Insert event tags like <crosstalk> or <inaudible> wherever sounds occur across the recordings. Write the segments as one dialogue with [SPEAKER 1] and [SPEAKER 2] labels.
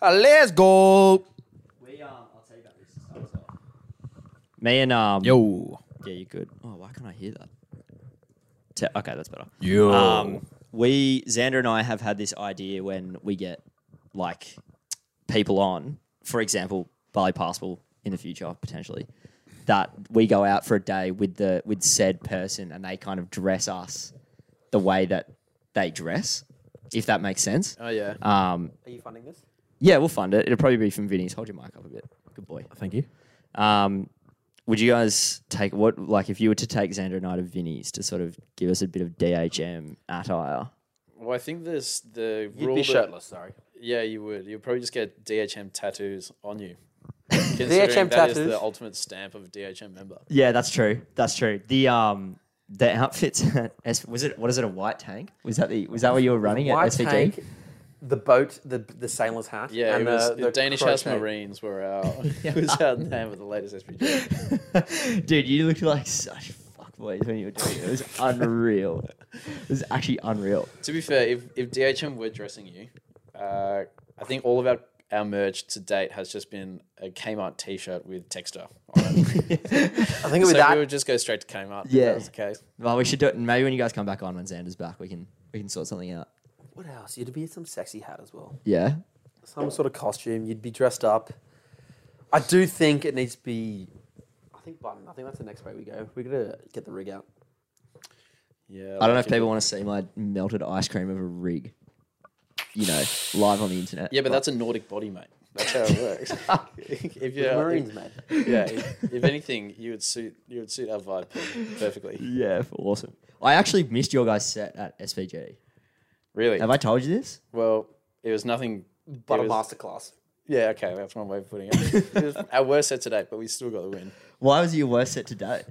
[SPEAKER 1] Uh, let's go.
[SPEAKER 2] We um, I'll tell you about this to start us off.
[SPEAKER 3] Me and um.
[SPEAKER 1] Yo.
[SPEAKER 3] Yeah, you good. Oh, why can't I hear that? Te- okay, that's better.
[SPEAKER 1] Yo.
[SPEAKER 3] Um, we Xander and I have had this idea when we get like people on, for example, Bali Passable in the future potentially, that we go out for a day with the with said person and they kind of dress us the way that they dress, if that makes sense.
[SPEAKER 1] Oh yeah.
[SPEAKER 4] Uh,
[SPEAKER 3] Um,
[SPEAKER 2] Are you funding this?
[SPEAKER 3] yeah, we'll fund it. It'll probably be from Vinny's. Hold your mic up a bit. Good boy.
[SPEAKER 1] Thank you.
[SPEAKER 3] Um, would you guys take what like if you were to take Xander and I to Vinny's to sort of give us a bit of DHM attire?
[SPEAKER 5] Well, I think there's the
[SPEAKER 4] You'd
[SPEAKER 5] rule.
[SPEAKER 4] be
[SPEAKER 5] that-
[SPEAKER 4] shirtless, sorry.
[SPEAKER 5] Yeah, you would. You'd probably just get DHM tattoos
[SPEAKER 4] <laughs>
[SPEAKER 5] on you.
[SPEAKER 4] DHM
[SPEAKER 5] Considering that is
[SPEAKER 4] tattoos?
[SPEAKER 5] the ultimate stamp of a DHM member.
[SPEAKER 3] Yeah, that's true. That's true. The um the outfits <laughs> at S- was it what is it a white tank? Was that the was that what you were running
[SPEAKER 4] White
[SPEAKER 3] at SVG?
[SPEAKER 4] tank, the boat, the the sailor's hat.
[SPEAKER 5] Yeah,
[SPEAKER 4] and
[SPEAKER 5] it was
[SPEAKER 4] uh, the,
[SPEAKER 5] the,
[SPEAKER 4] the
[SPEAKER 5] Danish
[SPEAKER 4] croquet.
[SPEAKER 5] House Marines were our
[SPEAKER 4] <laughs>
[SPEAKER 5] <laughs> it was our name of the latest SPG.
[SPEAKER 3] Dude, you looked like such fuckboys when you were doing it. It was unreal. it was actually unreal.
[SPEAKER 5] to be fair, if, if DHM were dressing you, uh, I think all of our, our merch to date has just been a Kmart T-shirt with Texter on
[SPEAKER 4] <laughs>
[SPEAKER 5] it.
[SPEAKER 4] I think it
[SPEAKER 5] so
[SPEAKER 4] was that.
[SPEAKER 5] we would just go straight to Kmart. if
[SPEAKER 3] Yeah.
[SPEAKER 5] that was the case.
[SPEAKER 3] Well, we should do it. Maybe when you guys come back on when Xander's back, we can we can sort something out.
[SPEAKER 4] What else? You'd be in some sexy hat as well.
[SPEAKER 3] Yeah.
[SPEAKER 4] Some sort of costume. You'd be dressed up. I do think it needs to be. I think button. I think that's the next way we go. We gotta get the rig out.
[SPEAKER 5] Yeah,
[SPEAKER 3] I don't know
[SPEAKER 5] like
[SPEAKER 3] if
[SPEAKER 5] it.
[SPEAKER 3] people want to see my melted ice cream of a rig, you know, live on the internet.
[SPEAKER 5] Yeah, but that's a Nordic body, mate. That's how it works. if you're
[SPEAKER 4] Marines, mate.
[SPEAKER 5] yeah, if, <laughs> if anything, you would suit you would suit our vibe per- perfectly.
[SPEAKER 3] yeah, awesome. I actually missed your guys' set at SVG.
[SPEAKER 5] Really?
[SPEAKER 3] Have I told you this?
[SPEAKER 5] Well, it was nothing.
[SPEAKER 4] But
[SPEAKER 5] it
[SPEAKER 4] a
[SPEAKER 5] was-
[SPEAKER 4] masterclass.
[SPEAKER 5] Yeah, okay, that's one way of putting it. it <laughs> was our worst set today, but we still got the win.
[SPEAKER 3] Why was it your worst set today?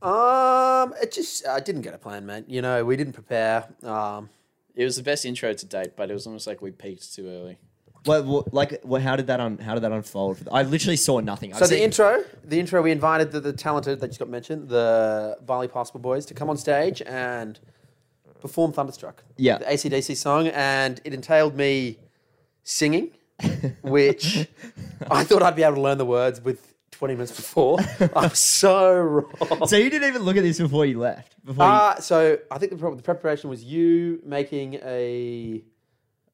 [SPEAKER 4] Um, it just I didn't get a plan, mate. You know, we didn't prepare. Um,
[SPEAKER 5] It was the best intro to date, but it was almost like we peaked too early.
[SPEAKER 3] What, what, like, what, how did that un, how did that unfold? For the, I literally saw nothing. I've
[SPEAKER 4] so the
[SPEAKER 3] seen-
[SPEAKER 4] intro, the intro, we invited the, the talented that just got mentioned, the Bali Passport Boys, to come on stage and perform Thunderstruck.
[SPEAKER 3] Yeah.
[SPEAKER 4] the ACDC song, and it entailed me singing, which I thought I'd be able to learn the words with 20 minutes before. I'm so wrong.
[SPEAKER 3] So you didn't even look at this before you left. Before you,
[SPEAKER 4] Uh, so I think the, prob- the preparation was you making a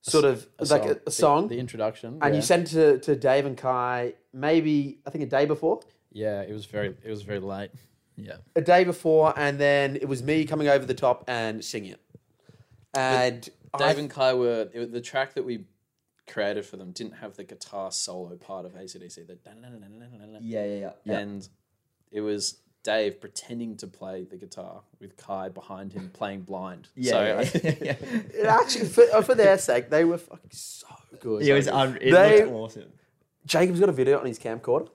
[SPEAKER 4] sort of like a, a
[SPEAKER 5] The-
[SPEAKER 4] song,
[SPEAKER 5] the, introduction,
[SPEAKER 4] and you
[SPEAKER 5] yeah.
[SPEAKER 4] sent it to, to Dave and Kai maybe I think a day before,
[SPEAKER 5] yeah, it was very it was very late. Yeah,
[SPEAKER 4] a day before, and then it was me coming over the top and singing it. And
[SPEAKER 5] Dave
[SPEAKER 4] I,
[SPEAKER 5] and Kai were it, was- the track that we created for them didn't have the guitar solo part of ACDC. The
[SPEAKER 3] yeah, yeah, yeah, yeah.
[SPEAKER 5] and it was Dave pretending to play the guitar with Kai behind him playing blind.
[SPEAKER 3] yeah,
[SPEAKER 5] so
[SPEAKER 3] yeah, yeah,
[SPEAKER 4] <laughs>
[SPEAKER 3] yeah. <laughs>
[SPEAKER 4] it actually for, uh, for their sake they were fucking so good.
[SPEAKER 3] It was un- it
[SPEAKER 4] They-
[SPEAKER 3] looked awesome.
[SPEAKER 4] Jacob's got a video on his camcorder.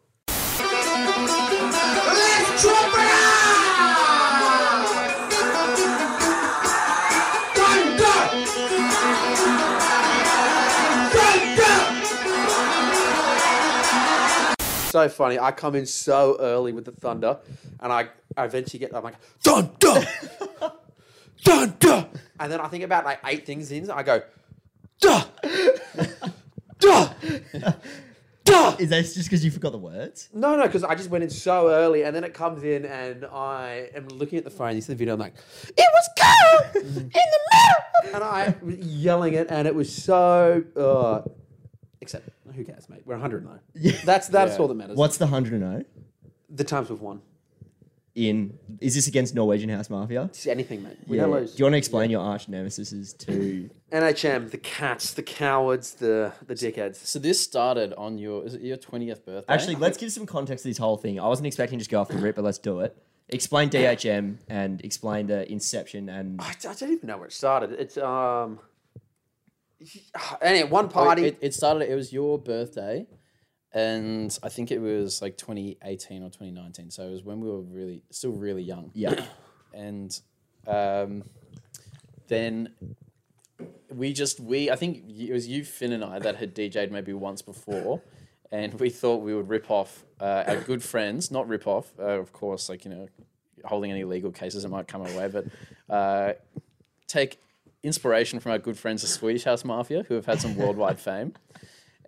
[SPEAKER 4] So funny. I come in so early with the thunder, and I, I eventually get. I'm like
[SPEAKER 3] <laughs>
[SPEAKER 4] thunder, thunder, and then I think about like eight things in. I go, duh,
[SPEAKER 3] <laughs>
[SPEAKER 4] duh, duh.
[SPEAKER 3] Is that just because you forgot the words?
[SPEAKER 4] No, no, because I just went in so early, and then it comes in, and I am looking at the phone. You see the video. I'm like, it was cold
[SPEAKER 3] Mm-hmm.
[SPEAKER 4] in the middle, and I was yelling it, and it was so. Uh, except, who cares, mate? We're 100 now.
[SPEAKER 3] Yeah.
[SPEAKER 4] That's that's
[SPEAKER 5] Yeah.
[SPEAKER 4] all that matters.
[SPEAKER 3] What's the hundred and zero
[SPEAKER 4] the times we've won?
[SPEAKER 3] in? Is this against Norwegian House Mafia?
[SPEAKER 4] It's anything, mate. We
[SPEAKER 3] Yeah.
[SPEAKER 4] don't
[SPEAKER 3] Do
[SPEAKER 4] lose.
[SPEAKER 3] you want to explain your arch nemesis to?
[SPEAKER 4] NHM, the cats, the cowards, the the dickheads.
[SPEAKER 5] <laughs> so this started on your is it your twentieth birthday?
[SPEAKER 3] Actually, let's give some context to this whole thing. I wasn't expecting to just go off the rip, but let's do it. Explain DHM and explain the inception and
[SPEAKER 4] I, I don't even know where it started. It's um. <sighs> Anyway, one
[SPEAKER 5] Well,
[SPEAKER 4] party.
[SPEAKER 5] It, it started. It was your birthday, and I think it was like 2018 or 2019. So it was when we were really still really young.
[SPEAKER 3] yeah,
[SPEAKER 5] <coughs> and um, then we just we I think y- it was you Finn and I that had DJ'd maybe once before, and we thought we would rip off uh, our good friends, not rip off, uh, of course, like you know, holding any legal cases that might come our way, but uh, take inspiration from our good friends the Swedish House Mafia, who have had some worldwide fame.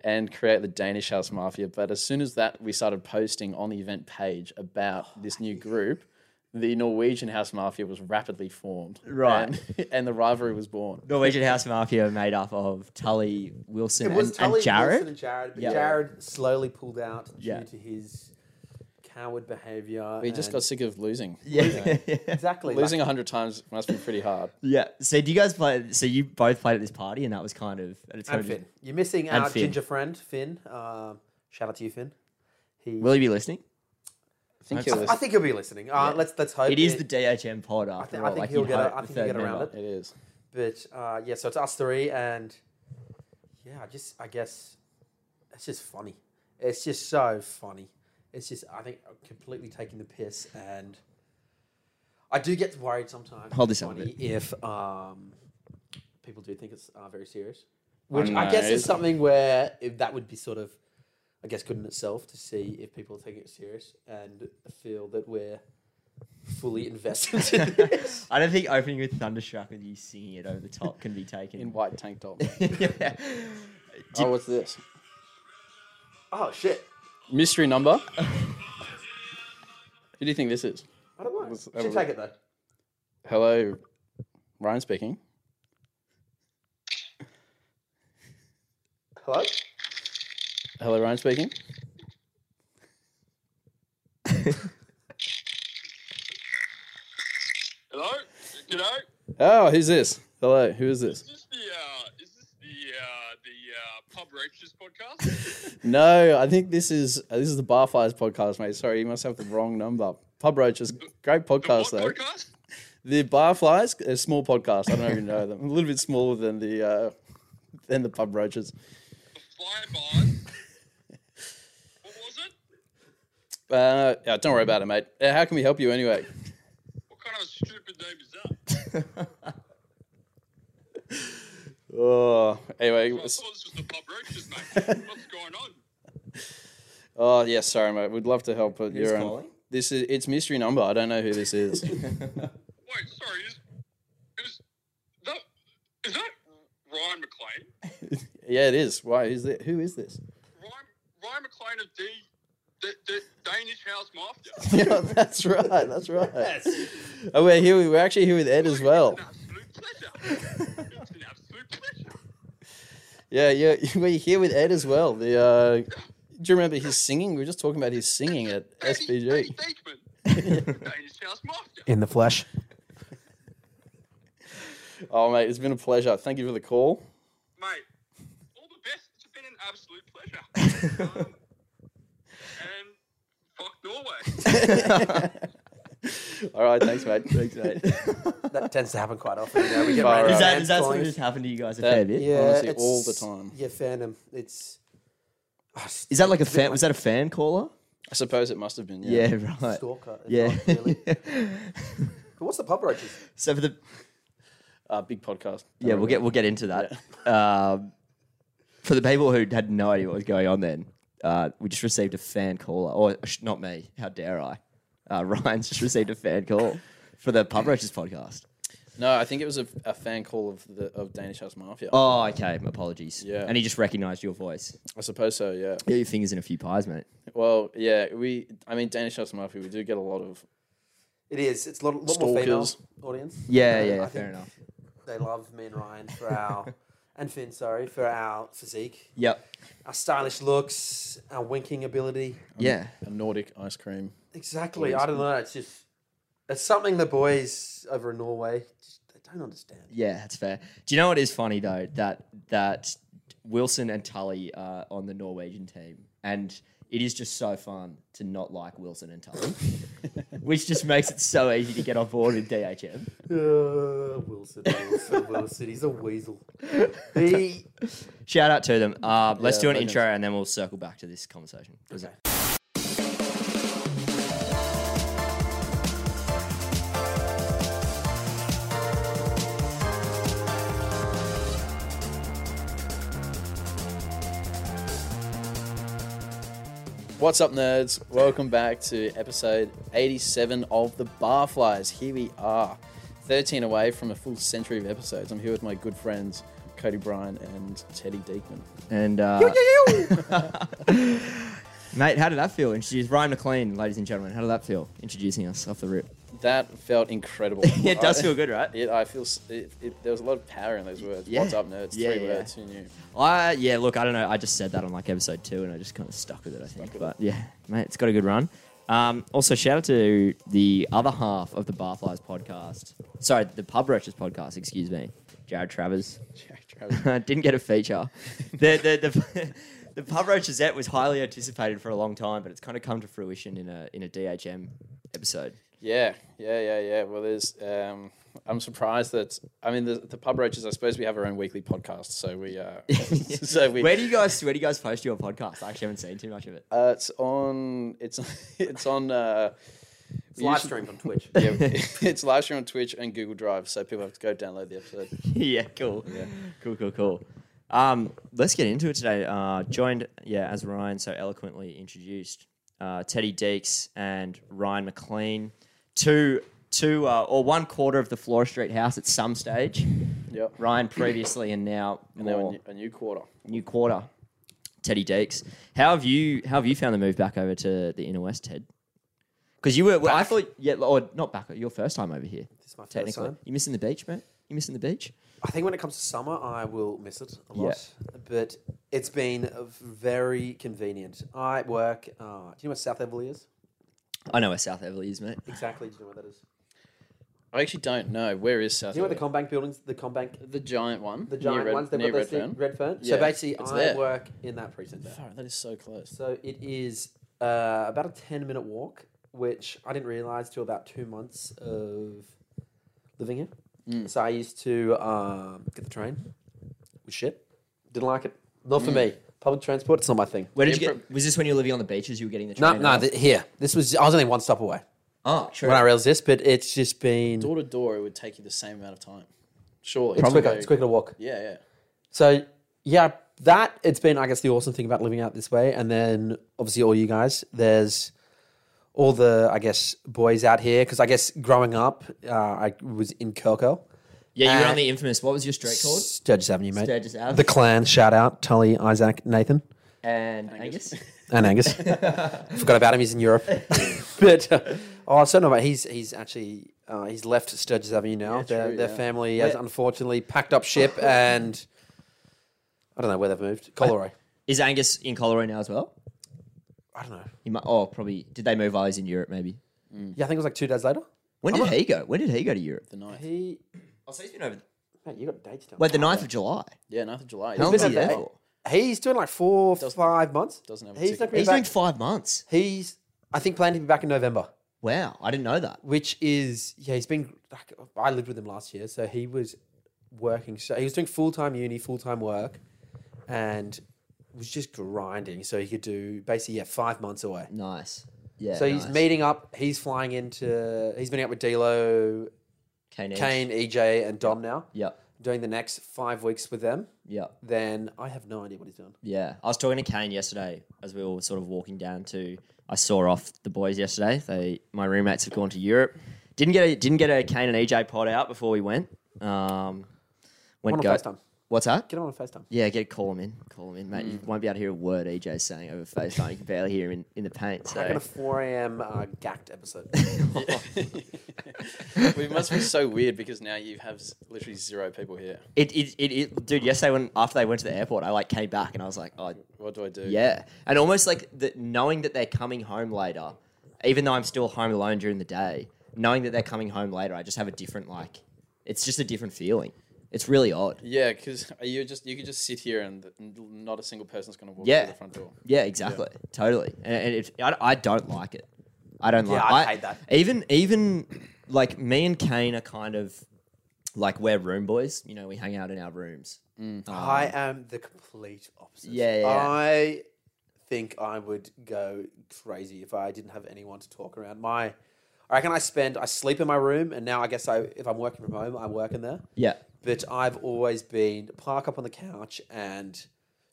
[SPEAKER 5] and create the Danish House Mafia. But as soon as that, we started posting on the event page about this new group. The Norwegian House Mafia was rapidly formed,
[SPEAKER 3] Right.
[SPEAKER 5] and, <laughs> and the rivalry was born.
[SPEAKER 3] Norwegian House Mafia made up of Tully Wilson
[SPEAKER 4] It was
[SPEAKER 3] and,
[SPEAKER 4] Tully
[SPEAKER 3] and Jared.
[SPEAKER 4] Wilson and Jared, but
[SPEAKER 3] Yeah.
[SPEAKER 4] Jared slowly pulled out due
[SPEAKER 3] Yeah.
[SPEAKER 4] to his coward behaviour.
[SPEAKER 5] We just
[SPEAKER 4] and-
[SPEAKER 3] <laughs>
[SPEAKER 5] got sick of losing.
[SPEAKER 3] yeah, yeah.
[SPEAKER 4] exactly like-
[SPEAKER 5] Losing hundred times must be pretty <laughs> hard.
[SPEAKER 3] <laughs> yeah. So do you guys play? So you both played at this party, and that was kind of at a time.
[SPEAKER 4] and Finn. You're missing
[SPEAKER 3] And
[SPEAKER 4] our
[SPEAKER 3] Finn.
[SPEAKER 4] ginger friend Finn. Um, shout out to you, Finn. He,
[SPEAKER 3] Will you be listening?
[SPEAKER 5] I think
[SPEAKER 3] That's-
[SPEAKER 5] it
[SPEAKER 4] I,
[SPEAKER 5] was.
[SPEAKER 4] I think he'll be listening. Uh,
[SPEAKER 3] Yeah.
[SPEAKER 4] Let's let's hope
[SPEAKER 3] It is the DHM pod
[SPEAKER 4] thi-
[SPEAKER 3] after
[SPEAKER 4] I
[SPEAKER 3] all.
[SPEAKER 4] think
[SPEAKER 3] like
[SPEAKER 4] he'll
[SPEAKER 3] you'd
[SPEAKER 4] get a-
[SPEAKER 3] hope
[SPEAKER 4] I
[SPEAKER 3] the
[SPEAKER 4] think
[SPEAKER 3] third
[SPEAKER 4] he'll get around
[SPEAKER 3] member-
[SPEAKER 5] <laughs> It is.
[SPEAKER 4] But uh, yeah, so it's us three, and yeah, I just I guess it's just funny. It's just so funny. It's just I think completely taking the piss, and I do get worried sometimes.
[SPEAKER 3] Hold
[SPEAKER 4] it's
[SPEAKER 3] this up a
[SPEAKER 4] funny if um, people do think it's uh, very serious,
[SPEAKER 5] I
[SPEAKER 4] which I guess
[SPEAKER 5] know.
[SPEAKER 4] is something where if that would be sort of. I guess good in itself to see if people are taking it serious and feel that we're fully invested in
[SPEAKER 3] <laughs>
[SPEAKER 4] this.
[SPEAKER 3] I don't think opening with Thunderstruck with you singing it over the top can be taken.
[SPEAKER 5] In white tank <laughs> top.
[SPEAKER 4] <laughs>
[SPEAKER 3] <laughs> yeah. Did-
[SPEAKER 5] oh, what's this?
[SPEAKER 4] Oh shit!
[SPEAKER 5] Mystery <laughs> number. Who do you think this is?
[SPEAKER 4] I don't know.
[SPEAKER 5] Let's
[SPEAKER 4] Should
[SPEAKER 5] have a
[SPEAKER 4] take it though.
[SPEAKER 5] Hello, Ryan speaking.
[SPEAKER 4] Hello.
[SPEAKER 5] Hello, Ryan speaking.
[SPEAKER 1] Hello? G'day?
[SPEAKER 5] Oh, who's this? Hello, who is this?
[SPEAKER 1] Is this the, uh, is this the, uh, the, uh, Pub Roaches
[SPEAKER 5] <laughs>
[SPEAKER 1] podcast?
[SPEAKER 5] No, I think this is uh, this is the Barflies podcast, mate. Sorry, you must have the wrong number. Pub Roach is a great
[SPEAKER 1] The what
[SPEAKER 5] podcast though.
[SPEAKER 1] podcast?
[SPEAKER 5] The Barflies, a small podcast. I don't know if you know them. A little bit smaller than the uh, than the Pub Roaches.
[SPEAKER 1] The Fly Bars? what was it?
[SPEAKER 5] Uh, yeah, don't worry about it, mate. Uh, How can we help you anyway?
[SPEAKER 1] What kind of stupid name is that?
[SPEAKER 5] <laughs> Oh, anyway.
[SPEAKER 1] Well, I
[SPEAKER 5] s-
[SPEAKER 1] thought this was the Pub Roaches,
[SPEAKER 5] <laughs>
[SPEAKER 1] mate. What's going on?
[SPEAKER 5] Oh, yes. sorry, mate. We'd love to help, but
[SPEAKER 3] Who's
[SPEAKER 5] you're on-
[SPEAKER 3] calling?
[SPEAKER 5] This is it's mystery number. I don't know who this is.
[SPEAKER 1] Wait, sorry, is, is that, is that Ryan McLean?
[SPEAKER 5] yeah, it is. Why? Who's it? Who is this?
[SPEAKER 1] Ryan, Ryan McLean of D, the, the Danish House Mafia?
[SPEAKER 5] yeah, that's right. That's right.
[SPEAKER 4] Yes.
[SPEAKER 5] Oh, we're here. We're actually here with Ed <laughs> as well.
[SPEAKER 1] It's an absolute pleasure. it's an absolute pleasure.
[SPEAKER 5] Yeah, yeah. <laughs> We're here with Ed as well. The uh, do you remember his singing? We were just talking about his singing at
[SPEAKER 1] <laughs> Danny- Danny
[SPEAKER 5] SPG.
[SPEAKER 1] Deakman. Danish House Mafia.
[SPEAKER 4] In the flesh.
[SPEAKER 5] <laughs> Oh, mate, it's been a pleasure. Thank you for the call. <laughs>
[SPEAKER 1] mate, all the best. It's been an absolute pleasure.
[SPEAKER 5] <laughs>
[SPEAKER 1] um, and fuck Norway.
[SPEAKER 5] All right, thanks, mate. thanks, mate. <laughs>
[SPEAKER 4] That tends to happen quite often. You know, we get
[SPEAKER 5] Far
[SPEAKER 4] random
[SPEAKER 5] out.
[SPEAKER 3] Is that,
[SPEAKER 4] fans
[SPEAKER 3] is that
[SPEAKER 4] calling
[SPEAKER 3] something
[SPEAKER 4] us.
[SPEAKER 3] that's happened to you guys a
[SPEAKER 5] That-
[SPEAKER 3] fair bit?
[SPEAKER 4] yeah,
[SPEAKER 5] Honestly,
[SPEAKER 4] it's-
[SPEAKER 5] all the time.
[SPEAKER 4] Yeah, fandom. It's. Oh, it's-
[SPEAKER 3] Is that like a
[SPEAKER 4] it's bit
[SPEAKER 3] fan? Was that a fan caller?
[SPEAKER 5] I suppose it must have been.
[SPEAKER 3] Yeah, Oh,
[SPEAKER 5] Yeah.
[SPEAKER 3] right.
[SPEAKER 4] stalker? It's
[SPEAKER 3] Yeah.
[SPEAKER 4] not really. But what's the pub roaches?
[SPEAKER 3] <laughs> so for the
[SPEAKER 5] Uh, big podcast.
[SPEAKER 3] yeah, we'll get we'll get into that. Um, for the people who had no idea what was going on, then uh, we just received a fan caller, or uh, sh- not me. How dare I? Uh, <laughs> Ryan's just received a fan call for the Pub Roaches podcast.
[SPEAKER 5] No, I think it was a, a fan call of the of Danish House Mafia.
[SPEAKER 3] Oh, okay. My apologies.
[SPEAKER 5] Yeah.
[SPEAKER 3] And he just recognised your voice.
[SPEAKER 5] I suppose so. Yeah.
[SPEAKER 3] Get your fingers in a few pies, mate.
[SPEAKER 5] Well, yeah, we. I mean, Danish House Mafia. We do get a lot of.
[SPEAKER 4] It is. It's a lot, lot more female
[SPEAKER 5] Stalkers.
[SPEAKER 4] audience.
[SPEAKER 3] Yeah,
[SPEAKER 4] Um,
[SPEAKER 3] yeah,
[SPEAKER 4] I
[SPEAKER 3] fair
[SPEAKER 4] think
[SPEAKER 3] enough.
[SPEAKER 4] They love me and Ryan for our <laughs> and Finn, sorry, for our physique,
[SPEAKER 3] Yep.
[SPEAKER 4] our stylish looks, our winking ability.
[SPEAKER 3] Yeah.
[SPEAKER 5] A uh, Nordic ice
[SPEAKER 3] <laughs>
[SPEAKER 5] cream.
[SPEAKER 4] Exactly. I don't know. It's just it's something the boys over in Norway just, they don't understand.
[SPEAKER 3] Yeah, that's fair. Do you know what is funny though? That that Wilson and Tully are on the Norwegian team, and it is just so fun to not like Wilson and <laughs> Tully, which just makes it so easy to get on board with DHM.
[SPEAKER 4] Uh, Wilson, Wilson, Wilson. He's a weasel. He,
[SPEAKER 3] Shout out to them. Uh, let's
[SPEAKER 5] Yeah,
[SPEAKER 3] do an
[SPEAKER 5] legends.
[SPEAKER 3] intro and then we'll circle back to this conversation. Is it-
[SPEAKER 5] What's up, nerds? Welcome back to episode 87 of The Barflies. Here we are, 13 away from a full century of episodes. I'm here with my good friends, Cody Bryan and Teddy Deakman.
[SPEAKER 3] And uh, <laughs> mate, how did that feel? Introduce Ryan McLean, ladies and gentlemen. How did that feel? Introducing us off the rip.
[SPEAKER 5] That felt incredible.
[SPEAKER 3] <laughs> it does <laughs>
[SPEAKER 5] I-
[SPEAKER 3] feel good, right?
[SPEAKER 5] It, I feel s- it, it, there was a lot of power in those words.
[SPEAKER 3] Yeah.
[SPEAKER 5] What's up, nerds?
[SPEAKER 3] Yeah,
[SPEAKER 5] Three
[SPEAKER 3] yeah.
[SPEAKER 5] words. Who
[SPEAKER 3] <laughs>
[SPEAKER 5] knew?
[SPEAKER 3] I yeah, look, I don't know. I just said that on like episode two, and I just kind of stuck with it. I think,
[SPEAKER 5] with
[SPEAKER 3] but yeah, mate, it's got a good run. Um, also, shout out to the other half of the Barflies podcast. Sorry, the Pub Roaches podcast. Excuse me, Jared Travers. <laughs>
[SPEAKER 5] Jared Travers.
[SPEAKER 3] Didn't get a feature. the the the. <laughs> The Pub Roachesette was highly anticipated for a long time, but it's kind of come to fruition in a in a DHM episode.
[SPEAKER 5] Yeah, yeah, yeah, yeah. Well, there's. Um, I'm surprised that I mean the, the pub roaches. I suppose we have our own weekly podcast, so
[SPEAKER 3] <laughs>
[SPEAKER 5] we. Uh, <laughs> so we.
[SPEAKER 3] where do you guys where do you guys post your podcast? I actually haven't seen too much of it.
[SPEAKER 5] uh, it's on. It's <laughs> it's on. Uh,
[SPEAKER 4] It's live
[SPEAKER 5] usually-
[SPEAKER 4] streamed on Twitch.
[SPEAKER 5] <laughs> Yeah,
[SPEAKER 3] <laughs>
[SPEAKER 5] <laughs> it's live stream on Twitch and Google Drive, so people have to go download
[SPEAKER 3] <laughs>
[SPEAKER 5] the episode.
[SPEAKER 3] yeah, cool. Cool, cool, cool. Um, let's get into it today. Uh, joined, yeah, as Ryan so eloquently introduced, uh, Teddy Deeks and Ryan McLean, two, two uh, or one quarter of the Flora Street house at some stage.
[SPEAKER 5] Yep.
[SPEAKER 3] Ryan previously and now
[SPEAKER 5] And
[SPEAKER 3] more
[SPEAKER 5] now a
[SPEAKER 3] new,
[SPEAKER 5] new, a new quarter.
[SPEAKER 3] quarter. Teddy Deeks, how have you how have you found the move back over to the inner west, Ted? Because you were, well, I thought, yeah, or not back, your first time over here.
[SPEAKER 4] This is my first
[SPEAKER 3] Technically,
[SPEAKER 4] time.
[SPEAKER 3] you missing the beach, mate? You missing the beach?
[SPEAKER 4] I think when it comes to summer, I will miss it a
[SPEAKER 3] Yeah.
[SPEAKER 4] lot. But it's been very convenient. I work. Uh, do you know what South Everly is?
[SPEAKER 3] I know where South Everly is, mate.
[SPEAKER 4] Exactly. Do you know what that is?
[SPEAKER 5] I actually don't know where is South.
[SPEAKER 4] Do you know what the
[SPEAKER 5] Australia?
[SPEAKER 4] Combank buildings? The Combank,
[SPEAKER 5] the giant one,
[SPEAKER 4] the giant
[SPEAKER 5] near Red,
[SPEAKER 4] ones. They've
[SPEAKER 5] near
[SPEAKER 4] got those
[SPEAKER 5] Redfern.
[SPEAKER 4] thing- Red Fern.
[SPEAKER 5] Yeah,
[SPEAKER 4] So basically,
[SPEAKER 5] it's
[SPEAKER 4] I
[SPEAKER 5] there.
[SPEAKER 4] work in that precinct. There.
[SPEAKER 5] Oh, that is so close.
[SPEAKER 4] So it is uh, about a 10 minute walk, which I didn't realize till about two months of living here.
[SPEAKER 3] Mm.
[SPEAKER 4] So I used to um, get the train. Was shit. Didn't like it. Not for me. Public transport, it's not my thing.
[SPEAKER 3] Mm. Where did you
[SPEAKER 5] Impro-
[SPEAKER 3] get? Was this when you were living on the beaches? You were getting the
[SPEAKER 4] No,
[SPEAKER 3] train.
[SPEAKER 4] no,
[SPEAKER 3] out?
[SPEAKER 4] th- here. This was, I was only one stop away
[SPEAKER 3] oh, true.
[SPEAKER 4] when I realized this, but it's just been.
[SPEAKER 5] Door to door, it would take you the same amount of time. Surely.
[SPEAKER 4] It's quicker,
[SPEAKER 5] Okay.
[SPEAKER 4] it's quicker to walk.
[SPEAKER 5] Yeah, yeah.
[SPEAKER 4] So yeah, that it's been I guess the awesome thing about living out this way, and then obviously all you guys. There's all the I guess boys out here because I guess growing up uh, I was in Kirko.
[SPEAKER 3] yeah, you were
[SPEAKER 4] Uh,
[SPEAKER 3] on the infamous. What was your street called?
[SPEAKER 4] Sturgis Avenue, mate.
[SPEAKER 3] Sturgis Ave.
[SPEAKER 4] The clan shout out Tully, Isaac, Nathan,
[SPEAKER 3] And Angus.
[SPEAKER 4] and Angus. Forgot about him. He's in Europe, <laughs> but uh, oh, so no, but he's he's actually. Uh, he's left Sturgis Avenue now.
[SPEAKER 5] Yeah,
[SPEAKER 4] their
[SPEAKER 5] true,
[SPEAKER 4] their
[SPEAKER 5] yeah.
[SPEAKER 4] family has
[SPEAKER 3] Where-
[SPEAKER 4] unfortunately packed up ship, and I don't know where they've moved. Colorado.
[SPEAKER 3] Is Angus in Colorado now as well?
[SPEAKER 4] I don't know.
[SPEAKER 3] He might. Oh, probably. Did they move while he's in Europe? Maybe.
[SPEAKER 4] Yeah, I think it was like two days later.
[SPEAKER 3] When did he go? When did he go to Europe?
[SPEAKER 5] The 9th.
[SPEAKER 4] He,
[SPEAKER 3] I'll say Oh, he's been over. Oh.
[SPEAKER 4] mate, you got dates down.
[SPEAKER 3] Wait, the 9th of July.
[SPEAKER 5] Yeah, 9th of July.
[SPEAKER 3] How long
[SPEAKER 4] been
[SPEAKER 3] was he
[SPEAKER 4] a
[SPEAKER 3] there
[SPEAKER 4] day.
[SPEAKER 3] for?
[SPEAKER 4] he's doing like four,
[SPEAKER 5] Doesn't-
[SPEAKER 4] five months.
[SPEAKER 5] doesn't have a
[SPEAKER 4] He's
[SPEAKER 5] ticket.
[SPEAKER 4] not gonna be
[SPEAKER 3] He's
[SPEAKER 4] back.
[SPEAKER 3] doing five months.
[SPEAKER 4] he's, I think, planning to be back in November,
[SPEAKER 3] Wow, I didn't know that.
[SPEAKER 4] which is yeah. He's been. Like, I lived with him last year, so he was working. So he was doing full time uni, full time work, and was just grinding. So he could do basically yeah, five months away.
[SPEAKER 3] Nice. Yeah.
[SPEAKER 4] so he's
[SPEAKER 3] nice.
[SPEAKER 4] meeting up. He's flying into. He's meeting up with D'Lo,
[SPEAKER 3] Kane. Edge.
[SPEAKER 4] Kane, EJ, and Dom now.
[SPEAKER 3] Yep.
[SPEAKER 4] Doing the next five weeks with them.
[SPEAKER 3] Yep.
[SPEAKER 4] Then I have no idea what he's doing.
[SPEAKER 3] Yeah, I was talking to Kane yesterday as we were sort of walking down to. I saw off the boys yesterday. They my roommates had gone to Europe. Didn't get a didn't get a Kane and EJ pod out before we went. Um, went
[SPEAKER 4] on
[SPEAKER 3] go-
[SPEAKER 4] FaceTime.
[SPEAKER 3] What's that?
[SPEAKER 4] Get Hmm. him on FaceTime.
[SPEAKER 3] Yeah, get call him in. Call him in, mate. You won't be able to hear a word EJ's saying over FaceTime. You can barely hear him in, in the paint.
[SPEAKER 4] Like in
[SPEAKER 3] So
[SPEAKER 4] a 4 a.m. Uh, gacked
[SPEAKER 3] <laughs>
[SPEAKER 4] episode.
[SPEAKER 5] <laughs> we must be so weird because now you have z- literally zero people here.
[SPEAKER 3] it, it, it, it dude. Yesterday when after they went to the airport, I like came back and I was like, oh
[SPEAKER 5] What do I do?
[SPEAKER 3] yeah, and almost like the, knowing that they're coming home later, even though I'm still home alone during the day, knowing that they're coming home later, I just have a different like, it's just a different feeling. It's really odd.
[SPEAKER 5] Yeah, because you just you could just sit here and th- not a single person's going to walk
[SPEAKER 3] Yeah.
[SPEAKER 5] through the front
[SPEAKER 3] <laughs>
[SPEAKER 5] door.
[SPEAKER 3] Yeah, exactly, totally. And, and it, I, I don't like it. I don't like.
[SPEAKER 4] Yeah, I hate that.
[SPEAKER 3] Even even like me and Kane are kind of like we're room boys. You know, we hang out in our rooms.
[SPEAKER 4] Mm.
[SPEAKER 3] Um,
[SPEAKER 4] I am the complete opposite.
[SPEAKER 3] Yeah, yeah, yeah.
[SPEAKER 4] I think I would go crazy if I didn't have anyone to talk around. My, I reckon I spend, I sleep in my room, and now I guess I, if I'm working from home, I work in there.
[SPEAKER 3] Yeah,
[SPEAKER 4] But I've always been park up on the couch, and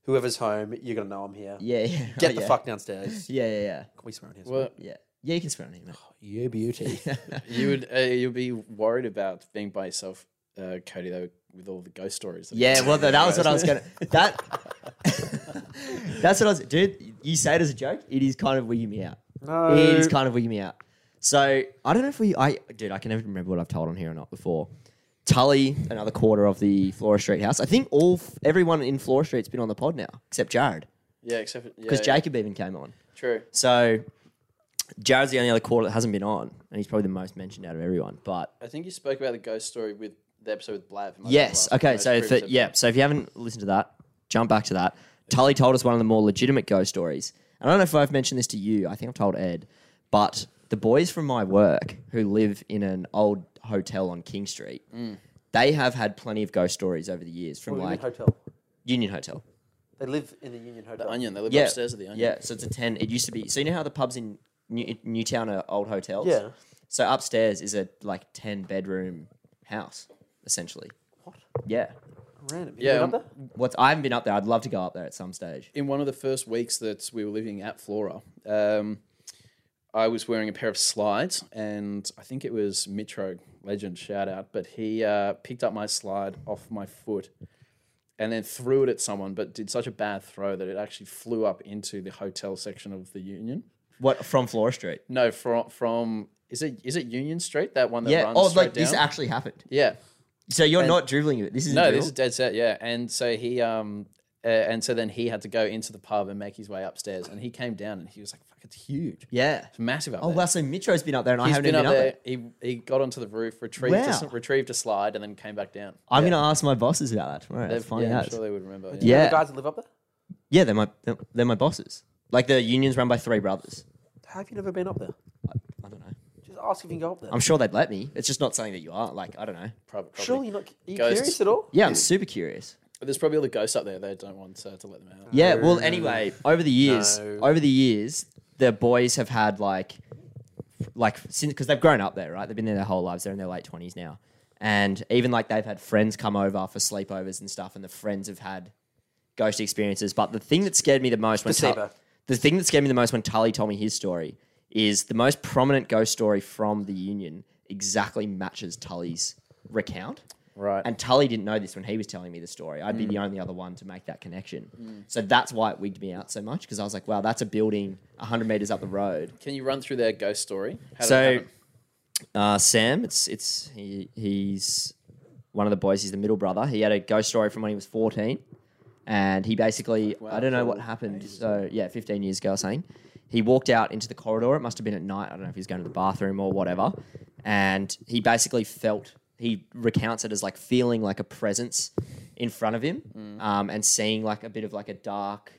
[SPEAKER 4] whoever's home, you're gonna know I'm here.
[SPEAKER 3] yeah, yeah.
[SPEAKER 4] <laughs>
[SPEAKER 3] <laughs>
[SPEAKER 4] Get
[SPEAKER 3] Oh,
[SPEAKER 4] the
[SPEAKER 3] yeah.
[SPEAKER 4] fuck downstairs.
[SPEAKER 3] <laughs> Yeah, yeah, yeah,
[SPEAKER 4] Can we swear on here?
[SPEAKER 5] Well,
[SPEAKER 3] yeah. Yeah,
[SPEAKER 4] Oh,
[SPEAKER 3] you can swear on him. <laughs>
[SPEAKER 4] you beauty.
[SPEAKER 5] you would uh, you'd be worried about being by yourself uh, Cody though with all the ghost stories. that we
[SPEAKER 3] Yeah,
[SPEAKER 5] told
[SPEAKER 3] well, that, that was
[SPEAKER 5] you
[SPEAKER 3] what I was
[SPEAKER 5] guys.
[SPEAKER 3] gonna. That <laughs> that's what I was, dude. You say it as a joke. It is kind of wigging me out.
[SPEAKER 4] No.
[SPEAKER 3] It is kind of wigging me out. So I don't know if we, I, dude, I can never remember what I've told on here or not before. Tully, another quarter of the Flora Street house. I think all f- everyone in Flora Street's been on the pod now, except Jared,
[SPEAKER 5] <laughs> Yeah, except yeah,
[SPEAKER 3] because
[SPEAKER 5] yeah,
[SPEAKER 3] Jacob even came on.
[SPEAKER 5] True.
[SPEAKER 3] So Jared's the only other quarter that hasn't been on, and he's probably the most mentioned out of everyone. But
[SPEAKER 5] I think you spoke about the ghost story with the episode with Blav. might have been
[SPEAKER 3] Yes.
[SPEAKER 5] last-
[SPEAKER 3] Okay.
[SPEAKER 5] most
[SPEAKER 3] So
[SPEAKER 5] previous
[SPEAKER 3] for,
[SPEAKER 5] episode.
[SPEAKER 3] yeah. So if you haven't listened to that, jump back to that. Tully told us one of the more legitimate ghost stories. And I don't know if I've mentioned this to you. I think I've told Ed, but the boys from my work who live in an old hotel on King Street,
[SPEAKER 5] Mm.
[SPEAKER 3] they have had plenty of ghost stories over the years
[SPEAKER 5] Oh,
[SPEAKER 3] from
[SPEAKER 4] Union
[SPEAKER 3] like
[SPEAKER 4] Hotel.
[SPEAKER 3] Union Hotel.
[SPEAKER 4] They live in the Union Hotel.
[SPEAKER 5] The Onion. They live upstairs of the Onion.
[SPEAKER 3] Yeah, so it's a 10. It used to be. So you know how the pubs in New, Newtown are old hotels?
[SPEAKER 4] Yeah.
[SPEAKER 3] So upstairs is a like 10 bedroom house, essentially.
[SPEAKER 4] What?
[SPEAKER 3] Yeah.
[SPEAKER 4] Random.
[SPEAKER 5] Yeah,
[SPEAKER 4] Yeah.
[SPEAKER 5] um,
[SPEAKER 3] What's I haven't been up there. I'd love to go up there at some stage.
[SPEAKER 5] in one of the first weeks that we were living at Flora, um, I was wearing a pair of slides, and I think it was Mitro Legend shout out, but he uh, picked up my slide off my foot and then threw it at someone, but did such a bad throw that it actually flew up into the hotel section of the Union.
[SPEAKER 3] What from Flora Street?
[SPEAKER 5] No, from from is it is it Union Street that one that
[SPEAKER 3] Yeah.
[SPEAKER 5] runs
[SPEAKER 3] Oh,
[SPEAKER 5] straight
[SPEAKER 3] like
[SPEAKER 5] down?
[SPEAKER 3] this actually happened.
[SPEAKER 5] yeah.
[SPEAKER 3] So you're not dribbling it. This is
[SPEAKER 5] No, this is dead set. Yeah, and so he um uh, and so then he had to go into the pub and make his way upstairs, and he came down and he was like, "Fuck, it's huge,
[SPEAKER 3] yeah.
[SPEAKER 5] it's massive up
[SPEAKER 3] Oh
[SPEAKER 5] there."
[SPEAKER 3] wow. So Mitro's been up there, and I
[SPEAKER 5] He's
[SPEAKER 3] haven't
[SPEAKER 5] been up
[SPEAKER 3] even been
[SPEAKER 5] there.
[SPEAKER 3] up there.
[SPEAKER 5] He he got onto the roof, retrieved
[SPEAKER 3] Wow.
[SPEAKER 5] a, retrieved a slide, and then came back down.
[SPEAKER 3] I'm
[SPEAKER 5] Yeah.
[SPEAKER 3] gonna ask my bosses about that tomorrow.
[SPEAKER 5] They've-
[SPEAKER 3] That's fine.
[SPEAKER 5] yeah,
[SPEAKER 3] Yeah,
[SPEAKER 5] I'm sure they would remember. Yeah.
[SPEAKER 4] yeah.
[SPEAKER 3] yeah.
[SPEAKER 4] The guys that live up there.
[SPEAKER 3] yeah, they're my they're- they're my bosses. Like the union's run by three brothers.
[SPEAKER 4] How have you never been up there?
[SPEAKER 3] I don't know.
[SPEAKER 4] Just ask if you can go up there.
[SPEAKER 3] I'm sure they'd let me. It's just not something that you are. Like I don't know.
[SPEAKER 5] Private property.
[SPEAKER 4] Surely you're not. Are you
[SPEAKER 5] Ghosts.
[SPEAKER 4] curious at all?
[SPEAKER 3] Yeah, I'm super curious.
[SPEAKER 5] But there's probably all the ghosts up there. They don't want uh, to let them out.
[SPEAKER 3] Yeah. Well, anyway, over the years,
[SPEAKER 4] No.
[SPEAKER 3] over the years, the boys have had like, like since because they've grown up there, right? They've been there their whole lives. They're in their late twenties now, and even like they've had friends come over for sleepovers and stuff, and the friends have had ghost experiences. But the thing that scared me the most when Tull-
[SPEAKER 4] Placebo.
[SPEAKER 3] the thing that scared me the most when Tully told me his story is the most prominent ghost story from the Union exactly matches Tully's recount.
[SPEAKER 5] Right. Mm.
[SPEAKER 3] And Tully didn't know this when he was telling me the story. I'd be the only other one to make that connection. So that's why it wigged me out so much because I was like, wow, that's a building 100 meters up the road.
[SPEAKER 5] Can you run through their ghost story? How did it
[SPEAKER 3] So,
[SPEAKER 5] happen?
[SPEAKER 3] uh, Sam, it's it's he he's one of the boys. He's the middle brother. He had a ghost story from when he was fourteen, and he basically
[SPEAKER 5] Wow,
[SPEAKER 3] I don't know what
[SPEAKER 5] cool.
[SPEAKER 3] happened. So yeah, fifteen years ago, I was saying he walked out into the corridor. It must have been at night. I don't know if he was going to the bathroom or whatever, and he basically felt. He recounts it as like feeling like a presence in front of him, um, and seeing like a bit of like a dark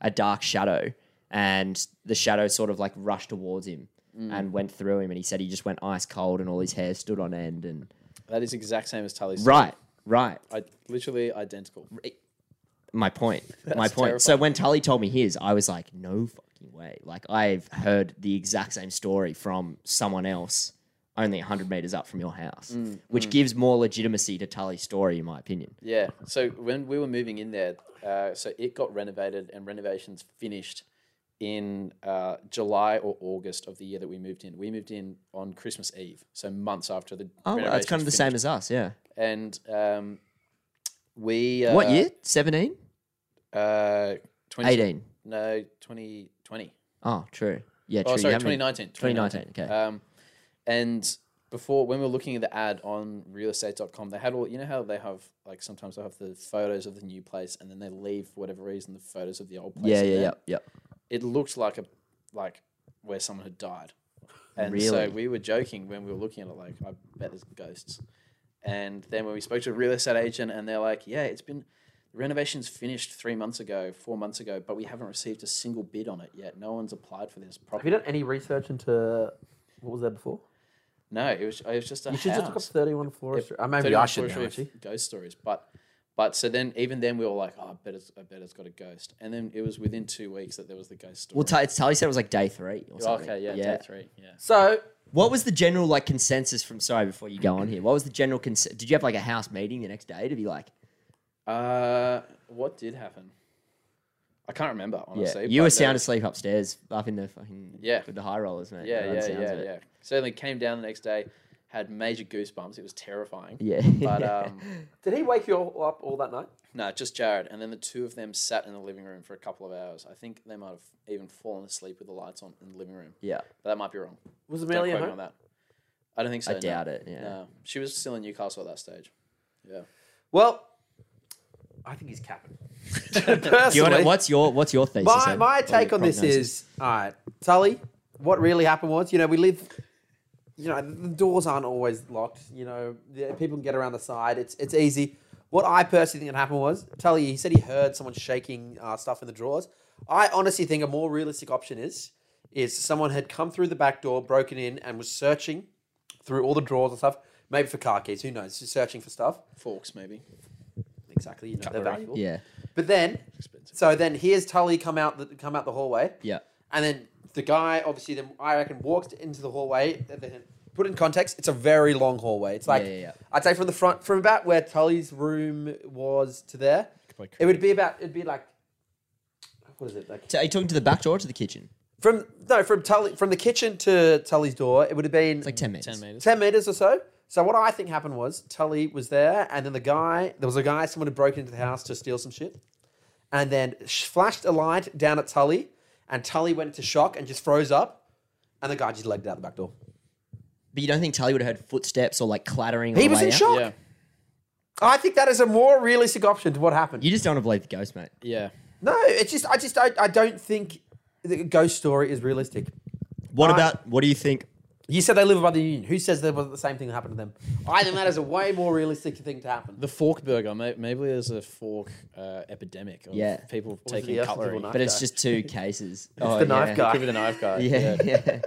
[SPEAKER 3] a dark shadow and the shadow sort of like rushed towards him and went through him and he said he just went ice cold and all his hair stood on end and
[SPEAKER 5] that is exact same as Tully's. story.
[SPEAKER 3] right right
[SPEAKER 5] I, literally identical.
[SPEAKER 3] my point my
[SPEAKER 5] <laughs> That's
[SPEAKER 3] point so
[SPEAKER 5] terrifying.
[SPEAKER 3] when tully told me his i was like no fucking way like i've heard the exact same story from someone else only 100 meters up from your house
[SPEAKER 5] Mm,
[SPEAKER 3] which gives more legitimacy to tully's story in my opinion
[SPEAKER 5] Yeah. So when we were moving in there, uh, so it got renovated and renovations finished in uh, July or August of the year that we moved in. We moved in on Christmas Eve, so months after the.
[SPEAKER 3] oh well, that's kind of the same as us yeah
[SPEAKER 5] And um, we. Uh,
[SPEAKER 3] what year 17
[SPEAKER 5] Uh, 20,
[SPEAKER 3] 18
[SPEAKER 5] No, 2020.
[SPEAKER 3] oh true yeah true
[SPEAKER 5] Oh,
[SPEAKER 3] You
[SPEAKER 5] sorry,
[SPEAKER 3] haven't been-
[SPEAKER 5] 2019.
[SPEAKER 3] 2019, okay.
[SPEAKER 5] Um, and before, when we were looking at the ad on realestate.com, they had all, you know how they have, like, sometimes they have the photos of the new place and then they leave, for whatever reason, the photos of the old place.
[SPEAKER 3] yeah
[SPEAKER 5] in
[SPEAKER 3] yeah
[SPEAKER 5] there?
[SPEAKER 3] yeah yeah
[SPEAKER 5] It looked like a, like, where someone had died. And
[SPEAKER 3] Really?
[SPEAKER 5] so we were joking when we were looking at it, like, I bet there's ghosts. And then when we spoke to a real estate agent, and they're like, "Yeah, it's been renovations finished three months ago, four months ago, but we haven't received a single bid on it yet. No one's applied for this
[SPEAKER 4] Have you
[SPEAKER 5] property.
[SPEAKER 4] done any research into what was there before?
[SPEAKER 5] No, it was it was just a
[SPEAKER 4] You should
[SPEAKER 5] house.
[SPEAKER 4] just look up 31 Flora Street. Uh, maybe
[SPEAKER 5] 31
[SPEAKER 4] I should
[SPEAKER 5] Flora
[SPEAKER 4] now,
[SPEAKER 5] Street
[SPEAKER 4] actually.
[SPEAKER 5] with ghost stories, but but so then even then we were like, oh, I bet it's I bet it's got a ghost. And then it was within two weeks that there was the ghost story.
[SPEAKER 3] Well, t- it's Tully said it was like day three or something.
[SPEAKER 5] Oh, okay, yeah, day three, yeah.
[SPEAKER 4] So,
[SPEAKER 3] What was the general like consensus from? Sorry, before you go on here, what was the general consensus? Did you have like a house meeting the next day to be like,
[SPEAKER 5] Uh, what did happen? I can't remember
[SPEAKER 3] yeah,
[SPEAKER 5] honestly.
[SPEAKER 3] you were
[SPEAKER 5] but there
[SPEAKER 3] sound
[SPEAKER 5] was-
[SPEAKER 3] asleep upstairs up in the fucking
[SPEAKER 5] Yeah.
[SPEAKER 3] with the high rollers, mate.
[SPEAKER 5] Yeah,
[SPEAKER 3] by the
[SPEAKER 5] yeah,
[SPEAKER 3] sounds
[SPEAKER 5] yeah,
[SPEAKER 3] of it.
[SPEAKER 5] yeah. Certainly came down the next day. had major goosebumps. It was terrifying.
[SPEAKER 3] <laughs> Yeah.
[SPEAKER 4] <laughs>
[SPEAKER 5] But um,
[SPEAKER 4] Did he wake you all up all that night?
[SPEAKER 5] no, just Jared. And then the two of them sat in the living room for a couple of hours. I think they might have even fallen asleep with the lights on in the living room.
[SPEAKER 3] yeah,
[SPEAKER 5] But that might be wrong.
[SPEAKER 4] Was
[SPEAKER 5] Don't
[SPEAKER 4] Amelia
[SPEAKER 5] quote me
[SPEAKER 4] home?
[SPEAKER 5] on that. I don't think so.
[SPEAKER 3] I doubt
[SPEAKER 5] no.
[SPEAKER 3] it. Yeah.
[SPEAKER 5] No, she was still in Newcastle at that stage.
[SPEAKER 4] Well, I think he's
[SPEAKER 5] <laughs>
[SPEAKER 4] capping. Personally,
[SPEAKER 3] Do you want to, what's your what's your thesis?
[SPEAKER 4] my,
[SPEAKER 3] Ed?
[SPEAKER 4] my
[SPEAKER 3] Or
[SPEAKER 4] take
[SPEAKER 3] your
[SPEAKER 4] on this
[SPEAKER 3] prognosis?
[SPEAKER 4] is all right, Tully, what really happened was, you know, we live, you know, the doors aren't always locked, you know, the, people can get around the side, it's, it's easy. What I personally think had happened was, Tully, he said he heard someone shaking uh, stuff in the drawers. I honestly think a more realistic option is, is someone had come through the back door, broken in, and was searching through all the drawers and stuff, maybe for car keys, who knows, just searching for stuff.
[SPEAKER 5] Forks, maybe.
[SPEAKER 4] Exactly, you know, they're
[SPEAKER 5] Cutlery.
[SPEAKER 4] valuable.
[SPEAKER 3] yeah,
[SPEAKER 4] But then,
[SPEAKER 5] Expensive.
[SPEAKER 4] so then here's Tully come out the come out the hallway,
[SPEAKER 3] yeah,
[SPEAKER 4] and then the guy obviously then I reckon walked into the hallway. and then- Put it in context, it's a very long hallway. It's like
[SPEAKER 3] yeah, yeah,
[SPEAKER 4] I'd say from the front, from about where Tully's room was to there, it would be about it'd be like what is it like
[SPEAKER 3] So are you talking to the back door or to the kitchen?
[SPEAKER 4] from no from Tully from the kitchen to Tully's door. It would have been
[SPEAKER 3] It's like ten minutes.
[SPEAKER 5] Mm, Ten meters.
[SPEAKER 4] 10 meters or so. So what I think happened was Tully was there, and then the guy, there was a guy, someone had broken into the house to steal some shit, and then sh- flashed a light down at Tully, and Tully went into shock and just froze up, and the guy just legged out the back door.
[SPEAKER 3] But you don't think Tully would have heard footsteps or like clattering? on
[SPEAKER 4] He
[SPEAKER 3] the
[SPEAKER 4] was
[SPEAKER 3] way
[SPEAKER 4] in
[SPEAKER 3] out?
[SPEAKER 4] shock.
[SPEAKER 5] Yeah.
[SPEAKER 4] I think that is a more realistic option to what happened.
[SPEAKER 3] You just don't want to believe the ghost, mate.
[SPEAKER 5] Yeah.
[SPEAKER 4] no, it's just I just I, I don't think the ghost story is realistic.
[SPEAKER 3] What
[SPEAKER 4] I-
[SPEAKER 3] about what do you think?
[SPEAKER 4] You said they live by the union. Who says that was the same thing that happened to them? I think that is a way more realistic thing to happen.
[SPEAKER 5] The fork burger. may- Maybe there's a fork uh, epidemic of
[SPEAKER 3] Yeah.
[SPEAKER 5] people
[SPEAKER 4] was
[SPEAKER 5] taking
[SPEAKER 4] the other
[SPEAKER 5] cutlery.
[SPEAKER 4] little
[SPEAKER 3] But it's
[SPEAKER 4] Okay.
[SPEAKER 3] just <laughs> two cases. It's
[SPEAKER 4] the knife guy.
[SPEAKER 5] Oh, Give it a knife guy.
[SPEAKER 3] <laughs> Yeah, yeah.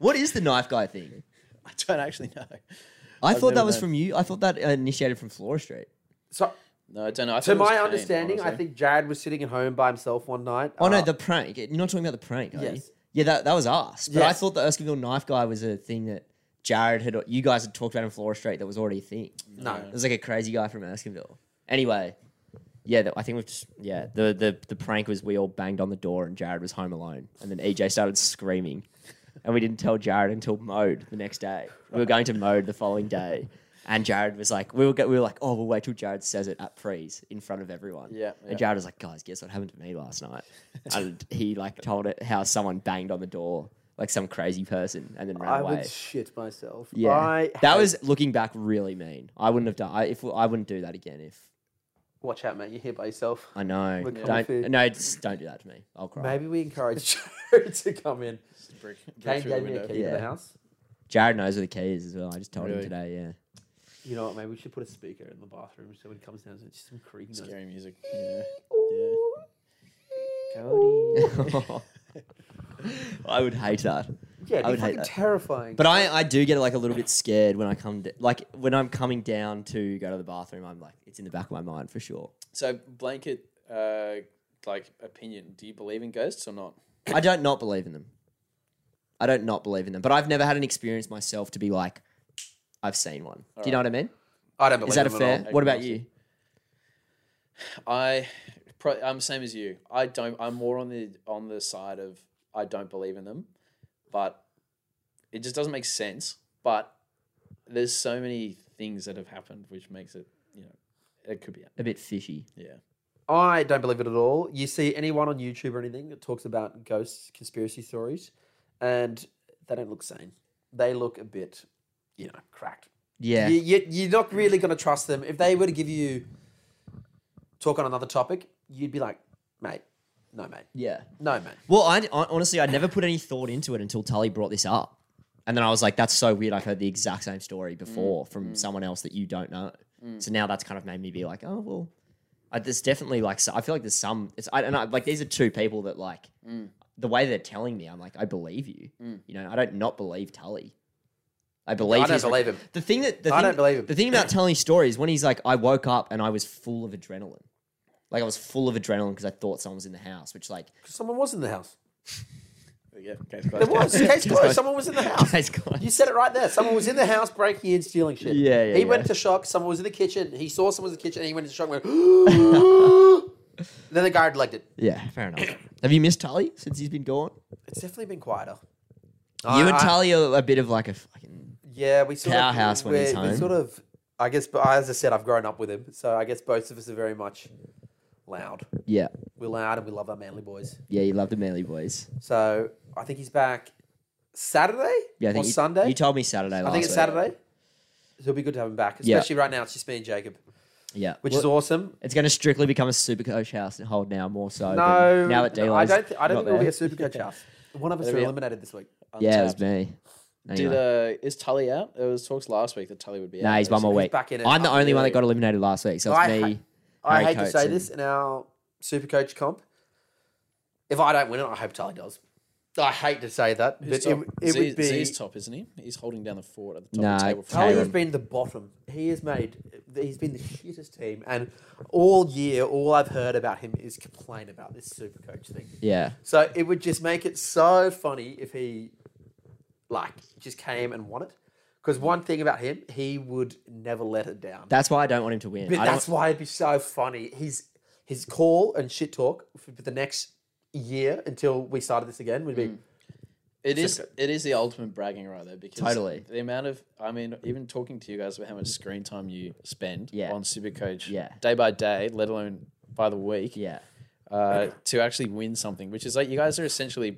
[SPEAKER 3] What is the knife guy thing?
[SPEAKER 5] I don't actually know.
[SPEAKER 3] I
[SPEAKER 5] I've
[SPEAKER 3] thought that
[SPEAKER 5] never
[SPEAKER 3] was
[SPEAKER 5] known.
[SPEAKER 3] from you. I thought that initiated from Flora Street.
[SPEAKER 4] so
[SPEAKER 5] No, I don't know. I thought
[SPEAKER 4] To
[SPEAKER 5] it was
[SPEAKER 4] my
[SPEAKER 5] Kane,
[SPEAKER 4] understanding, I
[SPEAKER 5] honestly.
[SPEAKER 4] think Jared was sitting at home by himself one night.
[SPEAKER 3] Oh no,
[SPEAKER 4] Uh,
[SPEAKER 3] the prank. You're not talking about the prank, are you?
[SPEAKER 4] Yes.
[SPEAKER 3] Yeah, that, that was us. But I
[SPEAKER 4] Yes.
[SPEAKER 3] thought the Erskineville knife guy was a thing that Jared had, you guys had talked about in Flora Street that was already a thing.
[SPEAKER 4] no.
[SPEAKER 3] It was like a crazy guy from Erskineville. Anyway, yeah, that I think we've just, yeah, the, the, the prank was we all banged on the door and Jared was home alone. And then EJ started screaming. And we didn't tell Jared until Mode the next day. We were going to Mode the following day. And Jared was like, we were, go, we were like, oh, we'll wait till Jared says it at Prees in front of everyone.
[SPEAKER 5] Yeah, yeah.
[SPEAKER 3] And Jared was like, guys, guess what happened to me last night? and he like told it how someone banged on the door, like some crazy person, and then ran
[SPEAKER 4] I
[SPEAKER 3] away.
[SPEAKER 4] would shit myself.
[SPEAKER 3] Yeah,
[SPEAKER 4] I
[SPEAKER 3] that
[SPEAKER 4] hate-
[SPEAKER 3] was looking back really mean. I wouldn't have done. I, if I wouldn't do that again. If
[SPEAKER 4] Watch out, mate. You're here by yourself.
[SPEAKER 3] I know,
[SPEAKER 4] Look, I'm
[SPEAKER 3] don't
[SPEAKER 4] fit.
[SPEAKER 3] no, just don't do that to me. I'll cry.
[SPEAKER 4] Maybe we
[SPEAKER 3] <laughs>
[SPEAKER 4] encourage Jared <laughs> to come in.
[SPEAKER 5] Break- break
[SPEAKER 4] Kane
[SPEAKER 5] through the
[SPEAKER 4] gave me a
[SPEAKER 5] window.
[SPEAKER 4] key to the
[SPEAKER 3] Yeah.
[SPEAKER 4] house.
[SPEAKER 3] Jared knows where the key is as well. I just told him
[SPEAKER 5] Really?
[SPEAKER 3] today. Yeah,
[SPEAKER 4] You know what? Maybe we should put a speaker in the bathroom so when he comes down, it's just some creaking noise.
[SPEAKER 5] Scary music. Yeah. yeah.
[SPEAKER 3] <laughs>
[SPEAKER 4] <laughs>
[SPEAKER 3] I would hate that.
[SPEAKER 4] Yeah, it'd
[SPEAKER 3] I
[SPEAKER 4] be
[SPEAKER 3] would hate
[SPEAKER 4] fucking
[SPEAKER 3] that.
[SPEAKER 4] terrifying.
[SPEAKER 3] But I, I do get like a little bit scared when I come d like when I'm coming down to go to the bathroom. I'm like it's in the back of my mind for sure.
[SPEAKER 5] So blanket, uh, like opinion. Do you believe in ghosts or not?
[SPEAKER 3] I don't not believe in them. I don't not believe in them. But I've never had an experience myself to be like I've seen one. do you know what I mean?
[SPEAKER 4] I don't believe
[SPEAKER 3] Is that a
[SPEAKER 4] him at
[SPEAKER 3] fair?
[SPEAKER 4] all.
[SPEAKER 3] What about you?
[SPEAKER 5] I, pro- I'm same as you. I don't. I'm more on the on the side of I don't believe in them, but it just doesn't make sense. But there's so many things that have happened which makes it, you know, it could be.
[SPEAKER 3] A bit fishy.
[SPEAKER 5] Yeah.
[SPEAKER 4] I don't believe it at all. You see anyone on YouTube or anything that talks about ghosts, conspiracy stories, and they don't look sane. They look a bit, you know, cracked.
[SPEAKER 3] Yeah.
[SPEAKER 4] You, you, you're not really going to trust them. If they were to give you talk on another topic, you'd be like, mate, no, mate,
[SPEAKER 3] Yeah.
[SPEAKER 4] no, mate.
[SPEAKER 3] Well, I, I- honestly, I never put any thought into it until Tully brought this up. And then I was like, that's so weird. I've heard the exact same story before
[SPEAKER 4] Mm,
[SPEAKER 3] from someone else that you don't know. So now that's kind of made me be like, oh, well, I, there's definitely like, so, I feel like there's some, it's, I don't know, like these are two people that like,
[SPEAKER 4] Mm.
[SPEAKER 3] the way they're telling me, I'm like, I believe you. You know, I don't not believe Tully. I believe
[SPEAKER 4] I don't
[SPEAKER 3] his-
[SPEAKER 4] believe him.
[SPEAKER 3] The thing that the
[SPEAKER 4] I
[SPEAKER 3] thing,
[SPEAKER 4] don't believe him.
[SPEAKER 3] The thing about telling stories when he's like, I woke up and I was full of adrenaline. Like I was full of adrenaline because I thought someone was in the house, which like <laughs>
[SPEAKER 4] Someone was in the house.
[SPEAKER 5] Yeah.
[SPEAKER 4] There
[SPEAKER 3] <laughs>
[SPEAKER 4] was. Case closed. Someone was in the house.
[SPEAKER 3] Case closed.
[SPEAKER 4] You said it right there. Someone was in the house breaking in, stealing shit.
[SPEAKER 3] Yeah, yeah,
[SPEAKER 4] He
[SPEAKER 3] yeah.
[SPEAKER 4] went to shock. Someone was in the kitchen. He saw someone in the kitchen and he went into shock and
[SPEAKER 3] <gasps>
[SPEAKER 4] went, Then the guard legged it.
[SPEAKER 3] Yeah, fair enough. <clears throat> Have you missed Tully since he's been gone?
[SPEAKER 4] It's definitely been quieter.
[SPEAKER 3] you
[SPEAKER 4] I-
[SPEAKER 3] and
[SPEAKER 4] I-
[SPEAKER 3] Tully are a bit of like a fucking
[SPEAKER 4] Yeah, we sort
[SPEAKER 3] Powerhouse
[SPEAKER 4] of,
[SPEAKER 3] when he's
[SPEAKER 4] we're- we
[SPEAKER 3] home.
[SPEAKER 4] sort of, I guess, but as I said, I've grown up with him, so I guess both of us are very much loud.
[SPEAKER 3] Yeah,
[SPEAKER 4] We're loud and we love our manly boys.
[SPEAKER 3] yeah, you love the Manly boys.
[SPEAKER 4] So I think he's back Saturday
[SPEAKER 3] Yeah, I think
[SPEAKER 4] or
[SPEAKER 3] you,
[SPEAKER 4] Sunday.
[SPEAKER 3] You told me Saturday.
[SPEAKER 4] I
[SPEAKER 3] last
[SPEAKER 4] think it's
[SPEAKER 3] week.
[SPEAKER 4] Saturday. So it'll be good to have him back,
[SPEAKER 3] Yeah.
[SPEAKER 4] especially right now. It's just me and Jacob,
[SPEAKER 3] Yeah,
[SPEAKER 4] which is awesome.
[SPEAKER 3] It's going to strictly become a super coach house and hold now more so. than-
[SPEAKER 4] No,
[SPEAKER 3] now that
[SPEAKER 4] no,
[SPEAKER 3] Delo's
[SPEAKER 4] I don't. Th- I don't
[SPEAKER 3] not
[SPEAKER 4] think it'll be
[SPEAKER 3] there.
[SPEAKER 4] a super coach house.
[SPEAKER 3] <laughs>
[SPEAKER 4] One of us
[SPEAKER 5] It'll
[SPEAKER 4] are
[SPEAKER 5] be a-
[SPEAKER 4] eliminated this week. Um,
[SPEAKER 3] Yeah,
[SPEAKER 4] Untapped.
[SPEAKER 3] that's me.
[SPEAKER 5] Did
[SPEAKER 3] Anyway.
[SPEAKER 5] uh, is Tully out? There was talks last week that Tully would be out.
[SPEAKER 3] nah, he's one more
[SPEAKER 4] he's
[SPEAKER 3] week.
[SPEAKER 4] back in it.
[SPEAKER 3] I'm the
[SPEAKER 4] Oh,
[SPEAKER 3] only one
[SPEAKER 4] yeah.
[SPEAKER 3] that got eliminated last week, so it's
[SPEAKER 4] I
[SPEAKER 3] me.
[SPEAKER 4] ha- I
[SPEAKER 3] Harry
[SPEAKER 4] hate to
[SPEAKER 3] Coates
[SPEAKER 4] say
[SPEAKER 3] and-
[SPEAKER 4] this in our super coach comp. If I don't win it, I hope Tully does. I hate to say that, but it, it would be
[SPEAKER 5] Z's top, isn't he? He's holding down the fort at the top of
[SPEAKER 3] Nah,
[SPEAKER 5] the table. for
[SPEAKER 4] Tully has
[SPEAKER 3] Caleb.
[SPEAKER 4] been the bottom. He has made. He's been the shittest team, and all year, all I've heard about him is complain about this super coach thing.
[SPEAKER 3] Yeah,
[SPEAKER 4] So it would just make it so funny if he, like, just came and won it. Because one thing about him, he would never let it down.
[SPEAKER 3] that's why I don't want him to win.
[SPEAKER 4] But
[SPEAKER 3] I
[SPEAKER 4] that's
[SPEAKER 3] don't,
[SPEAKER 4] why it'd be so funny. His his call and shit talk for the next year until we started this again would be
[SPEAKER 3] Mm.
[SPEAKER 5] It is
[SPEAKER 4] Super.
[SPEAKER 5] it is the ultimate bragging right there because
[SPEAKER 3] Totally.
[SPEAKER 5] the amount of I mean even talking to you guys about how much screen time you spend
[SPEAKER 3] Yeah.
[SPEAKER 5] on Supercoach
[SPEAKER 3] Yeah.
[SPEAKER 5] day by day, let alone by the week,
[SPEAKER 3] yeah,
[SPEAKER 5] uh, to actually win something, which is like you guys are essentially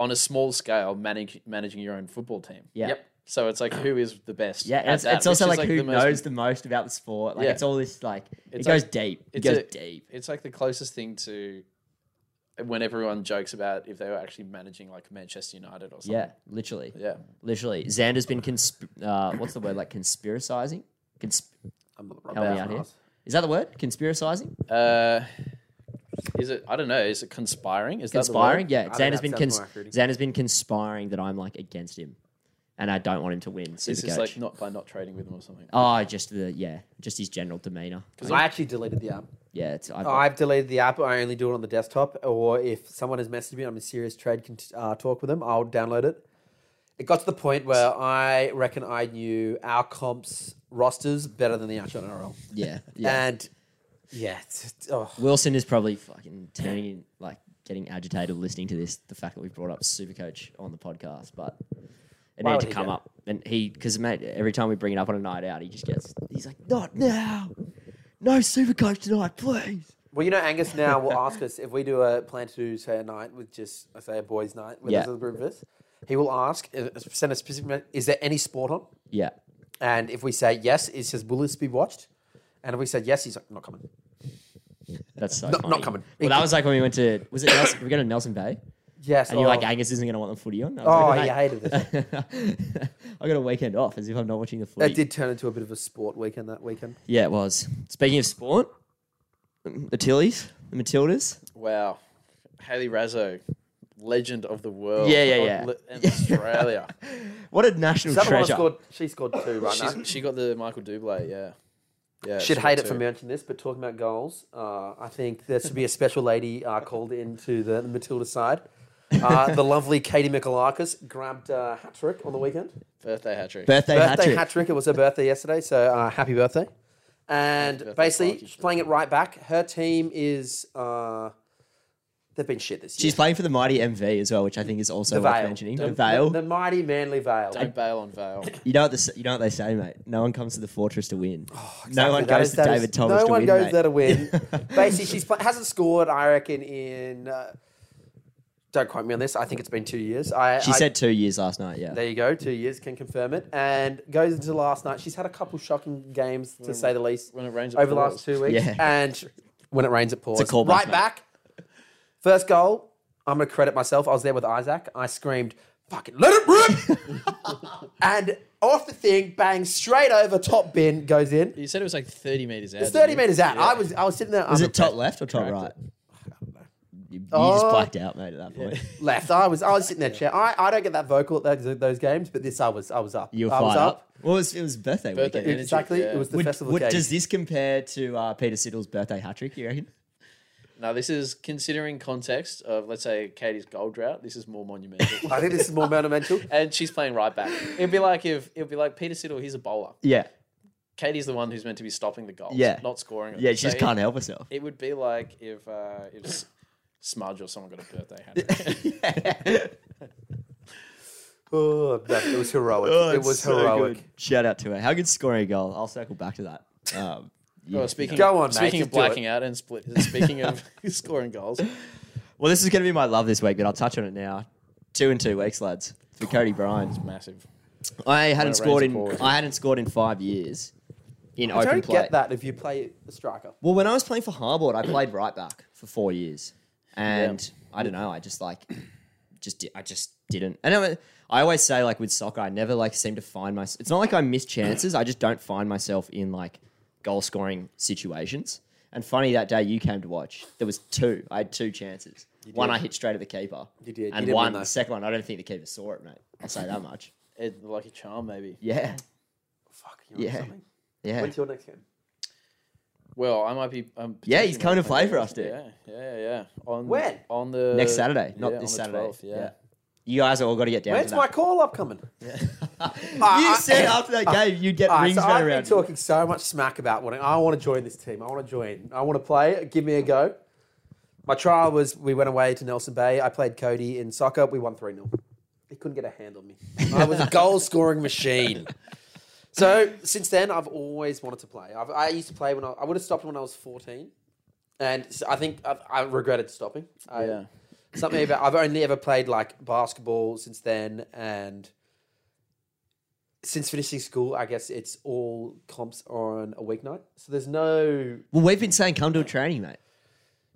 [SPEAKER 5] on a small scale manage, managing your own football team.
[SPEAKER 3] yeah.
[SPEAKER 4] Yep.
[SPEAKER 5] So it's like who is the best?
[SPEAKER 3] Yeah,
[SPEAKER 5] at
[SPEAKER 3] and it's,
[SPEAKER 5] that,
[SPEAKER 3] it's also
[SPEAKER 5] which
[SPEAKER 3] like,
[SPEAKER 5] is,
[SPEAKER 3] who
[SPEAKER 5] the most-
[SPEAKER 3] knows the most about the sport. Like
[SPEAKER 5] Yeah.
[SPEAKER 3] it's all this like
[SPEAKER 5] It's
[SPEAKER 3] it goes
[SPEAKER 5] like-
[SPEAKER 3] deep. It
[SPEAKER 5] it's
[SPEAKER 3] goes
[SPEAKER 5] a-
[SPEAKER 3] deep.
[SPEAKER 5] It's like the closest thing to when everyone jokes about if they were actually managing like Manchester United or something.
[SPEAKER 3] Yeah, literally,
[SPEAKER 5] Yeah.
[SPEAKER 3] literally. Xander's been consp- uh, what's the word like conspiracizing? Consp-
[SPEAKER 4] I'm not
[SPEAKER 3] help me out here. Is that the word? Conspiracizing?
[SPEAKER 5] Uh, is it? I don't know. Is it conspiring? Is
[SPEAKER 3] Conspiring?
[SPEAKER 5] That
[SPEAKER 3] Yeah,
[SPEAKER 4] think
[SPEAKER 3] Xander's
[SPEAKER 4] that
[SPEAKER 3] been
[SPEAKER 4] sounds
[SPEAKER 3] cons-
[SPEAKER 4] more accurate.
[SPEAKER 3] Xander's been conspiring that I'm like against him, and I don't want him to win.
[SPEAKER 5] the word? Is
[SPEAKER 3] Super
[SPEAKER 5] this like
[SPEAKER 3] coach.
[SPEAKER 5] not by not trading with them or something?
[SPEAKER 3] Oh, just the yeah, just his general demeanor.
[SPEAKER 4] I actually deleted the app.
[SPEAKER 3] Yeah, it's I've,
[SPEAKER 4] I've deleted the app. I only do it on the desktop, or if someone has messaged me, I'm in serious trade con- uh, talk with them. I'll download it. It got to the point where I reckon I knew our comps rosters better than the actual NRL, <laughs>
[SPEAKER 3] yeah, yeah.
[SPEAKER 4] and yeah, it's, it's- oh.
[SPEAKER 3] Wilson is probably fucking turning like getting agitated listening to this. The fact that we brought up Supercoach on the podcast, but it
[SPEAKER 4] Why
[SPEAKER 3] needed
[SPEAKER 4] would
[SPEAKER 3] to
[SPEAKER 4] he
[SPEAKER 3] come
[SPEAKER 4] go?
[SPEAKER 3] up. And he, because mate, every time we bring it up on a night out, he just gets he's like, not now, no Supercoach tonight, please.
[SPEAKER 4] Well, you know, Angus now
[SPEAKER 3] <laughs>
[SPEAKER 4] will ask us if we do a plan to do say a night with just I say a boys' night with
[SPEAKER 3] Yeah.
[SPEAKER 4] us as a group of us. He will ask, uh, send a specific. me- Is there any sport on?
[SPEAKER 3] Yeah,
[SPEAKER 4] And if we say yes, it says will this be watched? And if we said yes, he's like, not coming.
[SPEAKER 3] that's so
[SPEAKER 4] Not- not
[SPEAKER 3] funny.
[SPEAKER 4] coming.
[SPEAKER 3] Well, that was like when we went to was it Nelson, we go to Nelson Bay,
[SPEAKER 4] Yes,
[SPEAKER 3] and you're like
[SPEAKER 4] oh.
[SPEAKER 3] Angus isn't going to want the footy on. I
[SPEAKER 4] Oh,
[SPEAKER 3] was like,
[SPEAKER 4] he
[SPEAKER 3] "Mate,
[SPEAKER 4] hated it.
[SPEAKER 3] <laughs> I got a weekend off as if I'm not watching the footy.
[SPEAKER 4] That did turn into a bit of a sport weekend that weekend.
[SPEAKER 3] Yeah, it was. Speaking of sport, Attilles, the Matildas.
[SPEAKER 5] Wow, Haley Razzo, legend of the world.
[SPEAKER 3] Yeah, yeah,
[SPEAKER 5] Oh,
[SPEAKER 3] yeah.
[SPEAKER 5] le- and Australia.
[SPEAKER 3] What a national
[SPEAKER 4] Is that the one I
[SPEAKER 3] treasure.
[SPEAKER 4] scored? She scored two right
[SPEAKER 5] She's,
[SPEAKER 4] now.
[SPEAKER 5] she got the Michael Dublé. Yeah, yeah. she
[SPEAKER 4] Should
[SPEAKER 5] got
[SPEAKER 4] hate it
[SPEAKER 5] two.
[SPEAKER 4] for mentioning this, but talking about goals, uh, I think there should be a special lady uh, called into the Matilda side. Uh, the lovely Katie Mikolakis grabbed uh, hat trick on the weekend.
[SPEAKER 5] Birthday hat trick.
[SPEAKER 3] Birthday,
[SPEAKER 4] birthday
[SPEAKER 3] hat-trick.
[SPEAKER 4] hat trick. It was her birthday yesterday, so uh, happy birthday. And
[SPEAKER 5] Happy birthday,
[SPEAKER 4] basically,
[SPEAKER 5] Clarkie.
[SPEAKER 4] she's playing it right back. Her team is uh, they've been shit this year.
[SPEAKER 3] She's playing for the mighty MV as well, which I think is also worth
[SPEAKER 4] Vale.
[SPEAKER 3] mentioning. The
[SPEAKER 4] The-
[SPEAKER 3] Vale.
[SPEAKER 4] the, mighty Manly Vale.
[SPEAKER 5] Don't bail on Vale.
[SPEAKER 3] you know what the, you know what they say, mate. No one comes to the fortress to win. no one
[SPEAKER 4] Oh, That
[SPEAKER 3] goes
[SPEAKER 4] is-
[SPEAKER 3] to
[SPEAKER 4] that is-
[SPEAKER 3] David Thomas
[SPEAKER 4] No
[SPEAKER 3] to
[SPEAKER 4] one
[SPEAKER 3] win.
[SPEAKER 4] goes
[SPEAKER 3] mate.
[SPEAKER 4] there to win. Basically, she's pl- hasn't scored. I reckon in. Uh, don't quote me on this. I think it's been two years. I,
[SPEAKER 3] <laughs> she
[SPEAKER 4] I-
[SPEAKER 3] said two years last night. Yeah,
[SPEAKER 4] "There you go, two years can confirm it." And goes into last night. She's had a couple shocking games to say the least
[SPEAKER 5] When it rains, it
[SPEAKER 4] over the last
[SPEAKER 5] pours.
[SPEAKER 4] two weeks.
[SPEAKER 3] Yeah.
[SPEAKER 4] And when it rains, it pours.
[SPEAKER 3] callback,
[SPEAKER 4] right
[SPEAKER 3] mate.
[SPEAKER 4] back. First goal. I'm gonna credit myself. I was there with Isaac. I screamed, "Fucking let it rip!" <laughs> and off the thing, bang straight over top bin goes in.
[SPEAKER 5] You said it was like thirty meters out.
[SPEAKER 4] It's
[SPEAKER 5] didn't
[SPEAKER 4] thirty
[SPEAKER 5] you?
[SPEAKER 4] meters out.
[SPEAKER 5] Yeah.
[SPEAKER 4] I was I was sitting there.
[SPEAKER 3] was
[SPEAKER 4] I'm
[SPEAKER 3] it top left or top
[SPEAKER 5] Correct.
[SPEAKER 3] right? You, you just
[SPEAKER 4] Oh.
[SPEAKER 3] blacked out, mate. At that point,
[SPEAKER 4] left. I was I was sitting there. Chair. I, I don't get that vocal at those, those games, but this I was I was up.
[SPEAKER 3] you were
[SPEAKER 4] I was
[SPEAKER 3] fired up. Well, it was, it was birthday,
[SPEAKER 5] Birthday
[SPEAKER 3] weekend.
[SPEAKER 5] energy,
[SPEAKER 4] Exactly.
[SPEAKER 5] yeah.
[SPEAKER 4] It was the
[SPEAKER 3] Would,
[SPEAKER 4] festival.
[SPEAKER 3] would-
[SPEAKER 4] game.
[SPEAKER 3] does this compare to uh, Peter Siddle's birthday hat trick? You reckon?
[SPEAKER 5] Now this is considering context of let's say Katie's gold drought. This is more
[SPEAKER 4] <laughs>
[SPEAKER 5] monumental.
[SPEAKER 4] I think this is more
[SPEAKER 3] <laughs>
[SPEAKER 4] monumental.
[SPEAKER 5] and she's playing right back. It'd be like if it'd be like Peter Siddle. He's a bowler.
[SPEAKER 3] Yeah,
[SPEAKER 5] Katie's the one who's meant to be stopping the goals,
[SPEAKER 3] Yeah.
[SPEAKER 5] not scoring. them.
[SPEAKER 3] yeah. She just
[SPEAKER 5] So
[SPEAKER 3] can't
[SPEAKER 5] It,
[SPEAKER 4] <laughs>
[SPEAKER 3] help herself.
[SPEAKER 5] it would be like if uh,
[SPEAKER 3] <laughs>
[SPEAKER 5] if S- Smudge or someone got a birthday hat. trick.
[SPEAKER 4] Oh, that- it was heroic.
[SPEAKER 3] Oh,
[SPEAKER 4] it was heroic.
[SPEAKER 3] Shout out to her. How good scoring a goal? I'll circle back to that. Um, yeah.
[SPEAKER 5] Well, speaking
[SPEAKER 4] Go on,
[SPEAKER 5] of,
[SPEAKER 4] mate,
[SPEAKER 5] speaking of
[SPEAKER 4] just do it.
[SPEAKER 5] blacking out and split, uh,
[SPEAKER 3] <laughs>
[SPEAKER 5] speaking of <laughs> scoring goals,
[SPEAKER 3] well, this is going to be my love this week, but I'll touch on it now. Two in two weeks, lads, for Cody Bryant.
[SPEAKER 5] massive.
[SPEAKER 3] I hadn't
[SPEAKER 5] it
[SPEAKER 3] scored
[SPEAKER 5] rains, it
[SPEAKER 3] in
[SPEAKER 5] pours.
[SPEAKER 3] I hadn't scored in five years in
[SPEAKER 4] I
[SPEAKER 3] open
[SPEAKER 4] don't
[SPEAKER 3] play.
[SPEAKER 4] get that if you play a striker.
[SPEAKER 3] Well, when I was playing for Harboard, I played right back for four years, and I don't know. I just like, just di- I just didn't. And I, I always say like with soccer, I never like seem to find myself. It's not like I miss chances. I just don't find myself in like goal scoring situations. And funny that day you came to watch, there was two. I had two chances. One I hit straight at the keeper.
[SPEAKER 4] You did. You
[SPEAKER 3] And
[SPEAKER 4] did win
[SPEAKER 3] one,
[SPEAKER 4] though.
[SPEAKER 3] the second one, I don't think the keeper saw it, mate. I'll say that much.
[SPEAKER 5] It, like a charm, maybe.
[SPEAKER 3] Yeah,
[SPEAKER 4] Fuck, you
[SPEAKER 3] Yeah.
[SPEAKER 4] yeah. something.
[SPEAKER 3] yeah.
[SPEAKER 4] When's your next game?
[SPEAKER 5] Well, I might be. Um,
[SPEAKER 3] Yeah, he's coming to play for us, dude.
[SPEAKER 5] Yeah, yeah, yeah. On
[SPEAKER 4] When?
[SPEAKER 5] On the
[SPEAKER 3] Next Saturday, not
[SPEAKER 5] yeah,
[SPEAKER 3] this
[SPEAKER 5] on the
[SPEAKER 3] Saturday.
[SPEAKER 5] 12th, yeah.
[SPEAKER 3] You guys all got to get down.
[SPEAKER 4] When's
[SPEAKER 3] to
[SPEAKER 4] my
[SPEAKER 3] that.
[SPEAKER 4] call up coming?
[SPEAKER 3] you
[SPEAKER 4] I-
[SPEAKER 3] said after that game you'd get
[SPEAKER 4] All right,
[SPEAKER 3] rings
[SPEAKER 4] uh, so
[SPEAKER 3] going
[SPEAKER 4] I've
[SPEAKER 3] around.
[SPEAKER 4] been
[SPEAKER 3] you.
[SPEAKER 4] talking so much smack about wanting. I want to join this team. I want to join. I want to play. Give me a go. My trial was we went away to Nelson Bay. I played Cody in soccer. We won 3 0. He couldn't get a hand
[SPEAKER 3] <laughs>
[SPEAKER 4] on me. I was a goal scoring machine. So since then, I've always wanted to play. I've, I used to play when I, I would have stopped when I was 14. And so I think I've, I regretted stopping. I,
[SPEAKER 5] Yeah.
[SPEAKER 4] something about I've only ever played like basketball since then, and since finishing school, I guess it's all comps on a weeknight. So there's no
[SPEAKER 3] Well, we've been saying come to a training, mate.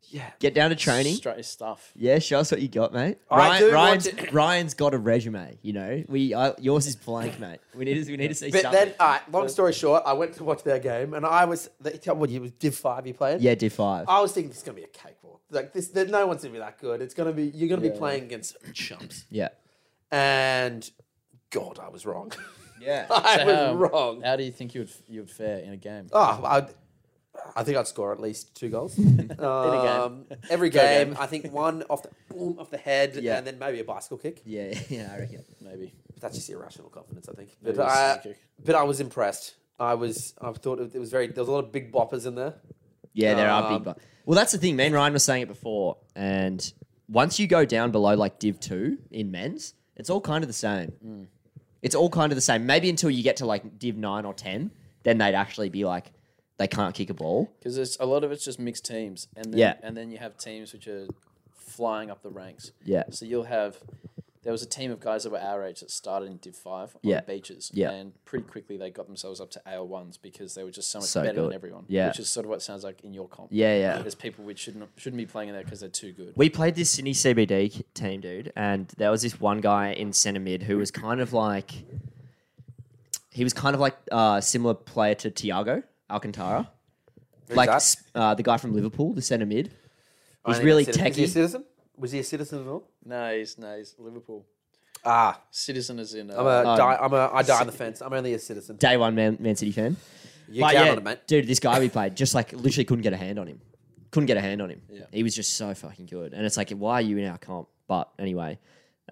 [SPEAKER 4] yeah.
[SPEAKER 3] Get down to training.
[SPEAKER 5] Straight stuff.
[SPEAKER 3] Yeah, show us what you got, mate.
[SPEAKER 4] I do want
[SPEAKER 3] Ryan's,
[SPEAKER 4] to- <coughs>
[SPEAKER 3] Ryan's got a resume. You know, we uh, yours is blank, mate. We need to, we need to see
[SPEAKER 4] But
[SPEAKER 3] something.
[SPEAKER 4] then, all right, long story short, I went to watch their game, and I was they tell what you did five. You played,
[SPEAKER 3] yeah, Div five.
[SPEAKER 4] I was thinking this is gonna be a cakewalk. Like this, that no one's gonna be that good. It's gonna be you're gonna
[SPEAKER 5] Yeah.
[SPEAKER 4] be playing against chumps, <laughs>
[SPEAKER 3] yeah,
[SPEAKER 4] and God, I was wrong. <laughs>
[SPEAKER 3] yeah. <laughs>
[SPEAKER 4] I
[SPEAKER 5] So
[SPEAKER 4] was
[SPEAKER 5] how-
[SPEAKER 4] wrong.
[SPEAKER 5] How do you think you would you would fare in a game?
[SPEAKER 4] Oh, I, I think I'd score at least two
[SPEAKER 3] <laughs>
[SPEAKER 4] goals. um, every game, I think one off the boom, off the head,
[SPEAKER 3] Yeah.
[SPEAKER 4] and then maybe a bicycle kick.
[SPEAKER 3] Yeah, yeah, I reckon.
[SPEAKER 5] Maybe.
[SPEAKER 4] That's just irrational confidence, I think.
[SPEAKER 5] Maybe
[SPEAKER 4] But
[SPEAKER 5] it's
[SPEAKER 4] I,
[SPEAKER 5] psychic.
[SPEAKER 4] but I was impressed. I was, I thought it was very. There was a lot of big boppers in there.
[SPEAKER 3] Yeah, there are
[SPEAKER 4] Um,
[SPEAKER 3] big. Bu- well, that's the thing. Me and Ryan were saying it before, and once you go down below like Div two in men's, it's all kind of the same. It's all kind of the same. Maybe until you get to like Div nine or ten, then they'd actually be like they can't kick a ball.
[SPEAKER 5] because it's a lot of it's just mixed teams, and then,
[SPEAKER 3] Yeah.
[SPEAKER 5] and then you have teams which are flying up the ranks.
[SPEAKER 3] Yeah.
[SPEAKER 5] So you'll have there was a team of guys that were our age that started in Div Five on
[SPEAKER 3] Yeah.
[SPEAKER 5] beaches,
[SPEAKER 3] Yeah.
[SPEAKER 5] and pretty quickly they got themselves up to AL ones because they were just so much
[SPEAKER 3] So
[SPEAKER 5] better
[SPEAKER 3] good.
[SPEAKER 5] than everyone.
[SPEAKER 3] Yeah.
[SPEAKER 5] which is sort of what it sounds like in your comp.
[SPEAKER 3] Yeah, yeah.
[SPEAKER 5] There's people which shouldn't shouldn't be playing in there because they're too good.
[SPEAKER 3] We played this Sydney CBD k- team, dude, and there was this one guy in centre mid who was kind of like, he was kind of like uh, similar player to Tiago Alcantara, like
[SPEAKER 4] that?
[SPEAKER 3] s- uh, the guy from Liverpool, the centre mid.
[SPEAKER 4] I
[SPEAKER 3] He's
[SPEAKER 4] think
[SPEAKER 3] really
[SPEAKER 4] that's it. Was he a
[SPEAKER 3] techie.
[SPEAKER 4] citizen? Was he a citizen at all?
[SPEAKER 5] Nice, nice. Liverpool
[SPEAKER 4] Ah,
[SPEAKER 5] citizen is in. Uh,
[SPEAKER 4] I'm a,
[SPEAKER 3] Um,
[SPEAKER 4] die, I'm a, I die on the fence. I'm only a citizen.
[SPEAKER 3] Day one Man, Man City fan.
[SPEAKER 4] You
[SPEAKER 3] But
[SPEAKER 4] count
[SPEAKER 3] yeah,
[SPEAKER 4] on it, mate.
[SPEAKER 3] Dude, this guy we played just like literally couldn't get a hand on him. Couldn't get a hand on him.
[SPEAKER 5] Yeah.
[SPEAKER 3] He was just so fucking good. And it's like, why are you in our comp? But anyway,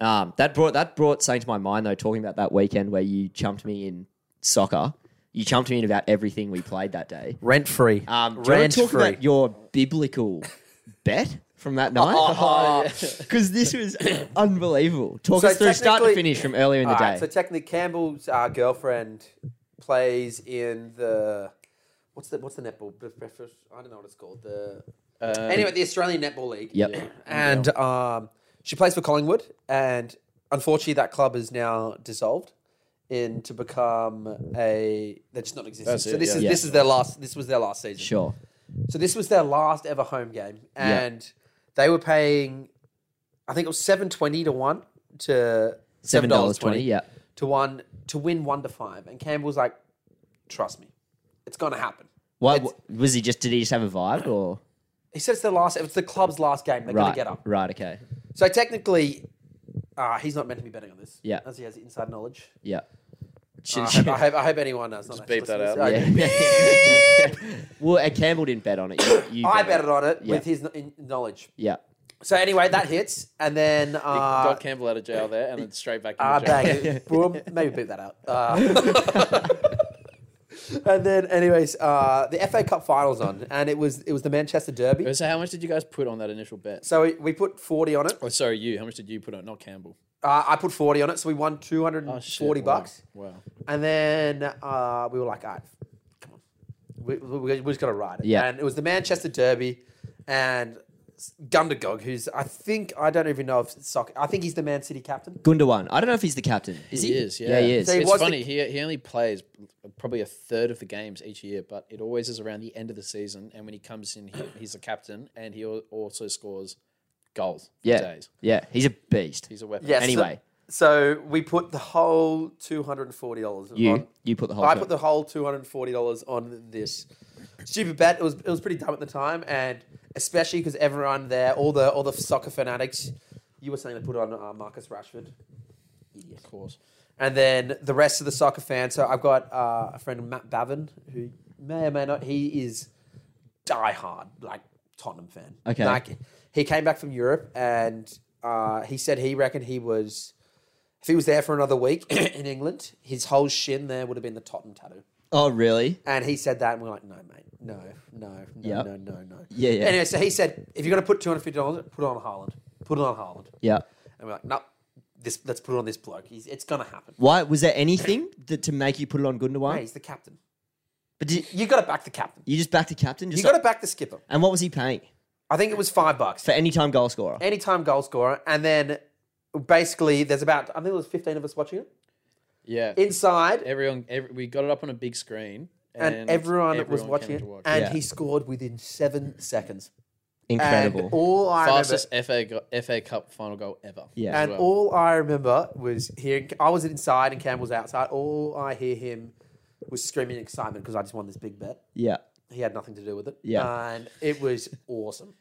[SPEAKER 3] um, that brought that brought something to my mind though, talking about that weekend where you chumped me in soccer. You chumped me in about everything we played that day.
[SPEAKER 4] Rent free.
[SPEAKER 3] Um, do you want to talk about your
[SPEAKER 4] <laughs>
[SPEAKER 3] biblical bet from that
[SPEAKER 4] Oh,
[SPEAKER 3] night? <laughs> Because
[SPEAKER 4] <coughs>
[SPEAKER 3] this was unbelievable. Talk
[SPEAKER 4] So
[SPEAKER 3] us through start to
[SPEAKER 4] technically-
[SPEAKER 3] finish from earlier in the
[SPEAKER 4] All
[SPEAKER 3] day.
[SPEAKER 4] right, so technically, Campbell's uh, girlfriend plays in the what's the what's the netball? I don't know what it's called. The
[SPEAKER 5] uh,
[SPEAKER 4] anyway, the Australian Netball League.
[SPEAKER 3] Yep.
[SPEAKER 5] yeah.
[SPEAKER 4] <clears throat> And um, she plays for Collingwood, and unfortunately, that club is now dissolved in to become a they're just not existing.
[SPEAKER 5] That's
[SPEAKER 4] So
[SPEAKER 5] it,
[SPEAKER 4] this
[SPEAKER 5] yeah.
[SPEAKER 4] is
[SPEAKER 3] Yeah.
[SPEAKER 4] this is their last this was their last season.
[SPEAKER 3] sure.
[SPEAKER 4] So this was their last ever home game, and they were paying, I think it was seven twenty to one to
[SPEAKER 3] Seven dollars twenty. Yeah.
[SPEAKER 4] to one to win one to five. And Campbell's like, trust me, it's gonna happen.
[SPEAKER 3] What
[SPEAKER 4] It's-
[SPEAKER 3] was he just? Did he just have a vibe or
[SPEAKER 4] He said it's their last. It's the club's last game. They're
[SPEAKER 3] right?
[SPEAKER 4] gonna get up.
[SPEAKER 3] Right. Okay.
[SPEAKER 4] So technically, uh, he's not meant to be betting on this.
[SPEAKER 3] Yeah.
[SPEAKER 4] as he has inside knowledge.
[SPEAKER 3] Yeah.
[SPEAKER 4] Uh, I,
[SPEAKER 3] Should- <laughs>
[SPEAKER 4] hope, I, hope, I hope anyone knows. Just
[SPEAKER 5] beep that out.
[SPEAKER 3] Yeah. <laughs> well, and Campbell didn't bet on it. You, you
[SPEAKER 4] I betted on it
[SPEAKER 3] Yeah.
[SPEAKER 4] with his kn- in- knowledge.
[SPEAKER 3] Yeah.
[SPEAKER 4] So anyway, that hits, and then uh,
[SPEAKER 5] got Campbell out of jail there, and then straight back.
[SPEAKER 4] Ah,
[SPEAKER 5] in jail. <laughs>
[SPEAKER 4] bang. Boom. Maybe beat that out. Uh, <laughs> and then, anyways, uh, the FA Cup finals on, and it was it was the Manchester Derby.
[SPEAKER 5] So how much did you guys put on that initial bet?
[SPEAKER 4] So we, we put forty on it.
[SPEAKER 5] Oh, sorry, you. How much did you put on? Not Campbell.
[SPEAKER 4] Uh, I put 40 on it, so we won 240
[SPEAKER 5] Oh, wow.
[SPEAKER 4] bucks.
[SPEAKER 5] Wow.
[SPEAKER 4] And then uh, we were like, all right, come on. We, we, we just got to ride it.
[SPEAKER 3] Yeah.
[SPEAKER 4] And it was the Manchester Derby and Gundagog, who's, I think, I don't even know if it's soccer. I think he's the Man City captain.
[SPEAKER 3] Gundawan. I don't know if he's the captain. Is he?
[SPEAKER 5] He is,
[SPEAKER 3] yeah
[SPEAKER 5] yeah.
[SPEAKER 3] he is.
[SPEAKER 4] So he
[SPEAKER 5] it's
[SPEAKER 4] was the-
[SPEAKER 5] funny. He, he only plays probably a third of the games each year, but it always is around the end of the season. And when he comes in, he, he's a captain, and he al- also scores goals. For
[SPEAKER 3] yeah,
[SPEAKER 5] days.
[SPEAKER 3] yeah. He's a beast.
[SPEAKER 5] He's a weapon.
[SPEAKER 4] Yes.
[SPEAKER 3] Anyway,
[SPEAKER 4] So we put the whole $240
[SPEAKER 3] you
[SPEAKER 4] on.
[SPEAKER 3] you put the whole.
[SPEAKER 4] I put the whole two hundred and forty dollars on this stupid bet. It was it was pretty dumb at the time, and especially because everyone there, all the all the soccer fanatics, you were saying they put on uh, Marcus Rashford,
[SPEAKER 5] Of course.
[SPEAKER 4] and then the rest of the soccer fans. So I've got uh, a friend Matt Bavin, who may or may not he is diehard like Tottenham fan.
[SPEAKER 3] Okay.
[SPEAKER 4] like he came back from Europe and uh, he said he reckoned he was. If he was there for another week <clears throat> in England, his whole shin there would have been the Tottenham tattoo.
[SPEAKER 3] oh really?
[SPEAKER 4] And he said that, and we're like, no, mate, no, no, no,
[SPEAKER 3] Yep.
[SPEAKER 4] no, no, no.
[SPEAKER 3] Yeah, yeah.
[SPEAKER 4] Anyway, so he said, if you're going to put two hundred fifty dollars, put it on Haaland. Put it on Haaland.
[SPEAKER 3] Yeah.
[SPEAKER 4] And we're like, no, this. Let's put it on this bloke. He's, it's going to happen.
[SPEAKER 3] Why was there anything that to make you put it on Gundawan?
[SPEAKER 4] Hey, he's the captain.
[SPEAKER 3] But did,
[SPEAKER 4] You got to back the captain.
[SPEAKER 3] you just backed the captain.
[SPEAKER 4] You
[SPEAKER 3] Just
[SPEAKER 4] got to
[SPEAKER 3] like-
[SPEAKER 4] back the skipper.
[SPEAKER 3] and what was he paying
[SPEAKER 4] I think it was five bucks
[SPEAKER 3] for any time goal scorer?
[SPEAKER 4] anytime goal scorer, and then basically there's about I think there was fifteen of us watching it
[SPEAKER 5] Yeah.
[SPEAKER 4] inside,
[SPEAKER 5] everyone, every, we got it up on a big screen,
[SPEAKER 4] and, everyone, was
[SPEAKER 5] came
[SPEAKER 4] watching it,
[SPEAKER 5] to watch.
[SPEAKER 4] and
[SPEAKER 3] Yeah.
[SPEAKER 4] he scored within seven seconds.
[SPEAKER 3] Incredible.
[SPEAKER 4] And all I remember,
[SPEAKER 5] Fastest FA go- FA Cup final goal ever.
[SPEAKER 3] Yeah.
[SPEAKER 5] as
[SPEAKER 4] And
[SPEAKER 5] well.
[SPEAKER 4] all I remember was hearing, I was inside and Campbell's outside. All I hear him was screaming excitement because I just won this big bet.
[SPEAKER 3] yeah.
[SPEAKER 4] He had nothing to do with it.
[SPEAKER 3] Yeah.
[SPEAKER 4] And it was awesome.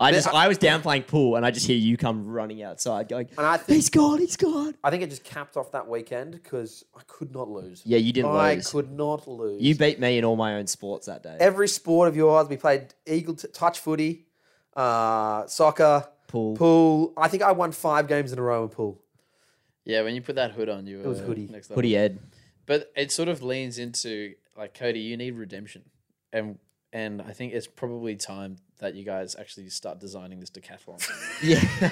[SPEAKER 3] I just I was down playing pool and I just hear you come running outside going.
[SPEAKER 4] And I
[SPEAKER 3] He's
[SPEAKER 4] think,
[SPEAKER 3] gone. He's gone.
[SPEAKER 4] I think it just capped off that weekend because I could not lose.
[SPEAKER 3] Yeah, you didn't
[SPEAKER 4] I
[SPEAKER 3] lose.
[SPEAKER 4] could not lose.
[SPEAKER 3] You beat me in all my own sports that day.
[SPEAKER 4] Every sport of yours, we played eagle t- touch footy, uh, soccer,
[SPEAKER 3] Pool.
[SPEAKER 4] pool. I think I won five games in a row in pool.
[SPEAKER 5] yeah. When you put that hood on, you were
[SPEAKER 4] was hoodie.
[SPEAKER 5] Next level.
[SPEAKER 3] Hoodie Ed.
[SPEAKER 5] but it sort of leans into like Cody, you need redemption, and and I think it's probably time that you guys actually start designing
[SPEAKER 3] <laughs>
[SPEAKER 5] this decathlon.
[SPEAKER 3] Yeah. Do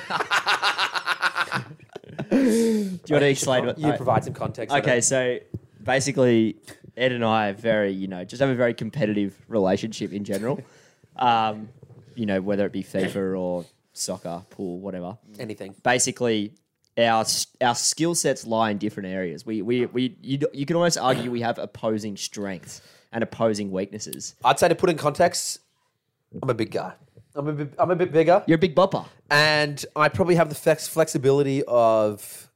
[SPEAKER 3] you want to explain what?
[SPEAKER 4] You provide some context. on
[SPEAKER 3] Okay,
[SPEAKER 4] it.
[SPEAKER 3] so basically, Ed and I are very, you know, just have a very competitive relationship in general.
[SPEAKER 4] <laughs>
[SPEAKER 3] um, you know, whether it be FIFA or soccer, pool, whatever.
[SPEAKER 4] Anything.
[SPEAKER 3] Basically, our s- our skill sets lie in different areas. We we we you, d- you can almost argue we have opposing strengths and opposing weaknesses.
[SPEAKER 4] I'd say to put in context, I'm a big guy. I'm a bit, I'm a bit bigger,
[SPEAKER 3] You're a big bopper.
[SPEAKER 4] and I probably have the flex- flexibility of.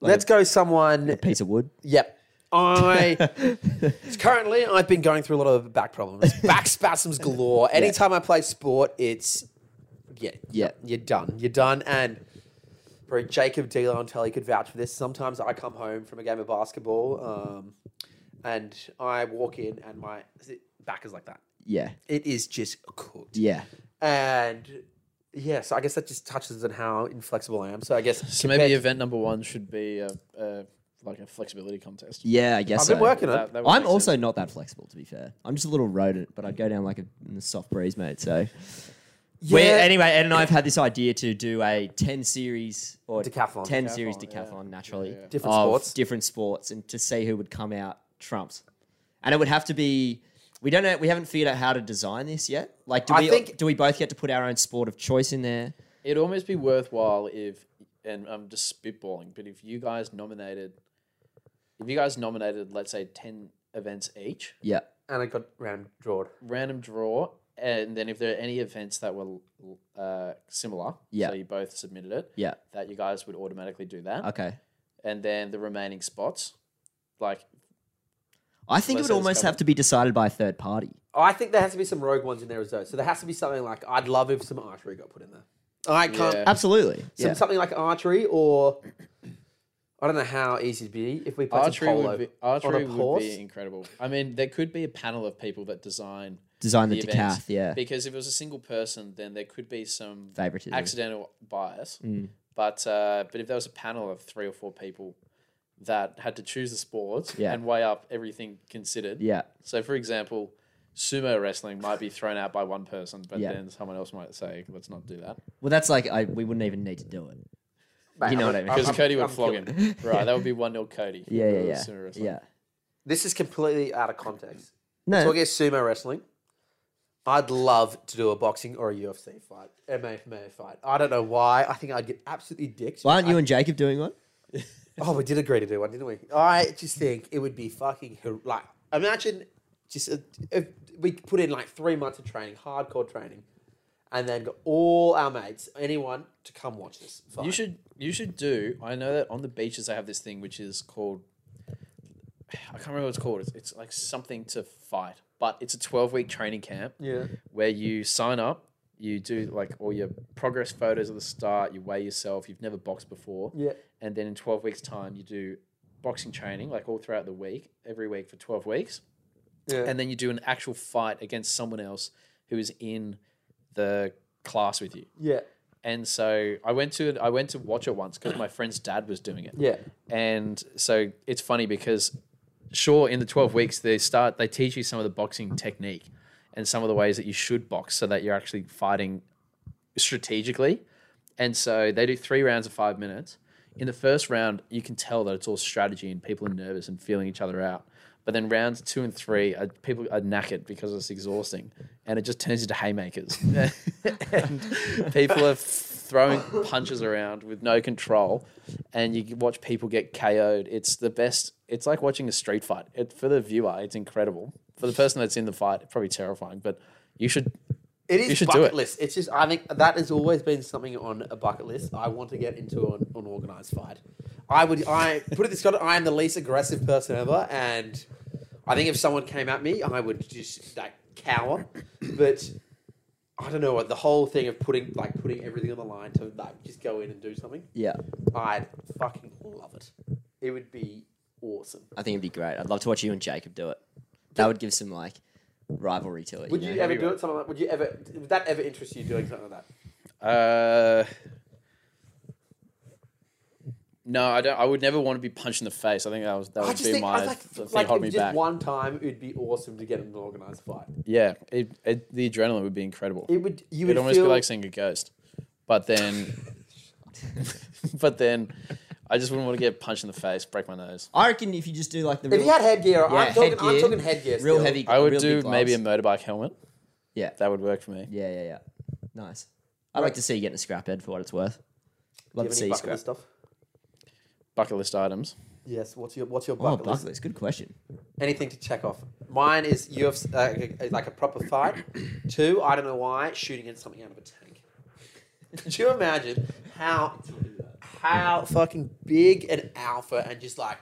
[SPEAKER 4] let's go, someone.
[SPEAKER 3] Piece of wood.
[SPEAKER 4] Yep.
[SPEAKER 3] <laughs>
[SPEAKER 4] I currently I've been going through a lot of back
[SPEAKER 3] <laughs>
[SPEAKER 4] problems, back spasms galore. Anytime I play sport, it's yeah,
[SPEAKER 3] Yeah.
[SPEAKER 4] you're done, you're done. And bro, Jacob Delontelli could vouch for this. Sometimes I come home from a game of basketball, um, and I walk in, and my back is like that.
[SPEAKER 3] Yeah.
[SPEAKER 4] It is just cooked.
[SPEAKER 3] Yeah.
[SPEAKER 4] And yeah, so I guess that just touches on how inflexible I am. So I guess
[SPEAKER 5] So maybe
[SPEAKER 4] compared-
[SPEAKER 5] event number one should be a, a like a flexibility contest.
[SPEAKER 3] Yeah, I guess
[SPEAKER 4] I've been
[SPEAKER 3] so.
[SPEAKER 4] working on it.
[SPEAKER 5] That- that would
[SPEAKER 3] I'm
[SPEAKER 5] make
[SPEAKER 3] also
[SPEAKER 5] sense.
[SPEAKER 3] not that flexible, to be fair. I'm just a little rodent, but I'd go down like a, in a soft breeze, mate. So, we
[SPEAKER 4] Yeah.
[SPEAKER 3] anyway, Ed and I have had this idea to do a 10 series or
[SPEAKER 4] Decathlon.
[SPEAKER 3] 10 series
[SPEAKER 5] Decathlon, yeah.
[SPEAKER 3] decathlon, naturally,
[SPEAKER 5] Yeah, yeah.
[SPEAKER 4] Different
[SPEAKER 3] of
[SPEAKER 4] sports.
[SPEAKER 3] different sports, and to see who would come out trumps. And it would have to be. We don't know. We haven't figured out how to design this yet. Like, do
[SPEAKER 4] I
[SPEAKER 3] we
[SPEAKER 4] think-
[SPEAKER 3] do we both get to put our own sport of choice in there?
[SPEAKER 5] It'd almost be worthwhile if, and I'm just spitballing, but if you guys nominated, if you guys nominated, let's say ten events each,
[SPEAKER 3] Yeah,
[SPEAKER 4] and I got round drawn.
[SPEAKER 5] random draw, and then if there are any events that were uh, similar,
[SPEAKER 3] Yeah.
[SPEAKER 5] so you both submitted it,
[SPEAKER 3] yeah.
[SPEAKER 5] that you guys would automatically do that,
[SPEAKER 3] Okay.
[SPEAKER 5] and then the remaining spots, like
[SPEAKER 3] I think it
[SPEAKER 5] Let's
[SPEAKER 3] would
[SPEAKER 5] say it's
[SPEAKER 3] almost have
[SPEAKER 5] covered.
[SPEAKER 3] to be decided by a third party.
[SPEAKER 4] I think there has to be some rogue ones in there as though. So there has to be something like I'd love if some archery got put in there. I can't
[SPEAKER 5] Yeah.
[SPEAKER 3] Absolutely.
[SPEAKER 4] some,
[SPEAKER 3] Yeah.
[SPEAKER 4] something like archery or I don't know how easy it'd be if we played
[SPEAKER 5] archery
[SPEAKER 4] some polo
[SPEAKER 5] would be archery would
[SPEAKER 4] horse?
[SPEAKER 5] be incredible. I mean, there could be a panel of people that design
[SPEAKER 3] Design the,
[SPEAKER 5] the events.
[SPEAKER 3] decath. Yeah.
[SPEAKER 5] Because if it was a single person, then there could be some
[SPEAKER 3] Favoritism.
[SPEAKER 5] accidental bias.
[SPEAKER 3] Mm.
[SPEAKER 5] But uh, but if there was a panel of three or four people that had to choose the sports
[SPEAKER 3] Yeah.
[SPEAKER 5] and weigh up everything considered.
[SPEAKER 3] Yeah.
[SPEAKER 5] So for example, sumo wrestling might be thrown out by one person, but
[SPEAKER 3] Yeah.
[SPEAKER 5] then someone else might say, "Let's not do that."
[SPEAKER 3] Well, that's like I, we wouldn't even need to do it.
[SPEAKER 4] Mate,
[SPEAKER 3] You know
[SPEAKER 4] I'm-
[SPEAKER 3] what I mean.
[SPEAKER 4] I'm-
[SPEAKER 5] Because
[SPEAKER 4] I'm-
[SPEAKER 5] Cody would
[SPEAKER 4] I'm
[SPEAKER 5] flog
[SPEAKER 4] killing it. <laughs>
[SPEAKER 5] him. Right, that would be 1 0 Cody.
[SPEAKER 3] Yeah,
[SPEAKER 4] Oh,
[SPEAKER 3] yeah,
[SPEAKER 5] Uh,
[SPEAKER 3] yeah.
[SPEAKER 5] sooner or something.
[SPEAKER 3] Yeah.
[SPEAKER 4] This is completely out of context.
[SPEAKER 3] No,
[SPEAKER 4] Talking of sumo wrestling, I'd love to do a boxing or a UFC fight, MMA fight. I don't know why. I think I'd get absolutely dicked.
[SPEAKER 3] why aren't
[SPEAKER 4] I-
[SPEAKER 3] you and Jacob doing one?
[SPEAKER 4] Oh, we did agree to do one, didn't we? I just think it would be fucking hor- like imagine just uh if we put in like three months of training, hardcore training, and then got all our mates, anyone, to come watch this. Fight.
[SPEAKER 5] You should you should do. I know that on the beaches they have this thing which is called I can't remember what it's called. It's, it's like something to fight, but it's a 12 week training camp
[SPEAKER 4] yeah.
[SPEAKER 5] where you sign up, you do like all your progress photos at the start, you weigh yourself, you've never boxed before.
[SPEAKER 4] Yeah.
[SPEAKER 5] And then in 12 weeks time you do boxing training like all throughout the week, every week for 12 weeks
[SPEAKER 4] Yeah.
[SPEAKER 5] and then you do an actual fight against someone else who is in the class with you.
[SPEAKER 4] yeah.
[SPEAKER 5] And so I went to I went to watch it once because my friend's dad was doing it.
[SPEAKER 4] Yeah.
[SPEAKER 5] And so it's funny because sure in the 12 weeks they start they teach you some of the boxing technique and some of the ways that you should box so that you're actually fighting strategically. And so they do three rounds of 5 minutes. In the first round you can tell that it's all strategy and people are nervous and feeling each other out. But then rounds two and three, are, people are knackered because it's exhausting, and it just turns into haymakers. and people are throwing punches around with no control, and you watch people get KO'd. It's the best. It's like watching a street fight. It, for the viewer, it's incredible. For the person that's in the fight, it's probably terrifying. But you should.
[SPEAKER 4] It is
[SPEAKER 5] You should do
[SPEAKER 4] bucket
[SPEAKER 5] it.
[SPEAKER 4] list. It's just I think that has always been something on a bucket list. I want to get into an, an organized fight. I would I put it this way: I am the least aggressive person ever, and I think if someone came at me, I would just like cower. But I don't know what the whole thing of putting like putting everything on the line to like just go in and do something.
[SPEAKER 3] Yeah,
[SPEAKER 4] I'd fucking love it. It would be awesome.
[SPEAKER 3] I think it'd be great. I'd love to watch you and Jacob do it. That would give some like rivalry to it.
[SPEAKER 4] Would
[SPEAKER 3] you know?
[SPEAKER 4] you ever do it? Something like would you ever? Would that ever interest you doing something like that?
[SPEAKER 5] Uh, no, I don't. I would never want to be punched in the face. I think that was that
[SPEAKER 4] I
[SPEAKER 5] would
[SPEAKER 4] just
[SPEAKER 5] be
[SPEAKER 4] think
[SPEAKER 5] my
[SPEAKER 4] I like,
[SPEAKER 5] the thing
[SPEAKER 4] like
[SPEAKER 5] hold
[SPEAKER 4] if
[SPEAKER 5] me
[SPEAKER 4] just
[SPEAKER 5] back.
[SPEAKER 4] one time it'd be awesome to get in an organized fight.
[SPEAKER 5] yeah, it, it, the adrenaline would be incredible.
[SPEAKER 4] It would you would
[SPEAKER 5] It'd almost
[SPEAKER 4] feel
[SPEAKER 5] be like seeing a ghost. But then, <laughs> but then, I just wouldn't want to get punched in the face, break my nose.
[SPEAKER 3] I reckon if you just do like the
[SPEAKER 4] if
[SPEAKER 3] real,
[SPEAKER 4] you had headgear.
[SPEAKER 3] Yeah,
[SPEAKER 4] I'm talking I'm
[SPEAKER 3] headgear,
[SPEAKER 4] talking headgear.
[SPEAKER 3] real
[SPEAKER 4] still.
[SPEAKER 3] heavy,
[SPEAKER 5] I would
[SPEAKER 3] real
[SPEAKER 5] do
[SPEAKER 3] big
[SPEAKER 5] maybe a
[SPEAKER 3] gloves.
[SPEAKER 5] motorbike helmet.
[SPEAKER 3] Yeah.
[SPEAKER 5] that would work for me.
[SPEAKER 3] yeah, yeah, yeah. Nice. I'd like to see you getting a scrap head for what it's worth.
[SPEAKER 4] Do you
[SPEAKER 3] Love
[SPEAKER 4] have
[SPEAKER 3] to
[SPEAKER 4] any
[SPEAKER 3] see you
[SPEAKER 4] bucket
[SPEAKER 3] scrap.
[SPEAKER 4] list stuff.
[SPEAKER 5] Bucket list items.
[SPEAKER 4] Yes. What's your what's your
[SPEAKER 3] Oh,
[SPEAKER 4] bucket
[SPEAKER 3] bucket
[SPEAKER 4] list?
[SPEAKER 3] list. Good question.
[SPEAKER 4] Anything to check off. Mine is UFC uh, like a proper
[SPEAKER 3] <coughs>
[SPEAKER 4] fight. Two, I don't know why shooting at something out of a tank. <laughs> Could you imagine how how fucking big an alpha and just like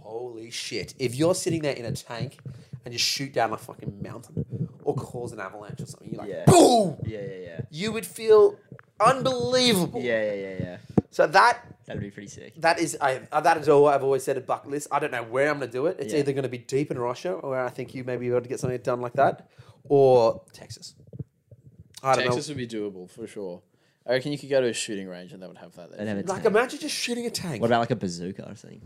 [SPEAKER 4] holy shit if you're sitting there in a tank and just shoot down a fucking mountain or cause an avalanche or something you're like
[SPEAKER 3] Yeah.
[SPEAKER 4] boom
[SPEAKER 3] Yeah, yeah, yeah.
[SPEAKER 4] you would feel unbelievable.
[SPEAKER 3] Yeah, yeah, yeah, yeah.
[SPEAKER 4] So that
[SPEAKER 3] That'd be pretty sick.
[SPEAKER 4] that is I uh, that is all I've always said a bucket list. I don't know where I'm going to do it. It's
[SPEAKER 3] Yeah.
[SPEAKER 4] either going to be deep in Russia, or where I think you may be able to get something done like that, or Texas. I don't
[SPEAKER 5] Texas would be doable for sure. I reckon you could go to a shooting range and they would have that there.
[SPEAKER 3] And have a
[SPEAKER 4] know. Like
[SPEAKER 3] tank.
[SPEAKER 4] imagine just shooting a tank.
[SPEAKER 3] What about like a bazooka or something?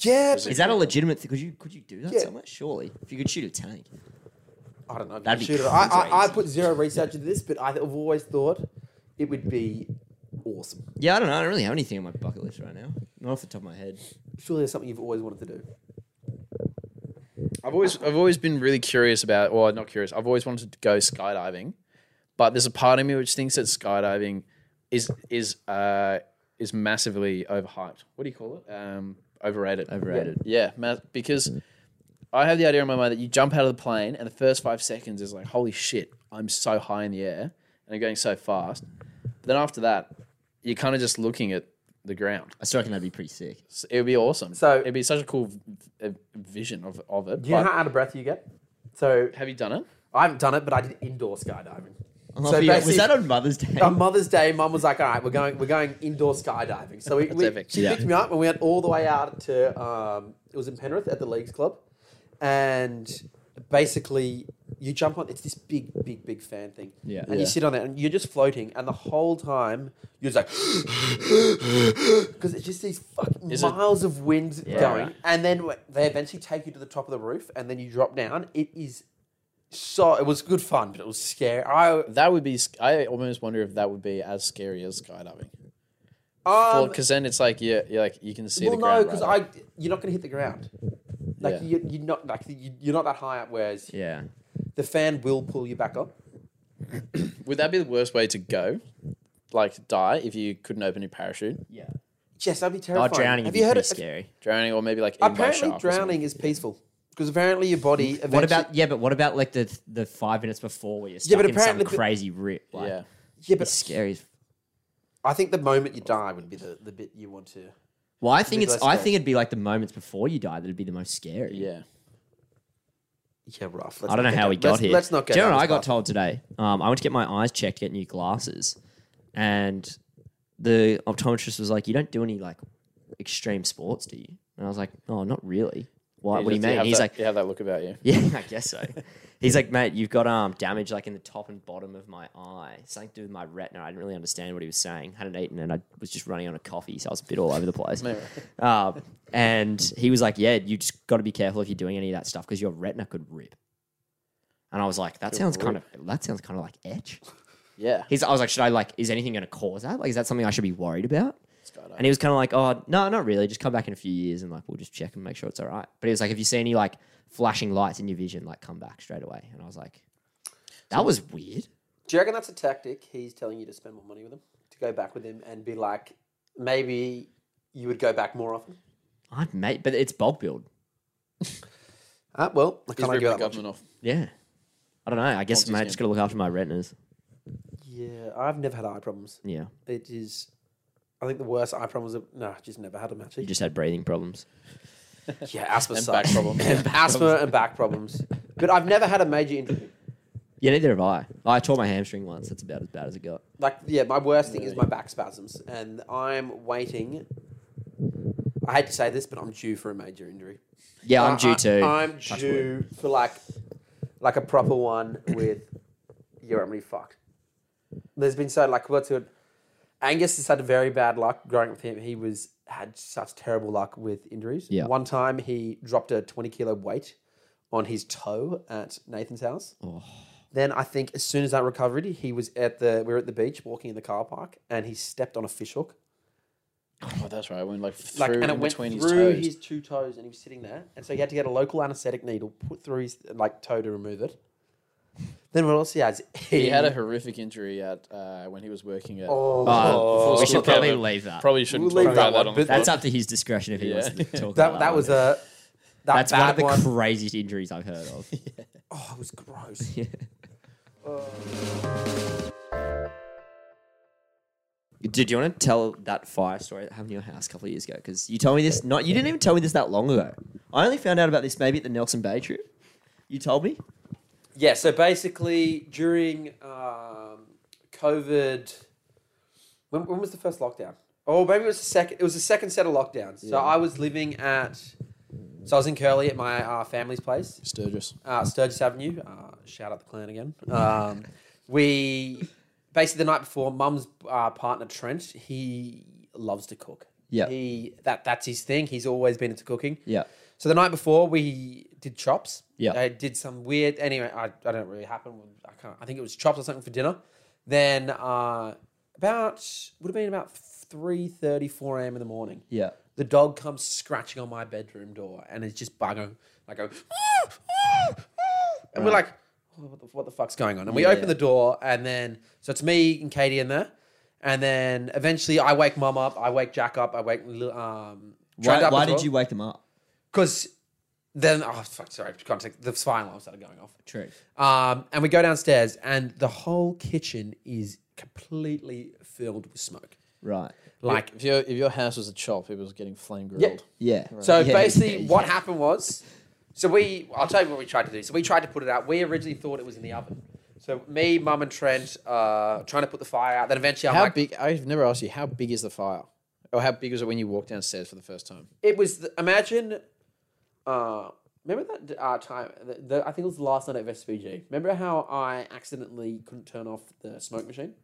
[SPEAKER 4] yeah,
[SPEAKER 5] Is
[SPEAKER 3] Is that a legitimate thing? Could you could you do that
[SPEAKER 4] Yeah.
[SPEAKER 3] somewhere? Surely, if you could shoot a tank.
[SPEAKER 4] I don't know.
[SPEAKER 3] That'd be
[SPEAKER 4] Shoot it. I, I, I
[SPEAKER 3] crazy.
[SPEAKER 4] put zero research into this, but I've always thought it would be awesome.
[SPEAKER 3] Yeah, I don't know. I don't really have anything on my bucket list right now. Not off the top of my head.
[SPEAKER 4] Surely there's something you've always wanted to do.
[SPEAKER 5] I've always I've always been really curious about, or not curious. I've always wanted to go skydiving, but there's a part of me which thinks that skydiving is is uh, is massively overhyped. What do you call it? Um, overrated.
[SPEAKER 3] Overrated.
[SPEAKER 5] Yeah, ma- because I have the idea in my mind that you jump out of the plane and the first five seconds is like, holy shit, I'm so high in the air and I'm going so fast. But then after that, you're kind of just looking at the ground.
[SPEAKER 3] I still reckon that'd be pretty sick.
[SPEAKER 5] S- It would be awesome.
[SPEAKER 4] So-
[SPEAKER 5] it'd be such a cool v- v- vision of, of it.
[SPEAKER 4] Do you know
[SPEAKER 5] but-
[SPEAKER 4] how out of breath you get? So
[SPEAKER 5] have you done it?
[SPEAKER 4] I haven't done it, but I did indoor skydiving.
[SPEAKER 3] Oh,
[SPEAKER 4] So
[SPEAKER 3] yeah, was
[SPEAKER 4] basically- Um,
[SPEAKER 3] that on Mother's Day?
[SPEAKER 4] on Mother's Day, Mum was like, "All right, we're going, we're going indoor skydiving." So we,
[SPEAKER 5] That's
[SPEAKER 4] we-
[SPEAKER 5] epic.
[SPEAKER 4] she
[SPEAKER 3] Yeah.
[SPEAKER 4] picked me up, and we went all the way out to um, it was in Penrith at the Leagues Club, and basically you jump on. It's this big, big, big fan thing,
[SPEAKER 3] Yeah.
[SPEAKER 4] and you
[SPEAKER 3] Yeah.
[SPEAKER 4] sit on it, and you're just floating, and the whole time you're <gasps> just like because it's just these fucking
[SPEAKER 5] Is it-
[SPEAKER 4] miles of wind
[SPEAKER 3] Yeah.
[SPEAKER 4] going, and then w- they eventually take you to the top of the roof, and then you drop down. It is. So it was good fun, but it was scary. I um,
[SPEAKER 5] That would be. sc- I almost wonder if that would be as scary as skydiving,
[SPEAKER 4] Um,
[SPEAKER 5] because then it's like yeah, you're like you can see
[SPEAKER 4] well,
[SPEAKER 5] the
[SPEAKER 4] no,
[SPEAKER 5] ground.
[SPEAKER 4] because
[SPEAKER 5] right
[SPEAKER 4] I you're not going to hit the ground. Like
[SPEAKER 5] Yeah.
[SPEAKER 4] you, you're not like you, you're not that high up. Whereas
[SPEAKER 3] Yeah.
[SPEAKER 4] the fan will pull you back up.
[SPEAKER 5] away. Would that be the worst way to go? Like die if you couldn't open your parachute,
[SPEAKER 3] Yeah.
[SPEAKER 4] Yes, that'd be
[SPEAKER 3] Oh,
[SPEAKER 4] terrifying.
[SPEAKER 3] drowning
[SPEAKER 4] Have
[SPEAKER 3] would
[SPEAKER 4] you
[SPEAKER 3] be
[SPEAKER 4] heard
[SPEAKER 3] pretty
[SPEAKER 4] it?
[SPEAKER 3] scary.
[SPEAKER 5] drowning, or maybe like eaten by a
[SPEAKER 4] Apparently,
[SPEAKER 5] shark or something.
[SPEAKER 4] drowning is peaceful because apparently your body. Eventually,
[SPEAKER 3] What about yeah? But what about like the the five minutes before where you're
[SPEAKER 4] Yeah,
[SPEAKER 3] stuck
[SPEAKER 4] but
[SPEAKER 3] in some
[SPEAKER 4] apparently-
[SPEAKER 3] crazy rip? Like,
[SPEAKER 5] yeah,
[SPEAKER 4] Yeah,
[SPEAKER 3] it's
[SPEAKER 4] but
[SPEAKER 3] scary. as-
[SPEAKER 4] I think the moment you die would be the, the bit you want to.
[SPEAKER 3] Well, I think
[SPEAKER 4] It'd be less
[SPEAKER 3] it's I
[SPEAKER 4] scary.
[SPEAKER 3] think it'd be like the moments before you die that'd be the most scary.
[SPEAKER 5] yeah.
[SPEAKER 4] Yeah, rough.
[SPEAKER 3] I don't know how we got
[SPEAKER 4] let's,
[SPEAKER 3] here.
[SPEAKER 4] Let's not get.
[SPEAKER 3] Do you know
[SPEAKER 4] down
[SPEAKER 3] what I
[SPEAKER 4] this
[SPEAKER 3] got
[SPEAKER 4] path.
[SPEAKER 3] told today? Um, I went to get my eyes checked, get new glasses, and the optometrist was like, "You don't do any like extreme sports, do you?" And I was like, "Oh, not really. Why? what do you
[SPEAKER 5] just-
[SPEAKER 3] mean?"
[SPEAKER 5] have
[SPEAKER 3] He's
[SPEAKER 5] that-
[SPEAKER 3] like,
[SPEAKER 5] you have that look about you.
[SPEAKER 3] "Yeah, I guess so." He's like, "Mate, you've got um damage like in the top and bottom of my eye, something to do with my retina." I didn't really understand what he was saying. Hadn't eaten, and I was just running on a coffee, so I was a bit all over the place. <laughs> Uh, and he was like, "Yeah, you just got to be careful if you're doing any of that stuff because your retina could rip." And I was like, "That sounds kind of that sounds kind of like etch."
[SPEAKER 5] Yeah,
[SPEAKER 3] He's, I was like, "Should I like? Is anything going to cause that? Like, is that something I should be worried about?"
[SPEAKER 5] skydiving.
[SPEAKER 3] And he was kind of like, "Oh, no, not really. Just come back in a few years and like we'll just check and make sure it's all right." But he was like, "If you see any like flashing lights in your vision, like come back straight away." And I was like, "That was weird."
[SPEAKER 4] Do you reckon that's a tactic? He's telling you to spend more money with him, to go back with him, and be like, maybe you would go back more often.
[SPEAKER 3] I mate, but it's bulk build.
[SPEAKER 4] Ah, well, I
[SPEAKER 5] He's
[SPEAKER 4] can't
[SPEAKER 5] ripping
[SPEAKER 4] argue
[SPEAKER 5] the
[SPEAKER 4] that much.
[SPEAKER 5] government off.
[SPEAKER 3] Yeah, I don't know. I guess
[SPEAKER 5] Ponzi
[SPEAKER 3] mate,
[SPEAKER 5] scheme.
[SPEAKER 3] just gotta look after my retinas.
[SPEAKER 4] Yeah, I've never had eye problems.
[SPEAKER 3] Yeah,
[SPEAKER 4] It is, I think the worst eye problems. That, no, I just never had them
[SPEAKER 3] you
[SPEAKER 4] actually.
[SPEAKER 3] just had breathing problems.
[SPEAKER 4] <laughs> yeah, asthma
[SPEAKER 5] And
[SPEAKER 4] sucks. <laughs>
[SPEAKER 5] back problems.
[SPEAKER 4] asthma and back problems. But I've never had a major injury.
[SPEAKER 3] Yeah, neither have I. I tore my hamstring once. That's about as bad as it got.
[SPEAKER 4] Like, yeah, my worst thing is my back spasms, and I'm waiting. I hate to say this, but I'm due for a major injury.
[SPEAKER 3] Yeah,
[SPEAKER 4] I-
[SPEAKER 3] I'm due
[SPEAKER 4] I-
[SPEAKER 3] to.
[SPEAKER 4] I'm
[SPEAKER 3] Touch
[SPEAKER 4] due for like, like a proper one with. <coughs> You're already fucked. There's been so like what's it? Angus has had very bad luck growing up with him. He was had such terrible luck with injuries.
[SPEAKER 3] Yeah.
[SPEAKER 4] One time he dropped a 20 kilo weight on his toe at Nathan's house.
[SPEAKER 3] Oh.
[SPEAKER 4] Then I think as soon as that recovered, he was at the we were at the beach walking in the car park and he stepped on a fish hook
[SPEAKER 5] Oh, that's right. I went like through
[SPEAKER 4] like, and it
[SPEAKER 5] in
[SPEAKER 4] went
[SPEAKER 5] between his
[SPEAKER 4] through
[SPEAKER 5] toes.
[SPEAKER 4] his two toes, and he was sitting there, and so he had to get a local anaesthetic needle put through his like toe to remove it. Then what else he has?
[SPEAKER 5] He had a horrific injury at uh, when he was working at.
[SPEAKER 4] <laughs> oh,
[SPEAKER 3] Uh, we
[SPEAKER 5] Full
[SPEAKER 3] should probably
[SPEAKER 5] cover.
[SPEAKER 3] leave that.
[SPEAKER 5] Probably shouldn't
[SPEAKER 4] We'll
[SPEAKER 5] talk
[SPEAKER 4] leave that
[SPEAKER 5] about that,
[SPEAKER 4] one,
[SPEAKER 5] on
[SPEAKER 4] but
[SPEAKER 5] the
[SPEAKER 3] That's
[SPEAKER 5] pod.
[SPEAKER 3] up to his discretion if he wants to
[SPEAKER 5] Yeah.
[SPEAKER 3] talk about
[SPEAKER 4] <laughs> that that
[SPEAKER 3] one.
[SPEAKER 4] was a that
[SPEAKER 3] That's one of
[SPEAKER 4] bad
[SPEAKER 3] the
[SPEAKER 4] one.
[SPEAKER 3] craziest injuries I've heard
[SPEAKER 4] <laughs>
[SPEAKER 3] of.
[SPEAKER 4] oh, it was gross.
[SPEAKER 3] Did you want to tell that fire story that happened in your house a couple of years ago? Because you told me this. Not you didn't even tell me this that long ago. I only found out about this maybe at the Nelson Bay trip. You told me.
[SPEAKER 4] yeah. So basically, during um, COVID, when, when was the first lockdown? Oh, maybe it was the second. It was the second set of lockdowns. So
[SPEAKER 5] Yeah.
[SPEAKER 4] I was living at, so I was in Curly at my uh, family's place,
[SPEAKER 5] Sturgis.
[SPEAKER 4] uh, Sturgis Avenue. Uh, shout out the clan again. Um, we basically the night before, Mum's uh, partner Trent. He loves to cook.
[SPEAKER 3] Yeah.
[SPEAKER 4] he that that's his thing. He's always been into cooking.
[SPEAKER 3] Yeah.
[SPEAKER 4] So the night before, we did chops.
[SPEAKER 3] Yeah.
[SPEAKER 4] I did some weird. Anyway, I, I don't know what really happened. I can't. I think it was chops or something for dinner. Then uh, about would have been about three thirty, four a.m. in the morning
[SPEAKER 3] Yeah.
[SPEAKER 4] the dog comes scratching on my bedroom door and is just bugging. I go, "Meow, meow, meow," and we're like, "Oh, what the, what the fuck's going on? And we open the door, and then, so it's me and Katie in there. And then eventually I wake mum up, I wake Jack up, I wake Lil- um, Trent
[SPEAKER 3] Why,
[SPEAKER 4] up.
[SPEAKER 3] why did you wake them up?
[SPEAKER 4] Because then, oh, fuck, sorry, context, the fire alarm started going off.
[SPEAKER 3] True.
[SPEAKER 4] Um, and we go downstairs, and the whole kitchen is completely filled with smoke.
[SPEAKER 3] Right.
[SPEAKER 4] Like,
[SPEAKER 5] if your if your house was a chop, it was getting flame grilled.
[SPEAKER 3] Yeah.
[SPEAKER 4] So
[SPEAKER 3] Yeah,
[SPEAKER 4] basically,
[SPEAKER 3] yeah,
[SPEAKER 5] <laughs>
[SPEAKER 3] yeah.
[SPEAKER 4] what happened was, so we, I'll tell you what we tried to do. So we tried to put it out. We originally thought it was in the oven. So me, mum, and Trent uh, trying to put the fire out. Then eventually, I'm
[SPEAKER 5] How
[SPEAKER 4] like,
[SPEAKER 5] big? I've never asked you how big is the fire, or how big was it when you walked downstairs for the first time?
[SPEAKER 4] it was. The, imagine, uh, remember that uh, time? The, the, I think it was the last night at VSPG. Remember how I accidentally couldn't turn off the smoke machine,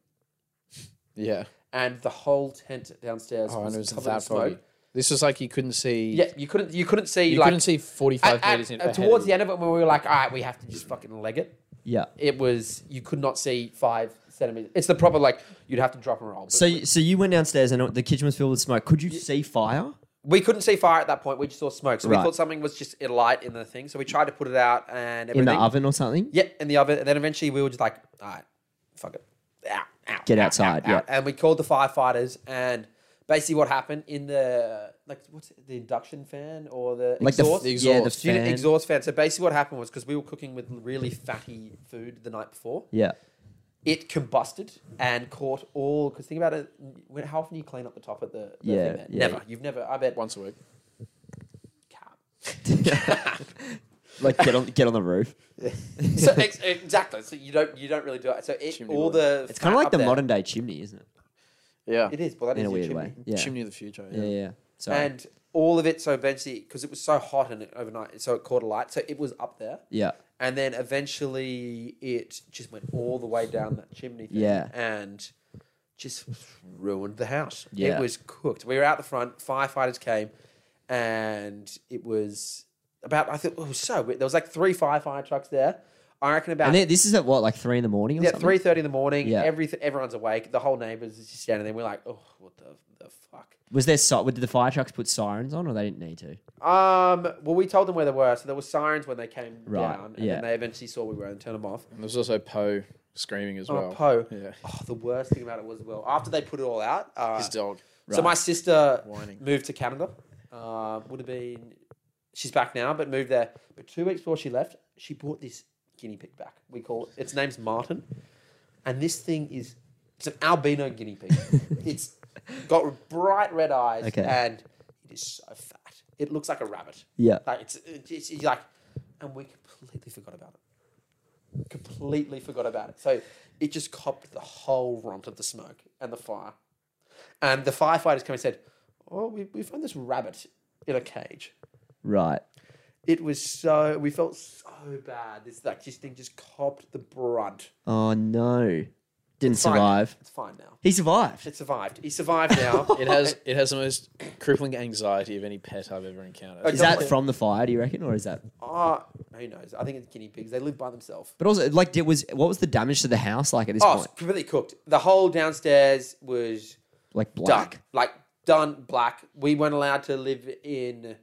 [SPEAKER 5] Yeah.
[SPEAKER 4] and the whole tent downstairs
[SPEAKER 5] Oh, and
[SPEAKER 4] was,
[SPEAKER 5] it was
[SPEAKER 4] covered in
[SPEAKER 5] that
[SPEAKER 4] smoke.
[SPEAKER 5] foggy. This was like you couldn't see.
[SPEAKER 4] Yeah, you couldn't. You couldn't see.
[SPEAKER 5] You
[SPEAKER 4] like,
[SPEAKER 5] couldn't see forty five
[SPEAKER 4] at- at-
[SPEAKER 5] meters in ahead of
[SPEAKER 4] towards
[SPEAKER 5] you.
[SPEAKER 4] the end of it, when we were like, all right, we have to just fucking leg it.
[SPEAKER 3] Yeah.
[SPEAKER 4] it was you could not see five centimeters. It's the proper like you'd have to drop and roll. but
[SPEAKER 3] So, you- so you went downstairs and the kitchen was filled with smoke. Could you see fire?
[SPEAKER 4] we couldn't see fire at that point. We just saw smoke, so
[SPEAKER 3] Right.
[SPEAKER 4] we thought something was just a light in the thing. So we tried to put it out and
[SPEAKER 3] In
[SPEAKER 4] everything.
[SPEAKER 3] the oven or something?
[SPEAKER 4] Yep, in the oven. And then eventually we were just like, all right, fuck it. Out, out,
[SPEAKER 3] Get
[SPEAKER 4] out,
[SPEAKER 3] outside,
[SPEAKER 4] out,
[SPEAKER 3] yeah.
[SPEAKER 4] out." And we called the firefighters and basically what happened in the like what's it, the induction fan or the
[SPEAKER 3] Like the,
[SPEAKER 4] exhaust?
[SPEAKER 3] f- yeah, the
[SPEAKER 5] Exhaust.
[SPEAKER 4] Do you know-
[SPEAKER 3] fan.
[SPEAKER 4] exhaust fan. So basically what happened was because we were cooking with really fatty food the night before,
[SPEAKER 3] Yeah.
[SPEAKER 4] it combusted and caught all because think about it when, how often do you clean up the top of the, the thing,
[SPEAKER 3] Yeah,
[SPEAKER 4] man?
[SPEAKER 3] yeah.
[SPEAKER 4] Never. You've never I
[SPEAKER 3] <laughs>
[SPEAKER 4] bet
[SPEAKER 5] once a week.
[SPEAKER 3] <laughs> like get on get on the roof.
[SPEAKER 4] so ex- exactly. So you don't you don't really do it. So it,
[SPEAKER 5] Chimney
[SPEAKER 4] all
[SPEAKER 5] boiler.
[SPEAKER 4] the
[SPEAKER 3] <laughs> It's kind
[SPEAKER 4] fat
[SPEAKER 3] of like
[SPEAKER 4] up
[SPEAKER 3] the
[SPEAKER 4] there-
[SPEAKER 3] modern day chimney, isn't it?
[SPEAKER 5] Yeah.
[SPEAKER 4] It is, but that is
[SPEAKER 3] In a
[SPEAKER 4] your
[SPEAKER 3] weird
[SPEAKER 4] chimney.
[SPEAKER 3] way. Yeah.
[SPEAKER 5] Chimney of the future.
[SPEAKER 3] Yeah, yeah. Sorry.
[SPEAKER 4] And all of it, so eventually, because it was so hot and it overnight, so it caught a light, so it was up there.
[SPEAKER 3] yeah.
[SPEAKER 4] And then eventually it just went all the way down that chimney thing
[SPEAKER 3] Yeah.
[SPEAKER 4] and just ruined the house.
[SPEAKER 3] Yeah.
[SPEAKER 4] It was cooked. We were out the front, firefighters came, and it was about, I thought, oh, it was so weird. There was like three firefighters trucks there. I reckon about
[SPEAKER 3] And then, this is at what, like three in the morning or
[SPEAKER 4] yeah,
[SPEAKER 3] something?
[SPEAKER 4] three thirty in the morning.
[SPEAKER 3] Yeah.
[SPEAKER 4] Every everyone's awake. The whole neighbors is just standing there. We're like, oh, what the, the fuck?
[SPEAKER 3] Was there si- did the fire trucks put sirens on or they didn't need to?
[SPEAKER 4] Um. Well, we told them where they were, so there were sirens when they came
[SPEAKER 3] Right,
[SPEAKER 4] down, and
[SPEAKER 3] yeah.
[SPEAKER 4] then they eventually saw we were and turned them off.
[SPEAKER 5] And there's also Poe screaming as well.
[SPEAKER 4] Oh, Poe.
[SPEAKER 5] Yeah.
[SPEAKER 4] Oh, the worst thing about it was well after they put it all out. Uh,
[SPEAKER 5] His dog.
[SPEAKER 4] So my sister
[SPEAKER 5] <laughs> Whining.
[SPEAKER 4] moved to Canada. Uh, would have been she's back now, but moved there. But two weeks before she left, she brought this guinea pig back. We call it, its name's Martin, and this thing is it's an albino guinea pig. it's got bright red eyes
[SPEAKER 3] Okay.
[SPEAKER 4] and it is so fat. It looks like a rabbit.
[SPEAKER 3] Yeah.
[SPEAKER 4] Like it's, it's, it's like, and we completely forgot about it. Completely forgot about it. So it just copped the whole runt of the smoke and the fire. And the firefighters came and said, "Oh, we, we found this rabbit in a cage."
[SPEAKER 3] Right.
[SPEAKER 4] It was so we felt so bad. This like this thing just copped the brunt.
[SPEAKER 3] Oh no. Didn't
[SPEAKER 4] Fine.
[SPEAKER 3] survive.
[SPEAKER 4] It's fine now.
[SPEAKER 3] He survived.
[SPEAKER 4] It survived. He survived now.
[SPEAKER 5] It has it has the most crippling anxiety of any pet I've ever encountered.
[SPEAKER 4] Okay.
[SPEAKER 3] Is that
[SPEAKER 4] Don't-
[SPEAKER 3] from the fire, do you reckon? Or is that
[SPEAKER 4] Ah, who knows? I think it's guinea pigs. They live by themselves.
[SPEAKER 3] But also like it was what was the damage to the house like at this
[SPEAKER 4] Oh,
[SPEAKER 3] point?
[SPEAKER 4] it's completely cooked. The whole downstairs was
[SPEAKER 3] Like
[SPEAKER 4] done.
[SPEAKER 3] black.
[SPEAKER 4] Like done black. We weren't allowed to live in.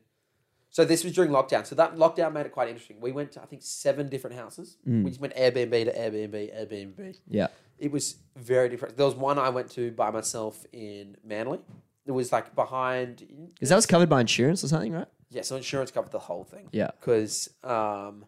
[SPEAKER 4] So this was during lockdown. So that lockdown made it quite interesting. We went to I think seven different houses. We just went Airbnb to Airbnb, Airbnb.
[SPEAKER 3] Mm. Yeah.
[SPEAKER 4] It was very different. There was one I went to by myself in Manly. It was like behind
[SPEAKER 3] Because that was covered by insurance or something, right?
[SPEAKER 4] yeah, so insurance covered the whole thing.
[SPEAKER 3] Yeah.
[SPEAKER 4] Because, um,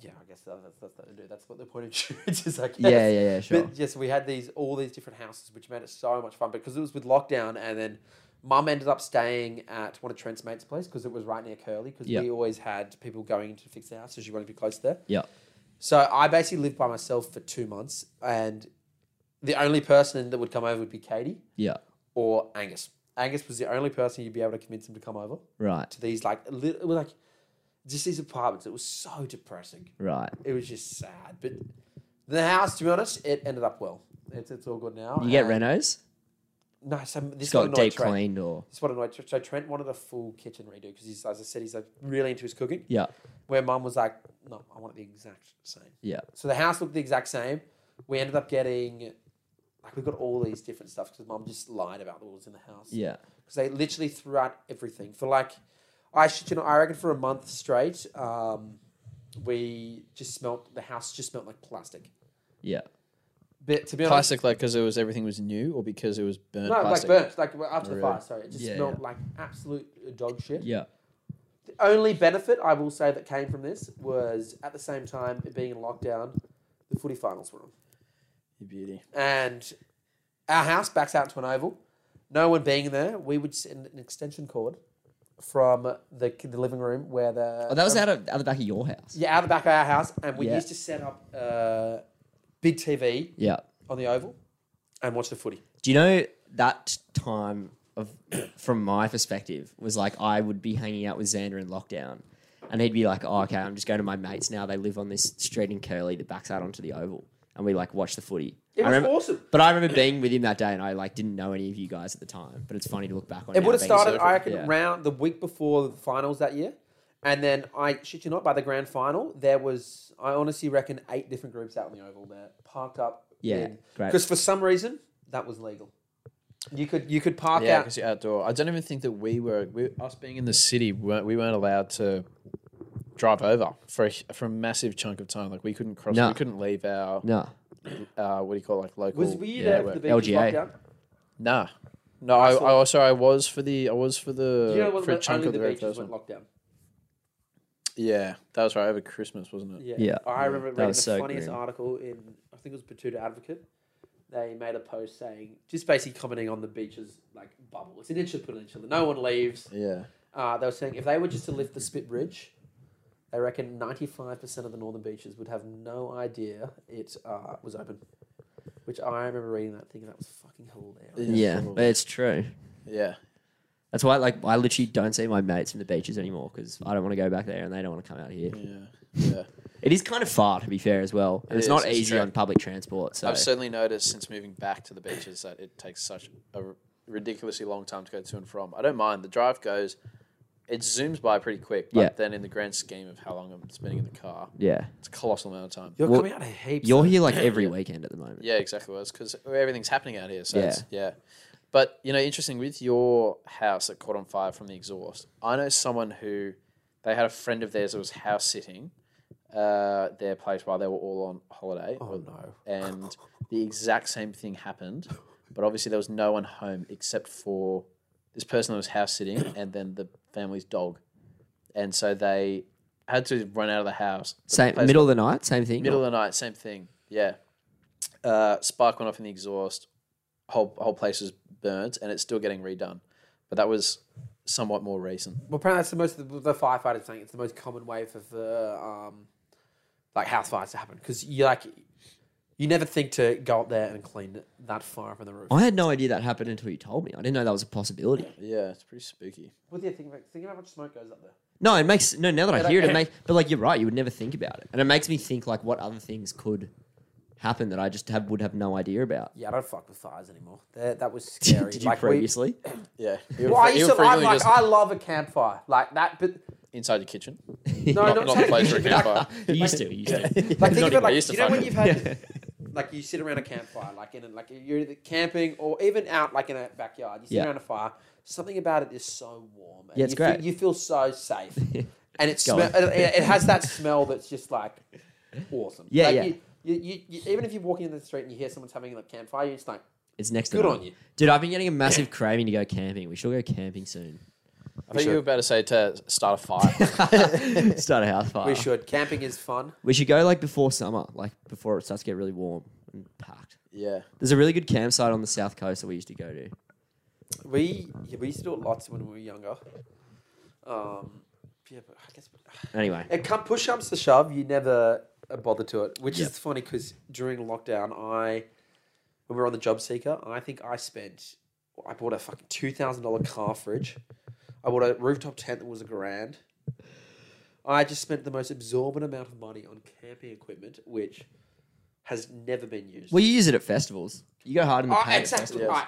[SPEAKER 4] yeah, I guess that, that's, that's, that- that's what the point of <laughs> insurance is, I guess.
[SPEAKER 3] Yeah, yeah, yeah, sure.
[SPEAKER 4] But yes, we had these all these different houses, which made it so much fun because it was with lockdown, and then mum ended up staying at one of Trent's mates' place because it was right near Curly because
[SPEAKER 3] Yeah.
[SPEAKER 4] we always had people going to fix the house, so she wanted to be close there.
[SPEAKER 3] Yeah.
[SPEAKER 4] So I basically lived by myself for two months, and the only person that would come over would be Katie
[SPEAKER 3] Yeah.
[SPEAKER 4] or Angus. Angus was the only person you'd be able to convince him to come over
[SPEAKER 3] Right.
[SPEAKER 4] to these like li- it was like just these apartments. It was so depressing.
[SPEAKER 3] Right.
[SPEAKER 4] It was just sad. But the house, to be honest, it ended up well. It's, it's all good now.
[SPEAKER 3] You get
[SPEAKER 4] and-
[SPEAKER 3] renos?
[SPEAKER 4] No, so this
[SPEAKER 3] It's
[SPEAKER 4] is what
[SPEAKER 3] got
[SPEAKER 4] annoyed
[SPEAKER 3] deep
[SPEAKER 4] Trent.
[SPEAKER 3] cleaned or
[SPEAKER 4] This is what annoyed Trent. So Trent wanted a full kitchen redo because he's, as I said, he's like really into his cooking.
[SPEAKER 3] Yeah.
[SPEAKER 4] Where Mum was like, "No, I want it the exact same."
[SPEAKER 3] Yeah.
[SPEAKER 4] So the house looked the exact same. We ended up getting, like, we got all these different stuff because Mum just lied about what was in the house
[SPEAKER 3] Yeah.
[SPEAKER 4] because they literally threw out everything for like I should you know I reckon for a month straight um, we just smelt the house just smelt like plastic
[SPEAKER 3] Yeah.
[SPEAKER 4] but to be honest
[SPEAKER 5] Plastic, like because it was everything was new, or because it was burnt
[SPEAKER 4] no
[SPEAKER 5] plastic.
[SPEAKER 4] like burnt like well, after the
[SPEAKER 5] Really?
[SPEAKER 4] fire sorry it just
[SPEAKER 3] Yeah,
[SPEAKER 4] smelled
[SPEAKER 3] yeah.
[SPEAKER 4] like absolute dog shit
[SPEAKER 3] Yeah.
[SPEAKER 4] the only benefit I will say that came from this was at the same time it being in lockdown the footy finals were on
[SPEAKER 5] You beauty.
[SPEAKER 4] and our house backs out to an oval. No one being there, we would send an extension cord from the, the living room where the
[SPEAKER 3] Oh, that was
[SPEAKER 4] um,
[SPEAKER 3] out of out the back of your house.
[SPEAKER 4] yeah out the back of our house, and we
[SPEAKER 3] Yeah.
[SPEAKER 4] used to set up uh, big TV
[SPEAKER 3] Yeah.
[SPEAKER 4] on the oval and watch the footy.
[SPEAKER 3] Do you know that time of from my perspective was like I would be hanging out with Xander in lockdown and he'd be like, oh, okay, I'm just going to my mates now. They live on this street in Curly that backs out onto the oval. And we like watch the footy.
[SPEAKER 4] It
[SPEAKER 3] I
[SPEAKER 4] was
[SPEAKER 3] remember,
[SPEAKER 4] awesome.
[SPEAKER 3] But I remember being with him that day and I like didn't know any of you guys at the time. But it's funny to look back on
[SPEAKER 4] It
[SPEAKER 3] now
[SPEAKER 4] would have
[SPEAKER 3] being
[SPEAKER 4] started,
[SPEAKER 3] so-
[SPEAKER 4] I reckon,
[SPEAKER 3] yeah.
[SPEAKER 4] round the week before the finals that year, And then I shit you not, by the grand final, there was I honestly reckon eight different groups out in the oval there parked up.
[SPEAKER 3] Yeah, great.
[SPEAKER 4] Because for some reason that was legal. You could you could park
[SPEAKER 5] yeah,
[SPEAKER 4] out.
[SPEAKER 5] because you're outdoor. I don't even think that we were we, us being in the city. weren't We weren't allowed to drive over for a, for a massive chunk of time. Like we couldn't cross.
[SPEAKER 3] No.
[SPEAKER 5] We couldn't leave our
[SPEAKER 3] No.
[SPEAKER 5] uh, what do you call it, like local.
[SPEAKER 4] Was we
[SPEAKER 5] yeah,
[SPEAKER 4] there for
[SPEAKER 5] work.
[SPEAKER 4] the beaches
[SPEAKER 3] LGA.
[SPEAKER 4] lockdown?
[SPEAKER 5] Nah. No, I,
[SPEAKER 4] saw-
[SPEAKER 5] I also I was for the I was for the
[SPEAKER 4] Do you know what?
[SPEAKER 5] for a
[SPEAKER 4] the-
[SPEAKER 5] chunk
[SPEAKER 4] only
[SPEAKER 5] of
[SPEAKER 4] the
[SPEAKER 5] the very
[SPEAKER 4] beaches
[SPEAKER 5] first
[SPEAKER 4] went
[SPEAKER 5] one.
[SPEAKER 4] lockdown.
[SPEAKER 5] Yeah, that was right over Christmas, wasn't it?
[SPEAKER 4] Yeah.
[SPEAKER 3] Yeah.
[SPEAKER 4] I remember reading the
[SPEAKER 3] was so
[SPEAKER 4] funniest
[SPEAKER 3] grim.
[SPEAKER 4] article in, I think it was Batuta Advocate. They made a post saying, just basically commenting on the beaches like bubble. It's an inch of peninsula. No one leaves.
[SPEAKER 5] Yeah.
[SPEAKER 4] Uh, they were saying if they were just to lift the Spit Bridge, they reckon 95% of the northern beaches would have no idea it uh, was open. Which I remember reading that thing, and that was fucking hilarious.
[SPEAKER 3] Yeah,
[SPEAKER 5] probably.
[SPEAKER 3] it's true.
[SPEAKER 5] Yeah.
[SPEAKER 3] That's why, like, I literally don't see my mates in the beaches anymore because I don't want to go back there and they don't want to come out here.
[SPEAKER 5] Yeah. Yeah.
[SPEAKER 3] It is kind of far, to be fair, as well, and
[SPEAKER 5] It
[SPEAKER 3] it's not
[SPEAKER 5] is, it's
[SPEAKER 3] easy
[SPEAKER 5] true.
[SPEAKER 3] on public transport. So
[SPEAKER 5] I've certainly noticed since moving back to the beaches that it takes such a r- ridiculously long time to go to and from. I don't mind the drive goes, it zooms by pretty quick. But
[SPEAKER 3] Yeah.
[SPEAKER 5] then in the grand scheme of how long I'm spending in the car,
[SPEAKER 3] yeah,
[SPEAKER 5] it's a colossal amount of time.
[SPEAKER 4] You're
[SPEAKER 3] Well,
[SPEAKER 4] coming out of heaps.
[SPEAKER 3] you're
[SPEAKER 4] though. <coughs>
[SPEAKER 3] here like every weekend at the moment.
[SPEAKER 5] Yeah, exactly. Well, it's because everything's happening out here. So
[SPEAKER 3] Yeah.
[SPEAKER 5] yeah. It's, yeah. But you know, interesting with your house that caught on fire from the exhaust. I know someone who they had a friend of theirs that was house sitting uh, their place while they were all on holiday.
[SPEAKER 4] Oh no.
[SPEAKER 5] and the exact same thing happened. But obviously, there was no one home except for this person that was house
[SPEAKER 3] <coughs>
[SPEAKER 5] sitting and then the family's dog. And so they had to run out of the house. But the
[SPEAKER 3] Same
[SPEAKER 5] place-
[SPEAKER 3] middle of the night, same thing.
[SPEAKER 5] middle of the night, same thing. Yeah. Uh, spark went off in the exhaust. Whole whole place was burnt, and it's still getting redone. But that was somewhat more recent.
[SPEAKER 4] Well, apparently that's the most the, the firefighters saying it's the most common way for the um, like house fires to happen because you like you never think to go up there and clean that fire from the roof.
[SPEAKER 3] I had no idea that happened until you told me. I didn't know that was a possibility.
[SPEAKER 5] Yeah, it's pretty spooky.
[SPEAKER 4] What do you think? About, think about how much smoke goes up there.
[SPEAKER 3] No, it makes no. Now that I
[SPEAKER 4] that-
[SPEAKER 3] hear it, it makes. But like you're right, you would never think about it, and it makes me think like what other things could happen that I just have would have no idea about.
[SPEAKER 4] Yeah, I don't fuck with fires anymore. That, that was
[SPEAKER 3] <laughs>
[SPEAKER 4] scary.
[SPEAKER 3] Did you
[SPEAKER 4] like, we-
[SPEAKER 3] previously?
[SPEAKER 5] Yeah.
[SPEAKER 4] well, I used to. I'm like, I love a campfire like that, but
[SPEAKER 5] inside your kitchen.
[SPEAKER 4] <laughs> no,
[SPEAKER 5] Not-
[SPEAKER 4] not,
[SPEAKER 5] not the place for a campfire.
[SPEAKER 3] <laughs> you used to.
[SPEAKER 4] <laughs>
[SPEAKER 3] You used <laughs> to.
[SPEAKER 4] Like think of
[SPEAKER 5] Not even-
[SPEAKER 4] it
[SPEAKER 5] I
[SPEAKER 4] like
[SPEAKER 5] used to
[SPEAKER 4] you know
[SPEAKER 5] fuck
[SPEAKER 4] when
[SPEAKER 5] it.
[SPEAKER 4] you've had like you sit around a campfire like in a, like you're either camping or even out like in a backyard you sit
[SPEAKER 3] Yeah.
[SPEAKER 4] around a fire something about it is so warm and
[SPEAKER 3] Yeah, it's
[SPEAKER 4] you, feel,
[SPEAKER 3] great.
[SPEAKER 4] you feel so
[SPEAKER 3] <laughs>
[SPEAKER 4] safe and it,
[SPEAKER 3] Go
[SPEAKER 4] smell
[SPEAKER 3] on.
[SPEAKER 4] it, it has that smell that's just like awesome
[SPEAKER 3] Yeah,
[SPEAKER 4] Like,
[SPEAKER 3] yeah.
[SPEAKER 4] You, you, you, you, even if you're walking in the street and you hear someone's having a campfire you're just like
[SPEAKER 3] It's next to
[SPEAKER 4] good
[SPEAKER 3] none.
[SPEAKER 4] on you
[SPEAKER 3] Dude, I've been getting a massive craving to go camping. We should go
[SPEAKER 4] <laughs>
[SPEAKER 3] camping soon. <laughs>
[SPEAKER 5] I thought you were about to say to start a fire.
[SPEAKER 3] Start a house fire.
[SPEAKER 4] we should camping is fun
[SPEAKER 3] We should go like before summer, like before it starts to get really warm and packed.
[SPEAKER 5] yeah.
[SPEAKER 3] There's a really good campsite on the south coast that we used to go to.
[SPEAKER 4] we yeah, we used to do it lots when we were younger um yeah but I guess
[SPEAKER 3] Anyway,
[SPEAKER 4] It come push comes to shove, you never uh, bother to it, which
[SPEAKER 3] Yep.
[SPEAKER 4] is funny because during lockdown, I when we were on the job seeker, I think I spent I bought a fucking two thousand dollar car fridge. I bought a rooftop tent that was a grand. I just spent the most absorbent amount of money on camping equipment, which has never been used.
[SPEAKER 3] well, you use it at festivals. You go hard in the
[SPEAKER 4] Oh,
[SPEAKER 3] paint at
[SPEAKER 4] exactly
[SPEAKER 3] festivals.
[SPEAKER 4] right.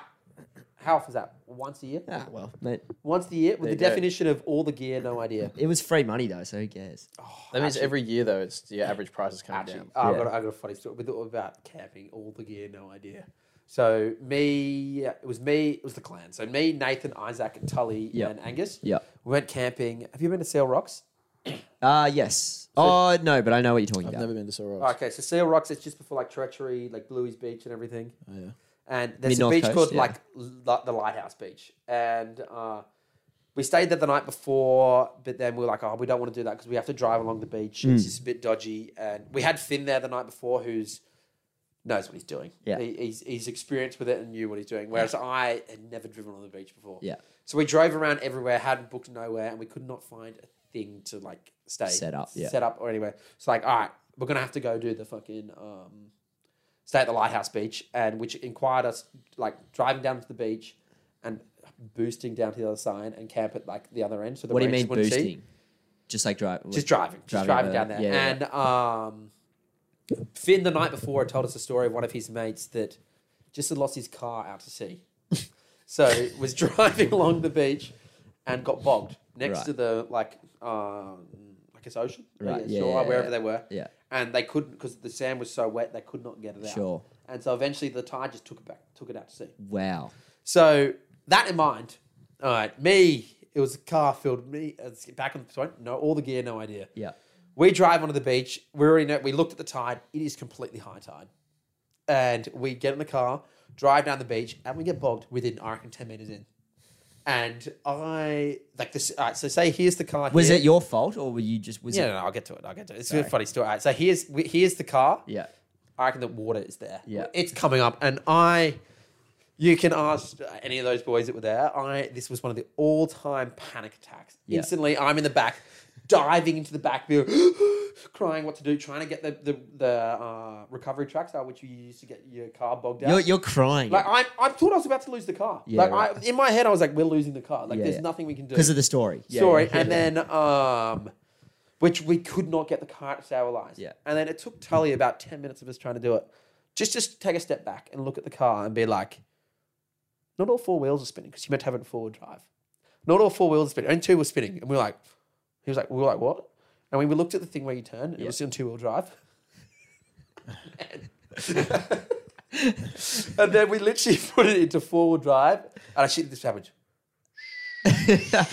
[SPEAKER 4] How often is that? Once a year?
[SPEAKER 3] Ah, well, mate,
[SPEAKER 4] Once a year? With the
[SPEAKER 5] There you go.
[SPEAKER 4] definition of all the gear, no idea. Oh,
[SPEAKER 3] it was free money though, so who cares?
[SPEAKER 5] That means
[SPEAKER 4] Actually-
[SPEAKER 5] every year though, it's your average price is coming
[SPEAKER 4] Actually,
[SPEAKER 5] down.
[SPEAKER 4] I've,
[SPEAKER 3] Yeah.
[SPEAKER 4] got, I've got a funny story with, about camping, all the gear, no idea. So me, it was me, it was the clan. So me, Nathan, Isaac, and Tully,
[SPEAKER 3] Yeah.
[SPEAKER 4] and Angus.
[SPEAKER 3] Yeah.
[SPEAKER 4] We went camping. Have you been to Seal Rocks?
[SPEAKER 3] Uh yes. Oh no, but I know what you're talking
[SPEAKER 5] I've
[SPEAKER 3] about.
[SPEAKER 5] never been to Sorrel.
[SPEAKER 4] Okay, so Seal Rocks, it's just before like Treachery, like Bluey's Beach and everything.
[SPEAKER 5] Oh, yeah.
[SPEAKER 4] And there's
[SPEAKER 3] Mid-North
[SPEAKER 4] a beach
[SPEAKER 3] Coast,
[SPEAKER 4] called
[SPEAKER 3] yeah.
[SPEAKER 4] like L- the Lighthouse Beach. And uh, we stayed there the night before, but then we were like, oh, we don't want to do that because we have to drive along the beach.
[SPEAKER 3] Hmm.
[SPEAKER 4] It's just a bit dodgy. And we had Finn there the night before who's knows what he's doing.
[SPEAKER 3] Yeah.
[SPEAKER 4] He, he's, he's experienced with it and knew what he's doing. Whereas I had never driven on the beach before.
[SPEAKER 3] Yeah.
[SPEAKER 4] So we drove around everywhere, hadn't booked nowhere, and we could not find a thing to like stay
[SPEAKER 3] Set up, yeah.
[SPEAKER 4] set up or anywhere. It's like, all right, we're gonna have to go do the fucking um, stay at the lighthouse beach, and which inquired us like driving down to the beach and boosting down to the other side and camp at like the other end. So the
[SPEAKER 3] What do you
[SPEAKER 4] range
[SPEAKER 3] mean
[SPEAKER 4] wouldn't see.
[SPEAKER 3] boosting? Just like drive.
[SPEAKER 4] Just driving, just
[SPEAKER 3] Driving
[SPEAKER 4] driving down there.
[SPEAKER 3] over- yeah, yeah,
[SPEAKER 4] and um, Finn the night before had told us a story of one of his mates that just had lost his
[SPEAKER 3] <laughs>
[SPEAKER 4] car out to sea. so was driving along the beach and got bogged. next
[SPEAKER 3] Right.
[SPEAKER 4] to the like um like it's ocean,
[SPEAKER 3] Right, yeah,
[SPEAKER 4] shore,
[SPEAKER 3] yeah,
[SPEAKER 4] wherever
[SPEAKER 3] yeah.
[SPEAKER 4] they were.
[SPEAKER 3] Yeah.
[SPEAKER 4] And they couldn't because the sand was so wet they could not get it out.
[SPEAKER 3] Sure.
[SPEAKER 4] And so eventually the tide just took it back, took it out to sea.
[SPEAKER 3] Wow.
[SPEAKER 4] So that in mind, all right, me, it was a car filled me it's back on the front, no all the gear, no idea.
[SPEAKER 3] Yeah.
[SPEAKER 4] We drive onto the beach. We already know. We looked at the tide. It is completely high tide, and we get in the car, drive down the beach, and we get bogged within I reckon ten meters in. And I like this. All right, so say here's the car.
[SPEAKER 3] Was
[SPEAKER 4] here.
[SPEAKER 3] it your fault or were you just was
[SPEAKER 4] Yeah,
[SPEAKER 3] it
[SPEAKER 4] no, no, I'll get to it. I'll get to it. It's a
[SPEAKER 3] Sorry.
[SPEAKER 4] funny story. All right, so here's we- here's the car.
[SPEAKER 3] Yeah.
[SPEAKER 4] I reckon the water is there.
[SPEAKER 3] Yeah.
[SPEAKER 4] It's coming up. And I, you can ask any of those boys that were there. I, this was one of the all time panic attacks.
[SPEAKER 3] Yeah.
[SPEAKER 4] Instantly, I'm in the back, diving into the back, being, <gasps> crying what to do, trying to get the, the, the uh, recovery tracks out, which you used to get your car bogged down.
[SPEAKER 3] You're you're crying
[SPEAKER 4] like I, I thought I was about to lose the car.
[SPEAKER 3] Yeah,
[SPEAKER 4] like
[SPEAKER 3] right.
[SPEAKER 4] I, in my head, I was like, "We're losing the car. Like,
[SPEAKER 3] Yeah,
[SPEAKER 4] there's
[SPEAKER 3] yeah.
[SPEAKER 4] nothing we can do."
[SPEAKER 3] because of the story. Yeah,
[SPEAKER 4] story,
[SPEAKER 3] yeah,
[SPEAKER 4] and
[SPEAKER 3] yeah.
[SPEAKER 4] then um, which we could not get the car to our lives.
[SPEAKER 3] Yeah.
[SPEAKER 4] and then it took Tully about ten minutes of us trying to do it. Just just take a step back and look at the car and be like, not all four wheels are spinning because you meant to have it in forward drive. Not all four wheels are spinning. Only two were spinning, and we were like, he was like, we were like, what? And when we looked at the thing where you turn, it was on two wheel drive.
[SPEAKER 3] <laughs>
[SPEAKER 4] <laughs> and then we literally <laughs> put it into four wheel drive, and I shit this happened.
[SPEAKER 3] <laughs> straight, out.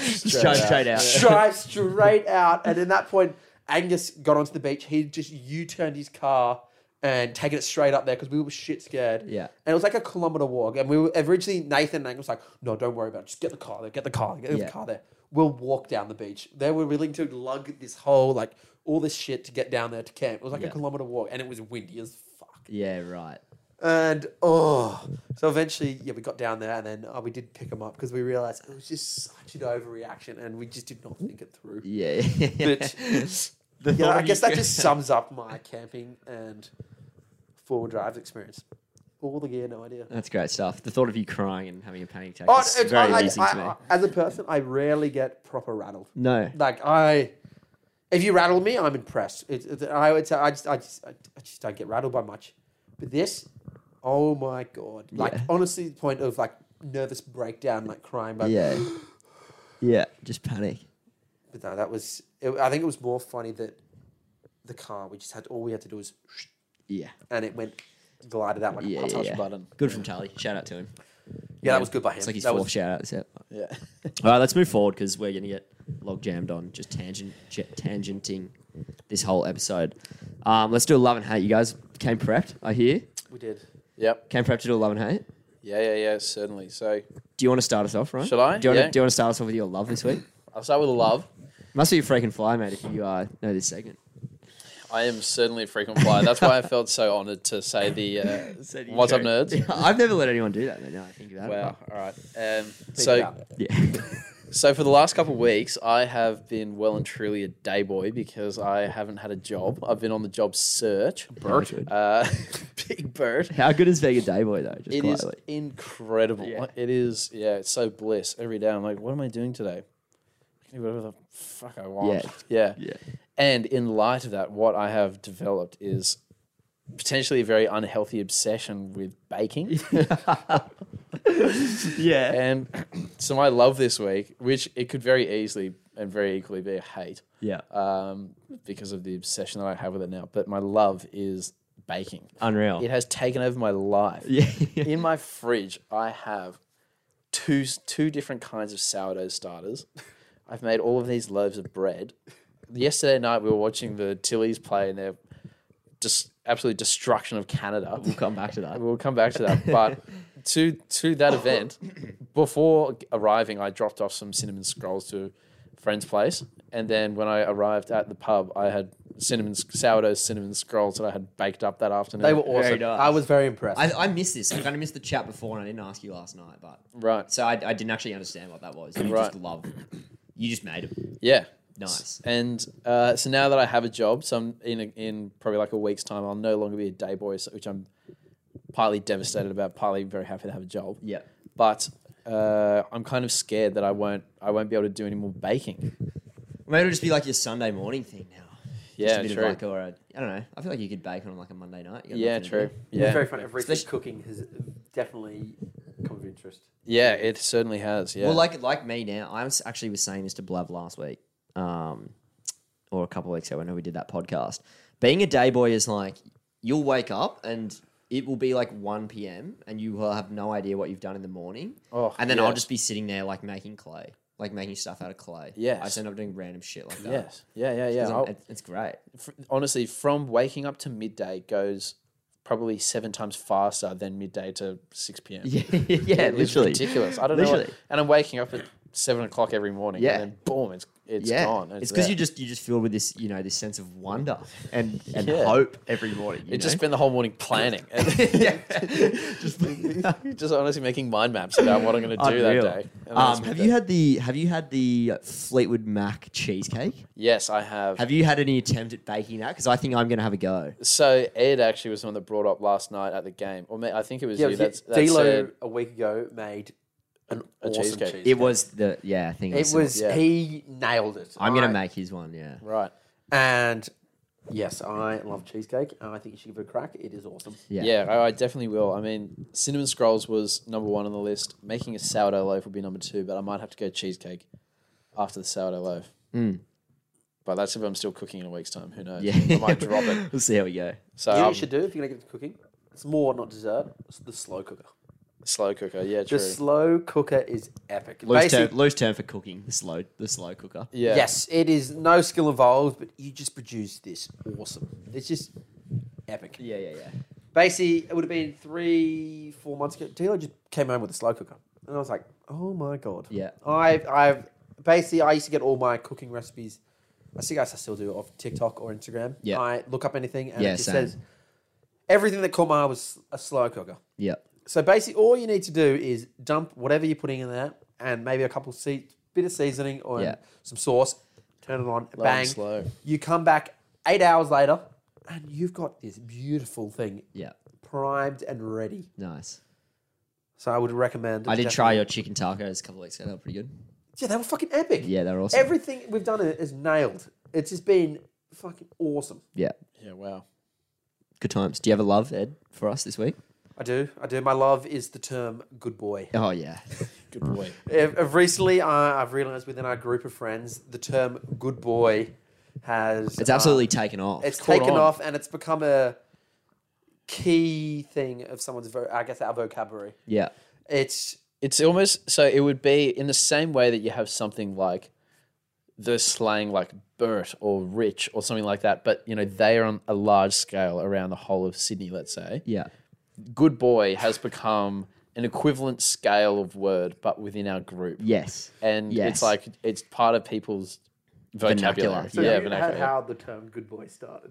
[SPEAKER 3] straight <laughs> out.
[SPEAKER 4] drive straight out. And in that point, Angus got onto the beach. He just U turned his car and taken it straight up there because we were shit scared.
[SPEAKER 3] Yeah.
[SPEAKER 4] And it was like a kilometer walk. And we were originally, Nathan and Angus was like, no, don't worry about it. Just get the car there. Get the car. Get
[SPEAKER 3] Yeah.
[SPEAKER 4] the car there. We'll walk down the beach. They were willing to lug this whole, like, all this shit to get down there to camp. It was like
[SPEAKER 3] Yeah.
[SPEAKER 4] a kilometer walk and it was windy as fuck.
[SPEAKER 3] Yeah, right.
[SPEAKER 4] And oh, so eventually, yeah, we got down there, and then uh, we did pick him up because we realized it was just such an overreaction, and we just did not think it through.
[SPEAKER 3] <laughs> Yeah.
[SPEAKER 4] But-
[SPEAKER 3] <laughs> The
[SPEAKER 4] Yeah,
[SPEAKER 3] thought
[SPEAKER 4] I
[SPEAKER 3] of
[SPEAKER 4] guess
[SPEAKER 3] you-
[SPEAKER 4] that
[SPEAKER 3] <laughs>
[SPEAKER 4] just sums up my camping and four wheel drive experience. All the gear, no idea.
[SPEAKER 3] That's great stuff. The thought of you crying and having a panic attack
[SPEAKER 4] Oh,
[SPEAKER 3] is
[SPEAKER 4] it's,
[SPEAKER 3] very
[SPEAKER 4] I, I-
[SPEAKER 3] easy
[SPEAKER 4] I-
[SPEAKER 3] to me.
[SPEAKER 4] I- as a person, I rarely get proper rattled.
[SPEAKER 3] no.
[SPEAKER 4] Like I, if you rattle me, I'm impressed. It's it's I would say I just I just I just don't get rattled by much. But this, oh my god! Like
[SPEAKER 3] Yeah.
[SPEAKER 4] honestly, the point of like nervous breakdown, like crying. But
[SPEAKER 3] Yeah. Yeah. Just panic.
[SPEAKER 4] but no, that was. It, I think it was more funny that the car. We just had all we had to do was,
[SPEAKER 3] Yeah.
[SPEAKER 4] and it went glided out like
[SPEAKER 3] Yeah.
[SPEAKER 4] a
[SPEAKER 3] yeah,
[SPEAKER 4] touch
[SPEAKER 3] yeah.
[SPEAKER 4] button.
[SPEAKER 3] Good from Tally. Shout out to him.
[SPEAKER 4] Yeah, that was good by him.
[SPEAKER 3] It's like his
[SPEAKER 4] that
[SPEAKER 3] fourth
[SPEAKER 4] was,
[SPEAKER 3] shout out. That's it.
[SPEAKER 5] Yeah.
[SPEAKER 3] All right, let's move forward because we're going to get log jammed on just tangent j- tangenting this whole episode. Um, let's do a love and hate. You guys came prepped, I hear.
[SPEAKER 4] we did.
[SPEAKER 5] <laughs> Yep.
[SPEAKER 3] Came prepped to do a love and hate.
[SPEAKER 5] Yeah, yeah, yeah, certainly. So
[SPEAKER 3] Do you want to start us off, right?
[SPEAKER 5] Shall I?
[SPEAKER 3] Do you, want
[SPEAKER 5] Yeah.
[SPEAKER 3] to, do you want to start us off with your love this week?
[SPEAKER 5] I'll start with love.
[SPEAKER 3] Must be a freaking fly, mate, if you uh, know this segment.
[SPEAKER 5] I am certainly a frequent flyer.
[SPEAKER 3] <laughs>
[SPEAKER 5] That's why I felt so honored to say the uh, What's up, nerds?
[SPEAKER 3] I've never let anyone do that, mate. Now I think about
[SPEAKER 5] Wow. All right. Um,
[SPEAKER 4] Think
[SPEAKER 5] so,
[SPEAKER 4] about it.
[SPEAKER 3] Oh. it. Yeah. <laughs>
[SPEAKER 5] so for the last couple of weeks, I have been well and truly a day boy because I haven't had a job. I've been on the job search.
[SPEAKER 3] Bird. How good.
[SPEAKER 5] Uh, <laughs> Big Bird.
[SPEAKER 3] How good is being a day boy, though? Just
[SPEAKER 5] It is
[SPEAKER 3] quietly.
[SPEAKER 5] incredible.
[SPEAKER 3] Yeah.
[SPEAKER 5] It is, yeah, it's so bliss every day. I'm like, what am I doing today? I can do whatever the fuck I want. Yeah.
[SPEAKER 3] Yeah.
[SPEAKER 5] And in light of that, what I have developed is potentially a very unhealthy obsession with baking.
[SPEAKER 3] <laughs> yeah.
[SPEAKER 5] and so my love this week, which it could very easily and very equally be a hate
[SPEAKER 3] Yeah.
[SPEAKER 5] um, because of the obsession that I have with it now, but my love is baking.
[SPEAKER 3] Unreal.
[SPEAKER 5] It has taken over my life.
[SPEAKER 3] Oh. <laughs>
[SPEAKER 4] <laughs>
[SPEAKER 3] Yeah.
[SPEAKER 5] in my fridge, I have two two different kinds of sourdough starters. I've made all of these loaves of bread. Yesterday night, we were watching the Tillies play in their just absolute destruction of Canada.
[SPEAKER 3] We'll come back
[SPEAKER 5] <laughs>
[SPEAKER 3] to that.
[SPEAKER 5] We'll come back to
[SPEAKER 4] <laughs>
[SPEAKER 5] that, but to to that event, before arriving, I dropped off some cinnamon scrolls to a friend's place, and then when I arrived at the pub, I had cinnamon sourdough cinnamon scrolls that I had baked up that afternoon.
[SPEAKER 4] They were awesome.
[SPEAKER 3] nice.
[SPEAKER 4] I was very impressed.
[SPEAKER 3] I, I missed this. I kind of missed the chat before, and I didn't ask you last night. But
[SPEAKER 5] right.
[SPEAKER 3] so I, I didn't actually understand what that was. You
[SPEAKER 5] Right.
[SPEAKER 3] just love. You just made it.
[SPEAKER 5] Yeah.
[SPEAKER 3] Nice.
[SPEAKER 5] And uh, so now that I have a job, so I'm in a, in probably like a week's time, I'll no longer be a day boy, so, which I'm partly devastated about, partly very happy to have a job.
[SPEAKER 3] Yeah.
[SPEAKER 5] But uh, I'm kind of scared that I won't I won't be able to do any more baking.
[SPEAKER 3] Maybe it'll just be like your Sunday morning thing now. just a
[SPEAKER 5] Yeah,
[SPEAKER 3] bit
[SPEAKER 5] true.
[SPEAKER 3] Of like, or a, I don't know. I feel like you could bake on like a Monday night. You got
[SPEAKER 5] yeah,
[SPEAKER 3] nothing to do.
[SPEAKER 5] true.
[SPEAKER 4] It was
[SPEAKER 5] Yeah.
[SPEAKER 4] very funny. Everything
[SPEAKER 3] Especially-
[SPEAKER 4] cooking has definitely come of
[SPEAKER 6] interest.
[SPEAKER 5] Yeah, it certainly has. Yeah.
[SPEAKER 3] Well, like like me now, I was actually was saying this to Blav last week, um, or a couple of weeks ago. I know we did that podcast. Being a day boy is like you'll wake up and it will be like one p.m. and you will have no idea what you've done in the morning,
[SPEAKER 5] oh,
[SPEAKER 3] and then
[SPEAKER 5] yeah.
[SPEAKER 3] I'll just be sitting there like making clay, like making stuff out of clay.
[SPEAKER 5] Yes.
[SPEAKER 3] I just end up doing random shit like that.
[SPEAKER 5] Yes. Yeah, yeah, yeah.
[SPEAKER 3] It's-
[SPEAKER 5] I'll-
[SPEAKER 3] it's- it's
[SPEAKER 5] <laughs>
[SPEAKER 3] great.
[SPEAKER 5] fr- honestly, from waking up to midday goes probably seven times faster than midday to six p.m.
[SPEAKER 3] Yeah, yeah,
[SPEAKER 5] It's
[SPEAKER 3] literally.
[SPEAKER 5] ridiculous. I don't know. what-
[SPEAKER 3] Literally.
[SPEAKER 5] and I'm waking up at seven o'clock every morning.
[SPEAKER 3] Yeah.
[SPEAKER 5] And then boom, it's it's
[SPEAKER 3] yeah,
[SPEAKER 5] gone.
[SPEAKER 3] it's because
[SPEAKER 5] there.
[SPEAKER 3] you just you just feel with this you know this sense of wonder and and
[SPEAKER 5] Yeah.
[SPEAKER 3] hope every morning. You
[SPEAKER 5] You just
[SPEAKER 3] know?
[SPEAKER 5] spend the whole morning
[SPEAKER 3] <laughs>
[SPEAKER 5] planning. <laughs>
[SPEAKER 3] yeah,
[SPEAKER 5] just honestly making mind maps about what I'm going to do
[SPEAKER 3] Unreal.
[SPEAKER 5] that day. And then it's
[SPEAKER 3] Um, have you
[SPEAKER 5] midday.
[SPEAKER 3] had the Have you had the Fleetwood Mac cheesecake?
[SPEAKER 5] Yes, I have.
[SPEAKER 3] Have you had any attempt at baking that? Because I think I'm gonna have a go.
[SPEAKER 5] so Ed actually was the one that brought up last night at the game, or may, I think it was
[SPEAKER 4] Yeah,
[SPEAKER 5] you. That's, that
[SPEAKER 4] D'Lo
[SPEAKER 5] said-
[SPEAKER 4] a week ago made an
[SPEAKER 5] A
[SPEAKER 4] awesome
[SPEAKER 5] cheesecake.
[SPEAKER 4] cheesecake.
[SPEAKER 5] It
[SPEAKER 3] It was the yeah. I think
[SPEAKER 4] It
[SPEAKER 3] the-
[SPEAKER 4] was.
[SPEAKER 5] Yeah.
[SPEAKER 4] He nailed it.
[SPEAKER 3] I'm gonna
[SPEAKER 4] I-
[SPEAKER 3] make his one. Yeah.
[SPEAKER 5] right.
[SPEAKER 4] And yes, I love cheesecake. and I think you should give it a crack. It is awesome.
[SPEAKER 3] Yeah.
[SPEAKER 5] Yeah, I, I definitely will. I mean, cinnamon scrolls was number one on the list. Making a sourdough loaf would be number two, but I might have to go cheesecake after the sourdough loaf.
[SPEAKER 3] Mm.
[SPEAKER 5] But that's if I'm still cooking in a week's time. Who
[SPEAKER 3] <laughs>
[SPEAKER 5] knows?
[SPEAKER 3] Yeah.
[SPEAKER 5] I might
[SPEAKER 4] <laughs>
[SPEAKER 5] drop it.
[SPEAKER 3] we'll see how we go.
[SPEAKER 5] So
[SPEAKER 4] you know what
[SPEAKER 5] I'm
[SPEAKER 4] you should do if you're gonna get into cooking. It's more not dessert. It's the slow cooker.
[SPEAKER 5] slow cooker. Yeah,
[SPEAKER 4] The
[SPEAKER 5] true.
[SPEAKER 4] slow cooker is epic.
[SPEAKER 3] Loose
[SPEAKER 4] Basic-
[SPEAKER 3] term, loose term for cooking. The slow, the slow cooker.
[SPEAKER 5] yeah.
[SPEAKER 4] Yes, it is no skill involved, but you just produce this awesome. It's just epic.
[SPEAKER 3] Yeah, yeah, yeah.
[SPEAKER 4] Basically, it would have been three, four months ago. Tilo just came home with a slow cooker, and I was like, "Oh my god!"
[SPEAKER 3] Yeah.
[SPEAKER 4] I've, I've basically I used to get all my cooking recipes. I see guys I still do it off TikTok or Instagram.
[SPEAKER 3] Yeah.
[SPEAKER 4] I look up anything and
[SPEAKER 3] Yeah,
[SPEAKER 4] it just
[SPEAKER 3] same.
[SPEAKER 4] says everything that caught my eye was a slow cooker.
[SPEAKER 3] Yeah.
[SPEAKER 4] So basically, all you need to do is dump whatever you're putting in there, and maybe a couple se- bit of seasoning or
[SPEAKER 3] Yeah.
[SPEAKER 4] some sauce. Turn it on,
[SPEAKER 5] Low
[SPEAKER 4] bang.
[SPEAKER 5] and slow.
[SPEAKER 4] You come back eight hours later, and you've got this beautiful thing
[SPEAKER 3] Yeah.
[SPEAKER 4] primed and ready.
[SPEAKER 3] Nice.
[SPEAKER 4] So I would recommend.
[SPEAKER 3] I did
[SPEAKER 4] definitely-
[SPEAKER 3] try your chicken tacos a couple of weeks ago. They were pretty good.
[SPEAKER 4] Yeah, they were fucking epic.
[SPEAKER 3] Yeah, they were awesome.
[SPEAKER 4] Everything we've done is nailed. It's just been fucking awesome.
[SPEAKER 3] yeah.
[SPEAKER 5] Yeah, wow.
[SPEAKER 3] Good times. Do you have a love, Ed, for us this week?
[SPEAKER 4] I do. I do. My love is the term good boy.
[SPEAKER 3] Oh yeah.
[SPEAKER 5] Good boy.
[SPEAKER 4] If, if recently, I I've realized within our group of friends, the term good boy has.
[SPEAKER 3] It's
[SPEAKER 4] uh,
[SPEAKER 5] Um,
[SPEAKER 3] absolutely taken off.
[SPEAKER 4] it's
[SPEAKER 5] caught
[SPEAKER 4] taken
[SPEAKER 5] on.
[SPEAKER 4] off and it's become a key thing of someone's, vo- I guess, our vocabulary.
[SPEAKER 3] yeah.
[SPEAKER 4] It's.
[SPEAKER 5] It's almost so it would be in the same way that you have something like the slang like Bert or Rich or something like that, but you know, they are on a large scale around the whole of Sydney, let's say.
[SPEAKER 3] Yeah.
[SPEAKER 5] Good boy has become an equivalent scale of word, but within our group.
[SPEAKER 3] Yes.
[SPEAKER 5] And
[SPEAKER 3] Yes.
[SPEAKER 5] it's like it's part of people's vocabulary.
[SPEAKER 3] Vernacular, So
[SPEAKER 5] yeah,
[SPEAKER 4] you know
[SPEAKER 5] vernacular.
[SPEAKER 4] how the term good boy started.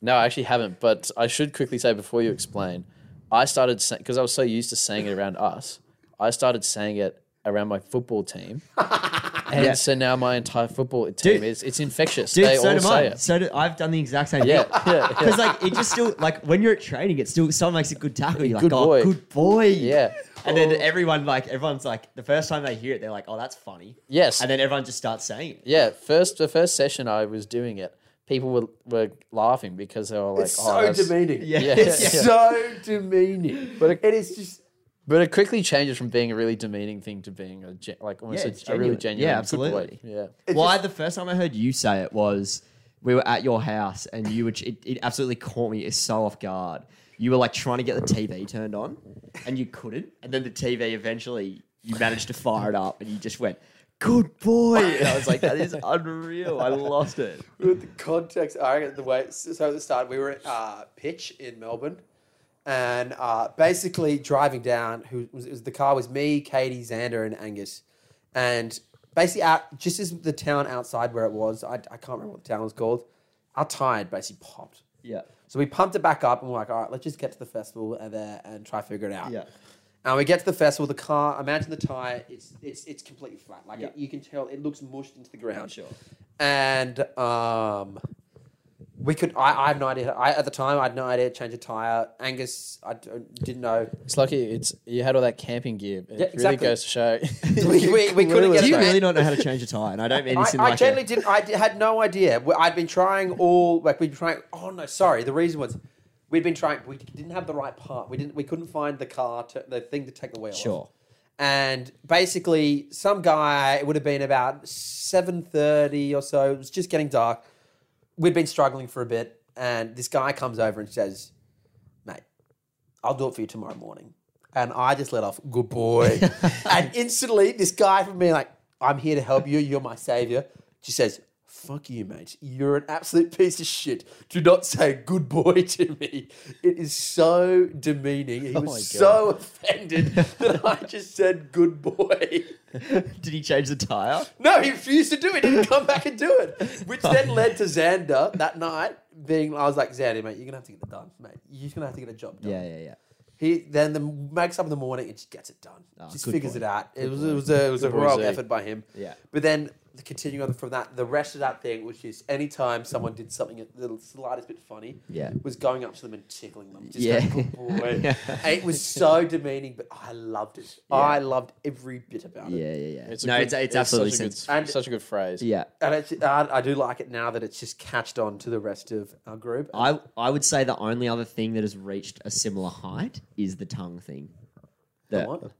[SPEAKER 5] No, I actually haven't. But I should quickly say before you explain, I started because I was so used to saying it around us. I started saying it around my
[SPEAKER 4] <laughs>
[SPEAKER 5] football team, and
[SPEAKER 3] Yeah.
[SPEAKER 5] so now my entire football team
[SPEAKER 3] Dude.
[SPEAKER 5] is it's infectious.
[SPEAKER 3] Dude,
[SPEAKER 5] they
[SPEAKER 3] so
[SPEAKER 5] all
[SPEAKER 3] do
[SPEAKER 5] say
[SPEAKER 3] mine.
[SPEAKER 5] it.
[SPEAKER 3] So do, I've done the exact same
[SPEAKER 5] Yeah, <laughs>
[SPEAKER 3] thing.
[SPEAKER 5] yeah, yeah.
[SPEAKER 3] Because like it just still like when you're at training, it's still someone makes a good tackle. You're like,
[SPEAKER 5] Good
[SPEAKER 3] oh,
[SPEAKER 5] boy."
[SPEAKER 3] good boy.
[SPEAKER 5] Yeah.
[SPEAKER 3] And then everyone like everyone's like the first time they hear it, they're like, oh, that's funny.
[SPEAKER 5] Yes.
[SPEAKER 3] And then everyone just starts saying it.
[SPEAKER 5] yeah. First, the first session I was doing it, people were were laughing because they were like,
[SPEAKER 4] It's
[SPEAKER 5] "Oh,
[SPEAKER 4] so
[SPEAKER 5] that's-"
[SPEAKER 4] demeaning.
[SPEAKER 3] <laughs> Yeah.
[SPEAKER 5] Yeah.
[SPEAKER 3] It's
[SPEAKER 4] It's
[SPEAKER 5] Yeah.
[SPEAKER 4] so demeaning. But
[SPEAKER 5] it-
[SPEAKER 4] it is just.
[SPEAKER 5] But it quickly changes from being a really demeaning thing to being a gen- like almost
[SPEAKER 3] Yeah,
[SPEAKER 5] a,
[SPEAKER 3] it's
[SPEAKER 5] a really
[SPEAKER 3] genuine.
[SPEAKER 5] genuine.
[SPEAKER 3] Yeah,
[SPEAKER 5] good boy.
[SPEAKER 3] absolutely.
[SPEAKER 5] Yeah.
[SPEAKER 3] Why the first time I heard you say it was we were at your house and you were it, it absolutely caught me so off guard. You were like trying to get the TV turned on and you couldn't, and then the TV eventually you managed to fire it up and you just went, "Good boy!" <laughs> And I was like, "That is unreal." I lost it.
[SPEAKER 4] With the context, I reckon the way so at the start we were at uh, pitch in Melbourne, and uh, basically driving down. Who was, it was the car was me, Katie, Xander, and Angus, and basically out just as the town outside where it was, I, I can't remember what the town was called. Our tire had basically popped,
[SPEAKER 3] Yeah,
[SPEAKER 4] so we pumped it back up and we're like, all right, let's just get to the festival and there and try to figure it out.
[SPEAKER 3] yeah,
[SPEAKER 4] And we get to the festival. The car, imagine the tire. It's it's it's completely flat. Like
[SPEAKER 3] Yeah.
[SPEAKER 4] it, you can tell, it looks mushed into the ground
[SPEAKER 3] <laughs> sure.
[SPEAKER 4] and um, we could. I, I have no idea. I at the time I had no idea. to Change a tire. Angus, I d- didn't know.
[SPEAKER 5] It's lucky it's you had all that camping gear. It really
[SPEAKER 4] exactly.
[SPEAKER 5] goes to show.
[SPEAKER 4] <laughs>
[SPEAKER 5] <laughs>
[SPEAKER 4] We, we, we couldn't get
[SPEAKER 3] Do
[SPEAKER 4] it.
[SPEAKER 3] you
[SPEAKER 4] back.
[SPEAKER 3] really not know how to change a tire? And I don't mean
[SPEAKER 4] I,
[SPEAKER 3] this in
[SPEAKER 4] I
[SPEAKER 3] like.
[SPEAKER 4] generally
[SPEAKER 3] A,
[SPEAKER 4] didn't. I d- had no idea. We- I'd been trying all like we'd been trying. Oh no, sorry. The reason was we'd been trying. We didn't have the right part. We didn't. We couldn't find the car. To, the thing to take the wheel. off.
[SPEAKER 3] sure.
[SPEAKER 4] and basically some guy it would have been about 7.30 or so it was just getting dark we'd been struggling for a bit and this guy comes over and says mate i'll do it for you tomorrow morning and i just let off good
[SPEAKER 3] <laughs>
[SPEAKER 4] boy and instantly this guy from being like i'm here to help you you're my savior just says fuck you mate you're an absolute piece of shit do not say good boy to me it is so demeaning he
[SPEAKER 3] Oh my God.
[SPEAKER 4] was so offended <laughs> that I just said good boy.
[SPEAKER 3] Did he change the tire?
[SPEAKER 4] No, he refused to do it. He didn't come back and do it. Which
[SPEAKER 3] Oh.
[SPEAKER 4] then led to Xander that night being, I was like, Xander, mate, you're going to have to get it done, mate. You're going to have to get a job done.
[SPEAKER 3] Yeah, yeah, yeah.
[SPEAKER 4] He then the, makes up in the morning and just gets it done.
[SPEAKER 3] Ah,
[SPEAKER 4] just
[SPEAKER 3] good
[SPEAKER 4] figures
[SPEAKER 3] boy.
[SPEAKER 4] it out. It was, it was a, it was a
[SPEAKER 5] boy,
[SPEAKER 4] heroic
[SPEAKER 5] Z.
[SPEAKER 4] effort by him.
[SPEAKER 3] Yeah.
[SPEAKER 4] But then the continuing on from that, the rest of that thing, which is anytime someone did something the slightest bit funny,
[SPEAKER 3] Yeah.
[SPEAKER 4] was going up to them and tickling them. Just
[SPEAKER 3] Yeah.
[SPEAKER 4] yeah. Going, "Good boy.
[SPEAKER 3] <laughs> Yeah.
[SPEAKER 4] And it was so demeaning, but I loved it.
[SPEAKER 3] Yeah.
[SPEAKER 4] I loved every bit about it.
[SPEAKER 3] Yeah, yeah, yeah.
[SPEAKER 5] It's a
[SPEAKER 3] no,
[SPEAKER 5] good-
[SPEAKER 3] it's, it's
[SPEAKER 5] such
[SPEAKER 3] absolutely
[SPEAKER 5] a good-
[SPEAKER 3] sense.
[SPEAKER 4] And-
[SPEAKER 5] such a good phrase.
[SPEAKER 3] Yeah.
[SPEAKER 4] And it's, I, I do like it now that it's just catched on to the rest of our group.
[SPEAKER 3] I, I would say the only other thing that has reached a similar height is the tongue thing.
[SPEAKER 4] The
[SPEAKER 3] The-
[SPEAKER 4] what?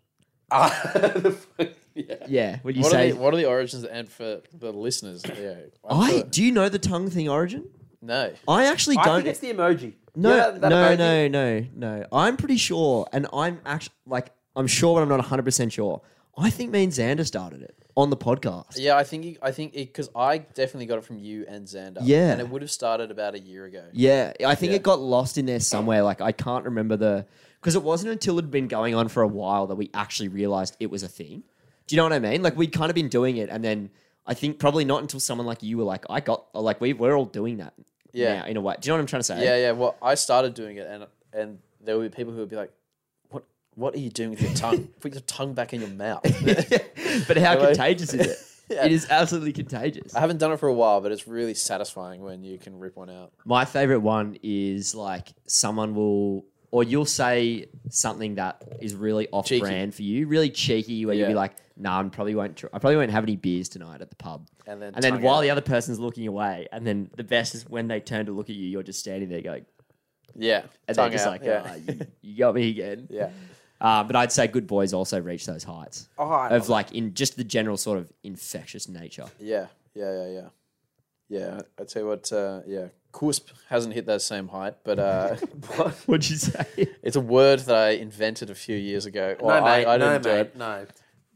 [SPEAKER 4] Ah, <laughs> the fuck- yeah.
[SPEAKER 3] Yeah. When you
[SPEAKER 5] What,
[SPEAKER 3] say,
[SPEAKER 5] are the, what are the origins and for the listeners? Yeah, I'm
[SPEAKER 3] I
[SPEAKER 5] sure-
[SPEAKER 3] do you know the tongue thing origin?
[SPEAKER 5] no.
[SPEAKER 3] I actually
[SPEAKER 4] I
[SPEAKER 3] don't.
[SPEAKER 4] think it's the emoji.
[SPEAKER 3] no,
[SPEAKER 4] You know that- that
[SPEAKER 3] no,
[SPEAKER 4] emoji?
[SPEAKER 3] no, no, no. I'm pretty sure, and I'm actually like I'm sure, but I'm not 100 percent sure. I think me and Xander started it on the podcast.
[SPEAKER 5] Yeah, I think you- I think it because I definitely got it from you and Xander.
[SPEAKER 3] Yeah.
[SPEAKER 5] and it would have started about a year ago.
[SPEAKER 3] Yeah, I think
[SPEAKER 5] Yeah.
[SPEAKER 3] it got lost in there somewhere. Like I can't remember the because it wasn't until it'd been going on for a while that we actually realized it was a thing. Do you know what I mean? Like we'd kind of been doing it, and then I think probably not until someone like you were like, I got or like we we're all doing that.
[SPEAKER 5] Yeah.
[SPEAKER 3] now, in a way. Do you know what I'm trying to say?
[SPEAKER 5] Yeah, yeah. Well, I started doing it, and and there would be people who would be like, "What? What are you doing with your
[SPEAKER 3] <laughs>
[SPEAKER 5] tongue? Put your tongue back in your mouth."
[SPEAKER 3] but how
[SPEAKER 5] Like-
[SPEAKER 3] contagious is it?
[SPEAKER 5] <laughs> Yeah.
[SPEAKER 3] It is absolutely contagious.
[SPEAKER 5] I haven't done it for a while, but it's really satisfying when you can rip one out.
[SPEAKER 3] My favorite one is like someone will, or you'll say something that is really off
[SPEAKER 5] Cheeky.
[SPEAKER 3] brand for you, really cheeky, where you'll be
[SPEAKER 5] Yeah.
[SPEAKER 3] like, "Nah, I probably won't. Tr- I probably won't have any beers tonight at the pub."
[SPEAKER 5] And then
[SPEAKER 3] and then
[SPEAKER 5] tongue
[SPEAKER 3] while
[SPEAKER 5] out.
[SPEAKER 3] the other person's looking away, and then the best is when they turn to look at you, you're just standing there going,
[SPEAKER 5] Yeah,
[SPEAKER 3] and
[SPEAKER 5] tongue
[SPEAKER 3] they're just
[SPEAKER 5] out,
[SPEAKER 3] like,
[SPEAKER 5] yeah.
[SPEAKER 3] "Ah, you, you got me again."
[SPEAKER 5] <laughs> Yeah.
[SPEAKER 3] Uh, but I'd say good boys also reach those heights
[SPEAKER 4] Oh, I
[SPEAKER 3] of like in just the general sort of infectious nature. <laughs>
[SPEAKER 5] Yeah, yeah, yeah, yeah. Yeah, I tell you what, uh, yeah, Cousp hasn't hit that same height, but
[SPEAKER 3] <laughs>
[SPEAKER 5] uh,
[SPEAKER 4] <laughs>
[SPEAKER 3] What'd you say? <laughs>
[SPEAKER 5] it's a word that I invented a few years ago.
[SPEAKER 4] no,
[SPEAKER 5] Well,
[SPEAKER 4] mate,
[SPEAKER 5] I, I
[SPEAKER 4] no,
[SPEAKER 5] didn't do
[SPEAKER 4] mate,
[SPEAKER 5] it.
[SPEAKER 4] no.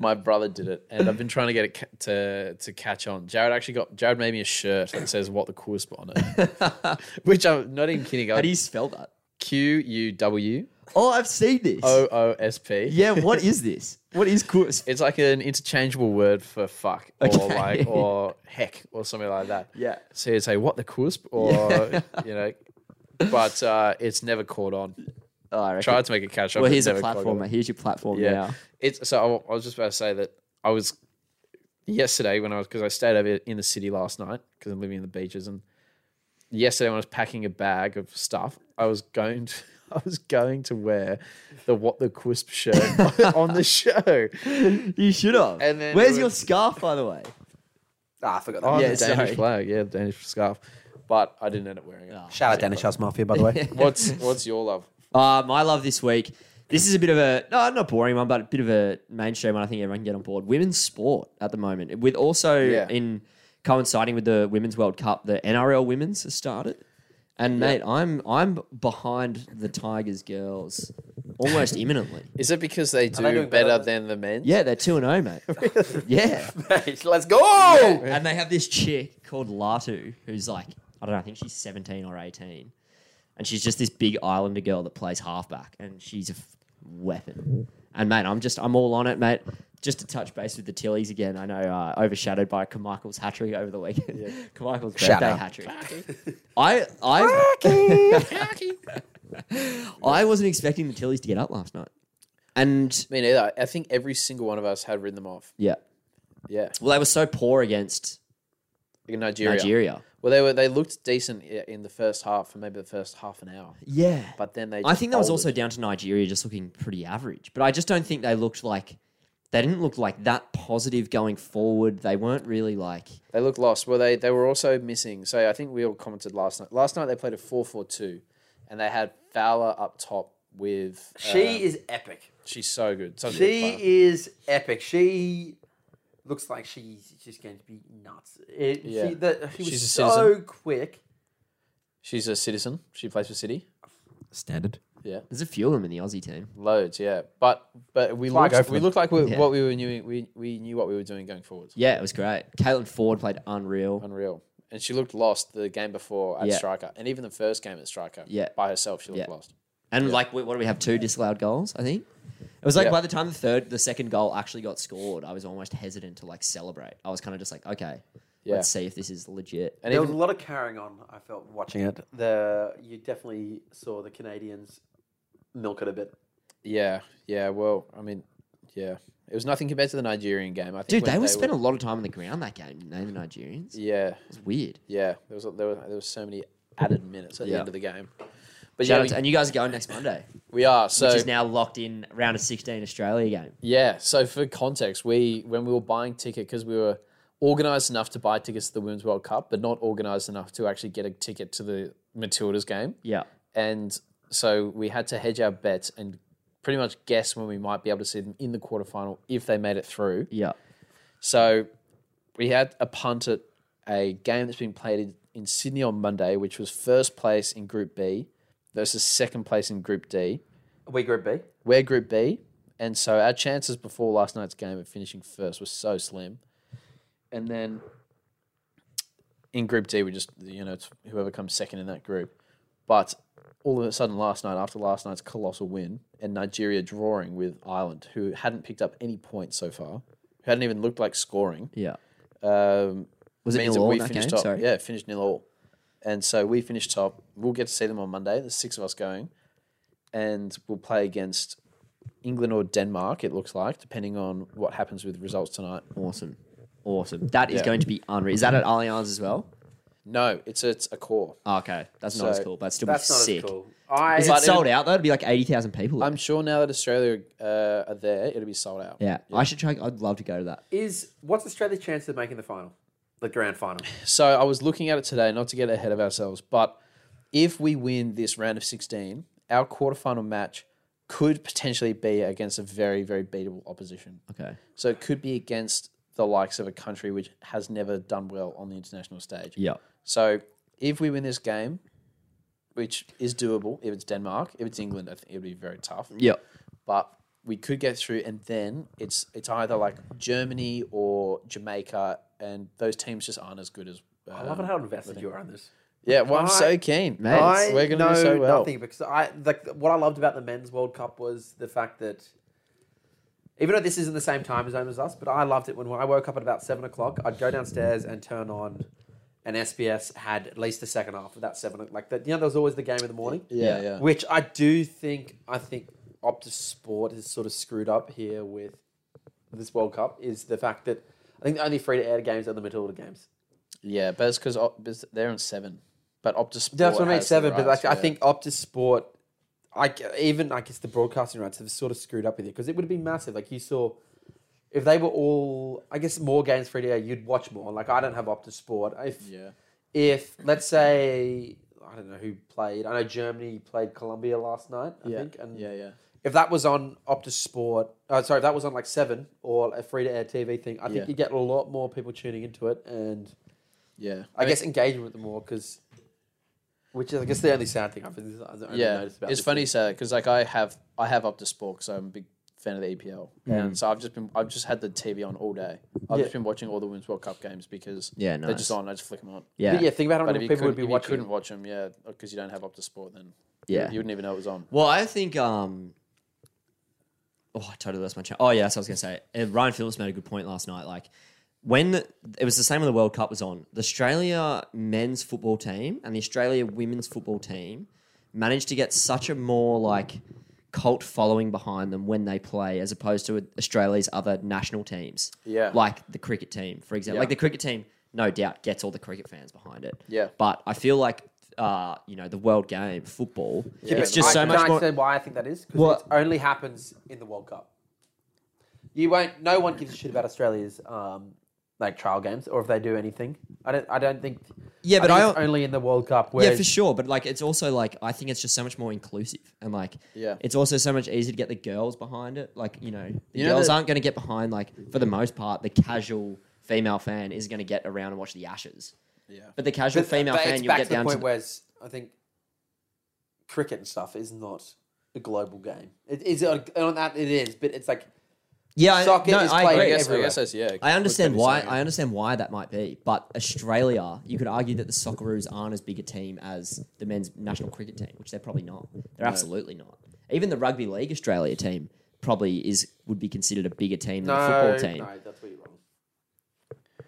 [SPEAKER 5] My brother did it, and I've been trying to get it ca- to to catch on. Jared actually got Jared made me a shirt that says "What the Cousp" on
[SPEAKER 3] <laughs>
[SPEAKER 5] it, which I'm not even kidding.
[SPEAKER 3] How do you spell that?
[SPEAKER 5] Q U W
[SPEAKER 3] Oh, I've seen this.
[SPEAKER 5] O O S P?
[SPEAKER 3] Yeah, what is this? What is course?
[SPEAKER 5] It's like an interchangeable word for fuck or
[SPEAKER 3] Okay. <laughs>
[SPEAKER 5] like or heck or something like that.
[SPEAKER 3] Yeah.
[SPEAKER 5] So you'd say what the cusp or you know, but uh, it's never caught on.
[SPEAKER 3] Oh, I reckon.
[SPEAKER 5] Tried to make it catch up.
[SPEAKER 3] well,
[SPEAKER 5] but
[SPEAKER 3] here's a
[SPEAKER 5] never caught on.
[SPEAKER 3] platform. mate. Here's your platform
[SPEAKER 5] Yeah.
[SPEAKER 3] now.
[SPEAKER 5] It's so I, I was just about to say that I was yesterday when I was because I stayed over in the city last night because I'm living in the beaches and yesterday when I was packing a bag of stuff I was going to. <laughs> I was going to wear the What the Quisp shirt <laughs> on the show.
[SPEAKER 3] <laughs> You should have.
[SPEAKER 5] And then
[SPEAKER 3] Where's
[SPEAKER 5] we-
[SPEAKER 3] your scarf, by the way?
[SPEAKER 4] Ah, I forgot that.
[SPEAKER 5] Oh,
[SPEAKER 3] Yeah,
[SPEAKER 5] the
[SPEAKER 3] sorry.
[SPEAKER 5] Danish flag. Yeah, the Danish scarf. But I didn't end up wearing it.
[SPEAKER 3] Ah.
[SPEAKER 4] Shout out Danish House Mafia, by the
[SPEAKER 5] <laughs>
[SPEAKER 4] way.
[SPEAKER 5] What's What's your love?
[SPEAKER 3] Uh, my love this week. This is a bit of a no, not boring one, but a bit of a mainstream one. I think everyone can get on board. Women's sport at the moment, with also
[SPEAKER 5] Yeah.
[SPEAKER 3] in coinciding with the Women's World Cup, the NRL Women's has started. And mate, I'm I'm behind the Tigers girls almost
[SPEAKER 5] <laughs>
[SPEAKER 3] imminently.
[SPEAKER 5] Is it because they do
[SPEAKER 4] they
[SPEAKER 5] better,
[SPEAKER 4] doing better
[SPEAKER 5] than the men?
[SPEAKER 3] Yeah, they're two and zero, mate. yeah.
[SPEAKER 4] Mate, let's go!
[SPEAKER 3] <laughs>
[SPEAKER 5] <laughs>
[SPEAKER 3] and they have this chick called Latu, who's like, I don't know, I think she's 17 or 18. And she's just this big Islander girl that plays halfback, and she's a f- weapon. And, mate, I'm just, I'm all on it, mate. Just to touch base with the Tillies again, I know uh, overshadowed by Carmichael's hat trick over the weekend. <laughs> Carmichael's
[SPEAKER 4] Shout
[SPEAKER 3] birthday
[SPEAKER 4] out.
[SPEAKER 3] hat trick. I, I, <laughs> I wasn't expecting the Tillies to get up last night. And,
[SPEAKER 5] Me neither. I think every single one of us had written them off.
[SPEAKER 3] yeah.
[SPEAKER 5] Yeah,
[SPEAKER 3] Well, they were so poor against
[SPEAKER 5] in Nigeria.
[SPEAKER 3] Nigeria.
[SPEAKER 5] Well, they were. They looked decent i- in the first half for maybe the first half an hour,
[SPEAKER 3] Yeah.
[SPEAKER 5] but then they.
[SPEAKER 3] I
[SPEAKER 5] just
[SPEAKER 3] think that was
[SPEAKER 5] folded.
[SPEAKER 3] also down to Nigeria just looking pretty average. But I just don't think they looked like they didn't look like that positive going forward. They weren't really like
[SPEAKER 5] They looked lost. Well, they they were also missing. So I think we all commented last night. Last night they played a 4-4-2, and they had Fowler up top with.
[SPEAKER 4] <laughs> She
[SPEAKER 5] um,
[SPEAKER 4] is epic.
[SPEAKER 5] She's so good. Such a good
[SPEAKER 4] She
[SPEAKER 5] player.
[SPEAKER 4] is epic. She looks like she's just going to be nuts. It,
[SPEAKER 5] Yeah.
[SPEAKER 4] she, the, she was
[SPEAKER 5] She's a
[SPEAKER 4] so quick.
[SPEAKER 5] She's a citizen. She plays for City.
[SPEAKER 6] Standard.
[SPEAKER 3] There's a few of them in the Aussie team.
[SPEAKER 5] Loads, yeah. But but we
[SPEAKER 6] Why go
[SPEAKER 5] looked,
[SPEAKER 6] for
[SPEAKER 5] we
[SPEAKER 6] them?
[SPEAKER 5] looked like we,
[SPEAKER 3] Yeah.
[SPEAKER 5] what we were knew we, we knew what we were doing going forwards.
[SPEAKER 3] Yeah, it was great. Caitlin Ford played unreal.
[SPEAKER 5] Unreal. And she looked lost the game before at
[SPEAKER 3] Yeah.
[SPEAKER 5] striker, and even the first game at striker.
[SPEAKER 3] Yeah.
[SPEAKER 5] by herself she looked
[SPEAKER 3] Yeah.
[SPEAKER 5] lost.
[SPEAKER 3] And like, we- what do we have? Two disallowed goals, I think. It was like
[SPEAKER 5] Yeah.
[SPEAKER 3] by the time the third, the second goal actually got scored, I was almost hesitant to like celebrate. I was kind of just like, okay,
[SPEAKER 5] Yeah,
[SPEAKER 3] let's see if this is legit.
[SPEAKER 5] and
[SPEAKER 4] there
[SPEAKER 5] even
[SPEAKER 4] was a lot of carrying on. I felt watching it. The you definitely saw the Canadians milk it a bit.
[SPEAKER 5] yeah, yeah. Well, I mean, yeah, it was nothing compared to the Nigerian game. I think
[SPEAKER 3] Dude,
[SPEAKER 5] when
[SPEAKER 3] they were spent a lot of time on the ground that game, didn't they, the Nigerians?
[SPEAKER 5] Yeah,
[SPEAKER 3] It's weird.
[SPEAKER 5] yeah. There was there were there was so many added minutes at the
[SPEAKER 3] Yeah.
[SPEAKER 5] end of the game. But
[SPEAKER 3] Shout
[SPEAKER 5] yeah,
[SPEAKER 3] out to-
[SPEAKER 5] we,
[SPEAKER 3] and you guys are going next Monday,
[SPEAKER 5] we are so
[SPEAKER 3] which is now locked in round of 16 Australia game.
[SPEAKER 5] Yeah. So for context, we when we were buying ticket because we were organized enough to buy tickets to the Women's World Cup, but not organized enough to actually get a ticket to the Matildas game,
[SPEAKER 3] Yeah.
[SPEAKER 5] and so we had to hedge our bets and pretty much guess when we might be able to see them in the quarterfinal if they made it through.
[SPEAKER 3] Yeah.
[SPEAKER 5] So we had a punt at a game that's been played in, in Sydney on Monday, which was first place in Group B versus second place in Group D
[SPEAKER 4] We Group B.
[SPEAKER 5] we're Group B, and so our chances before last night's game of finishing first were so slim. And then in Group D, we just you know it's whoever comes second in that group. But all of a sudden, last night after last night's colossal win and Nigeria drawing with Ireland, who hadn't picked up any points so far, who hadn't even looked like scoring,
[SPEAKER 3] Yeah.
[SPEAKER 5] um,
[SPEAKER 3] Was it nil
[SPEAKER 5] means that
[SPEAKER 3] all
[SPEAKER 5] we
[SPEAKER 3] in that
[SPEAKER 5] finished
[SPEAKER 3] game?
[SPEAKER 5] top.
[SPEAKER 3] Sorry.
[SPEAKER 5] Yeah, finished nil all. And so we finished top. We'll get to see them on Monday. There's six of us going, and we'll play against England or Denmark. It looks like, depending on what happens with results tonight.
[SPEAKER 3] Awesome. Awesome. That is
[SPEAKER 5] Yeah.
[SPEAKER 3] going to be unreal. Is that at Allianz as well? Oh,
[SPEAKER 5] No, it's it's a core.
[SPEAKER 3] Okay. That's not as
[SPEAKER 5] So,
[SPEAKER 3] cool, but still
[SPEAKER 4] That's
[SPEAKER 3] be
[SPEAKER 4] not
[SPEAKER 3] sick.
[SPEAKER 4] as cool. I
[SPEAKER 3] Is it
[SPEAKER 5] But it-
[SPEAKER 3] sold out though? It'd be like 80,000 people. there.
[SPEAKER 5] I'm sure now that Australia uh, are there, it'll be sold out.
[SPEAKER 3] yeah. I should try. I'd love to go to that.
[SPEAKER 4] is what's Australia's chances of making the final, the grand final?
[SPEAKER 5] <sighs> So I was looking at it today, not to get ahead of ourselves, but if we win this round of 16, our quarterfinal match could potentially be against a very, very beatable opposition.
[SPEAKER 3] Okay.
[SPEAKER 5] So it could be against the likes of a country which has never done well on the international stage.
[SPEAKER 3] Yeah.
[SPEAKER 5] So if we win this game, which is doable, if it's Denmark, if it's England, I think it'd be very tough.
[SPEAKER 3] Yeah.
[SPEAKER 5] But we could get through, and then it's it's either like Germany or Jamaica, and those teams just aren't as good as.
[SPEAKER 4] I love
[SPEAKER 5] um,
[SPEAKER 4] it how invested you are on this.
[SPEAKER 5] yeah, well, I'm so
[SPEAKER 4] I-
[SPEAKER 5] keen.
[SPEAKER 3] Mate, Yes.
[SPEAKER 4] I
[SPEAKER 5] We're going to
[SPEAKER 4] know
[SPEAKER 5] do so well.
[SPEAKER 4] nothing because I like what I loved about the men's World Cup was the fact that even though this isn't the same time zone as us, but I loved it when I woke up at about seven o'clock. I'd go downstairs and turn on, and SBS had at least the second half of that seven. o- Like that, you know, there was always the game in the morning,
[SPEAKER 5] Yeah, yeah.
[SPEAKER 4] which I do think I think Optus Sport has sort of screwed up here with this World Cup is the fact that I think the only free to air games are the Matilda games.
[SPEAKER 5] Yeah, but it's because they're on seven. But Optus Sport
[SPEAKER 4] That's what I mean,
[SPEAKER 5] has the
[SPEAKER 4] seven. but like,
[SPEAKER 5] rights,
[SPEAKER 4] I
[SPEAKER 5] yeah.
[SPEAKER 4] think Optus Sport, I g- even I guess the broadcasting rights have sort of screwed up with it because it would have been massive. Like you saw, if they were all, I guess more games free to air, you'd watch more. Like I don't have Optus Sport. If
[SPEAKER 5] Yeah.
[SPEAKER 4] if let's say I don't know who played. I know Germany played Colombia last night. I think. And
[SPEAKER 5] yeah, yeah.
[SPEAKER 4] if that was on Optus Sport, uh, sorry, if that was on like seven or a free to air TV thing, I think
[SPEAKER 5] Yeah.
[SPEAKER 4] you get a lot more people tuning into it and.
[SPEAKER 5] Yeah.
[SPEAKER 4] I guess engage with them more because, which is I guess the only sad thing I've been, I've only
[SPEAKER 5] yeah,
[SPEAKER 4] noticed about
[SPEAKER 5] it's
[SPEAKER 4] this
[SPEAKER 5] funny
[SPEAKER 4] is-
[SPEAKER 5] so because like I have I have up to sport because I'm a big fan of the EPL, and so I've just been I've just had the TV on all day. I've
[SPEAKER 4] Yeah.
[SPEAKER 5] just been watching all the Women's World Cup games because
[SPEAKER 3] Yeah,
[SPEAKER 5] they're just
[SPEAKER 3] nice.
[SPEAKER 5] on. I just flick them on.
[SPEAKER 3] Yeah.
[SPEAKER 4] But yeah, think about how
[SPEAKER 5] But
[SPEAKER 4] many
[SPEAKER 5] if you,
[SPEAKER 4] people
[SPEAKER 5] could,
[SPEAKER 4] would be
[SPEAKER 5] if you
[SPEAKER 4] watching.
[SPEAKER 5] couldn't watch them, yeah, because you don't have up to sport, then
[SPEAKER 3] Yeah.
[SPEAKER 5] you, you wouldn't even know it was on.
[SPEAKER 3] Well, I think. um Oh, I totally lost my chance. Oh, yeah, that's what I was going to say. Uh, Ryan Phillips made a good point last night. Like, when the- it was the same when the World Cup was on, the Australia men's football team and the Australia women's football team managed to get such a more like cult following behind them when they play as opposed to Australia's other national teams.
[SPEAKER 5] Yeah.
[SPEAKER 3] Like the cricket team, for example.
[SPEAKER 5] Yeah.
[SPEAKER 3] Like the cricket team, no doubt, gets all the cricket fans behind it.
[SPEAKER 5] Yeah.
[SPEAKER 3] But I feel like, uh, you know, the world game, football,
[SPEAKER 5] Yeah,
[SPEAKER 3] it's
[SPEAKER 5] but
[SPEAKER 3] just
[SPEAKER 4] I
[SPEAKER 3] so
[SPEAKER 4] can
[SPEAKER 3] much more.
[SPEAKER 4] understand why I think that is
[SPEAKER 3] Well-
[SPEAKER 4] because it only happens in the World Cup. You won't. No one gives a shit about Australia's um, like trial games, or if they do anything. I don't. I don't think.
[SPEAKER 3] Yeah, but
[SPEAKER 4] think
[SPEAKER 3] I
[SPEAKER 4] it's only in the World Cup. Where
[SPEAKER 3] yeah, for sure. But like, it's also like I think it's just so much more inclusive, and like,
[SPEAKER 5] Yeah.
[SPEAKER 3] it's also so much easier to get the girls behind it. Like, you know, the
[SPEAKER 5] You know
[SPEAKER 3] girls
[SPEAKER 5] that-
[SPEAKER 3] aren't going to get behind. Like, for the most part, the casual female fan is going to get around and watch the Ashes.
[SPEAKER 5] Yeah.
[SPEAKER 3] But the casual
[SPEAKER 4] But-
[SPEAKER 3] female
[SPEAKER 4] but
[SPEAKER 3] fan,
[SPEAKER 4] it's
[SPEAKER 3] you'll
[SPEAKER 4] back
[SPEAKER 3] get
[SPEAKER 4] to the
[SPEAKER 3] down to
[SPEAKER 4] point where it's- I think cricket and stuff is not a global game. It is on on that it is, but it's like
[SPEAKER 3] yeah. I-
[SPEAKER 4] soccer
[SPEAKER 3] no,
[SPEAKER 4] is
[SPEAKER 3] I
[SPEAKER 4] played
[SPEAKER 5] I
[SPEAKER 3] agree.
[SPEAKER 5] guess, I
[SPEAKER 4] everywhere.
[SPEAKER 5] guess that's, yeah.
[SPEAKER 3] I understand
[SPEAKER 5] what
[SPEAKER 3] why.
[SPEAKER 5] Teddy's saying.
[SPEAKER 3] I understand why that might be, but Australia, you could argue that the Socceroos aren't as big a team as the men's national cricket team, which they're probably not. They're absolutely not. Even the rugby league Australia team probably is would be considered a bigger team than the football team.
[SPEAKER 4] No, that's what you're wrong.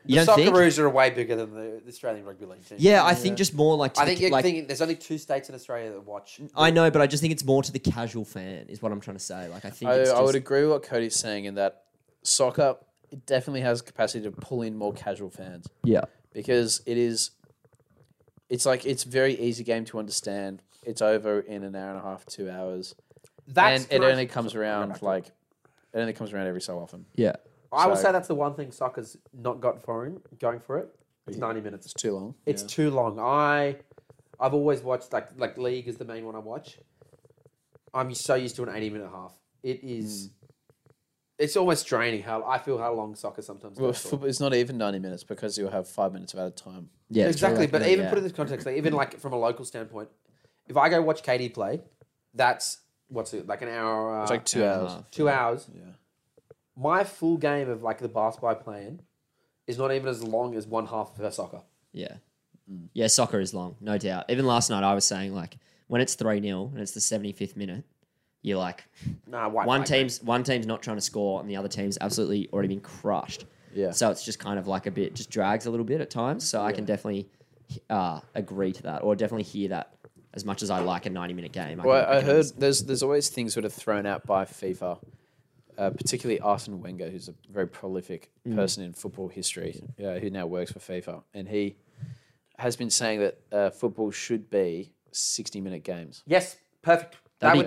[SPEAKER 3] You don't think?
[SPEAKER 4] Socceroos are way bigger than the, the Australian rugby league team.
[SPEAKER 3] Yeah, I think just more like to
[SPEAKER 4] I
[SPEAKER 3] the
[SPEAKER 4] think
[SPEAKER 3] ca-
[SPEAKER 4] you're
[SPEAKER 3] like uh,
[SPEAKER 4] thinking there's only two states in Australia that watch.
[SPEAKER 3] I know, but I just think it's more to the casual fan is what I'm trying to say. Like I think
[SPEAKER 5] I,
[SPEAKER 3] it's
[SPEAKER 5] I
[SPEAKER 3] just,
[SPEAKER 5] would agree with what Cody's saying in that soccer it definitely has capacity to pull in more casual fans
[SPEAKER 3] yeah,
[SPEAKER 5] because it is it's like it's very easy game to understand. It's over in an hour and a half, two hours,
[SPEAKER 4] That's
[SPEAKER 5] and it
[SPEAKER 4] correct.
[SPEAKER 5] only comes around like it only comes around every so often.
[SPEAKER 3] yeah.
[SPEAKER 4] I will
[SPEAKER 5] so-
[SPEAKER 4] say that's the one thing soccer's not got foreign going for it. It's 90 minutes.
[SPEAKER 5] It's too long.
[SPEAKER 4] It's too long. I I've always watched like like league is the main one I watch. I'm so used to an 80 minute half. It is.
[SPEAKER 3] Hmm.
[SPEAKER 4] It's almost draining. How I feel how long soccer sometimes.
[SPEAKER 5] Well,
[SPEAKER 4] goes for.
[SPEAKER 5] football, it's not even ninety minutes because you'll have five minutes of out of time.
[SPEAKER 3] Yeah, it's Mm-hmm. true.
[SPEAKER 4] exactly, but
[SPEAKER 5] yeah,
[SPEAKER 4] even
[SPEAKER 5] yeah.
[SPEAKER 4] put in this context, like, even like from a local standpoint, if I go watch Katie play, that's what's it like an hour? Uh,
[SPEAKER 5] It's like two
[SPEAKER 3] hour and a
[SPEAKER 5] hours.
[SPEAKER 3] half.
[SPEAKER 4] two hours.
[SPEAKER 5] Yeah.
[SPEAKER 4] My full game of like the basketball by playing is not even as long as one half of her soccer.
[SPEAKER 3] Yeah.
[SPEAKER 5] Mm.
[SPEAKER 3] Yeah, soccer is long, no doubt. Even last night I was saying like when it's 3-0 and it's the 75th minute, you're
[SPEAKER 5] <laughs>
[SPEAKER 3] like
[SPEAKER 4] Nah, white
[SPEAKER 3] one
[SPEAKER 4] flag,
[SPEAKER 3] team's one team's not trying to score and the other team's absolutely already been crushed.
[SPEAKER 5] Yeah.
[SPEAKER 3] So it's just kind of like a bit just drags a little bit at times, so I can definitely uh, agree to that or definitely hear that as much as I like a 90 minute game. I
[SPEAKER 5] Well,
[SPEAKER 3] can-
[SPEAKER 5] I
[SPEAKER 3] can
[SPEAKER 5] heard there's there's always things sort of thrown out by FIFA, uh, particularly Arsene Wenger, who's a very prolific person in football history, uh, who now works for FIFA, and he has been saying that uh, football should be sixty minute games.
[SPEAKER 4] Yes, perfect.
[SPEAKER 3] That'd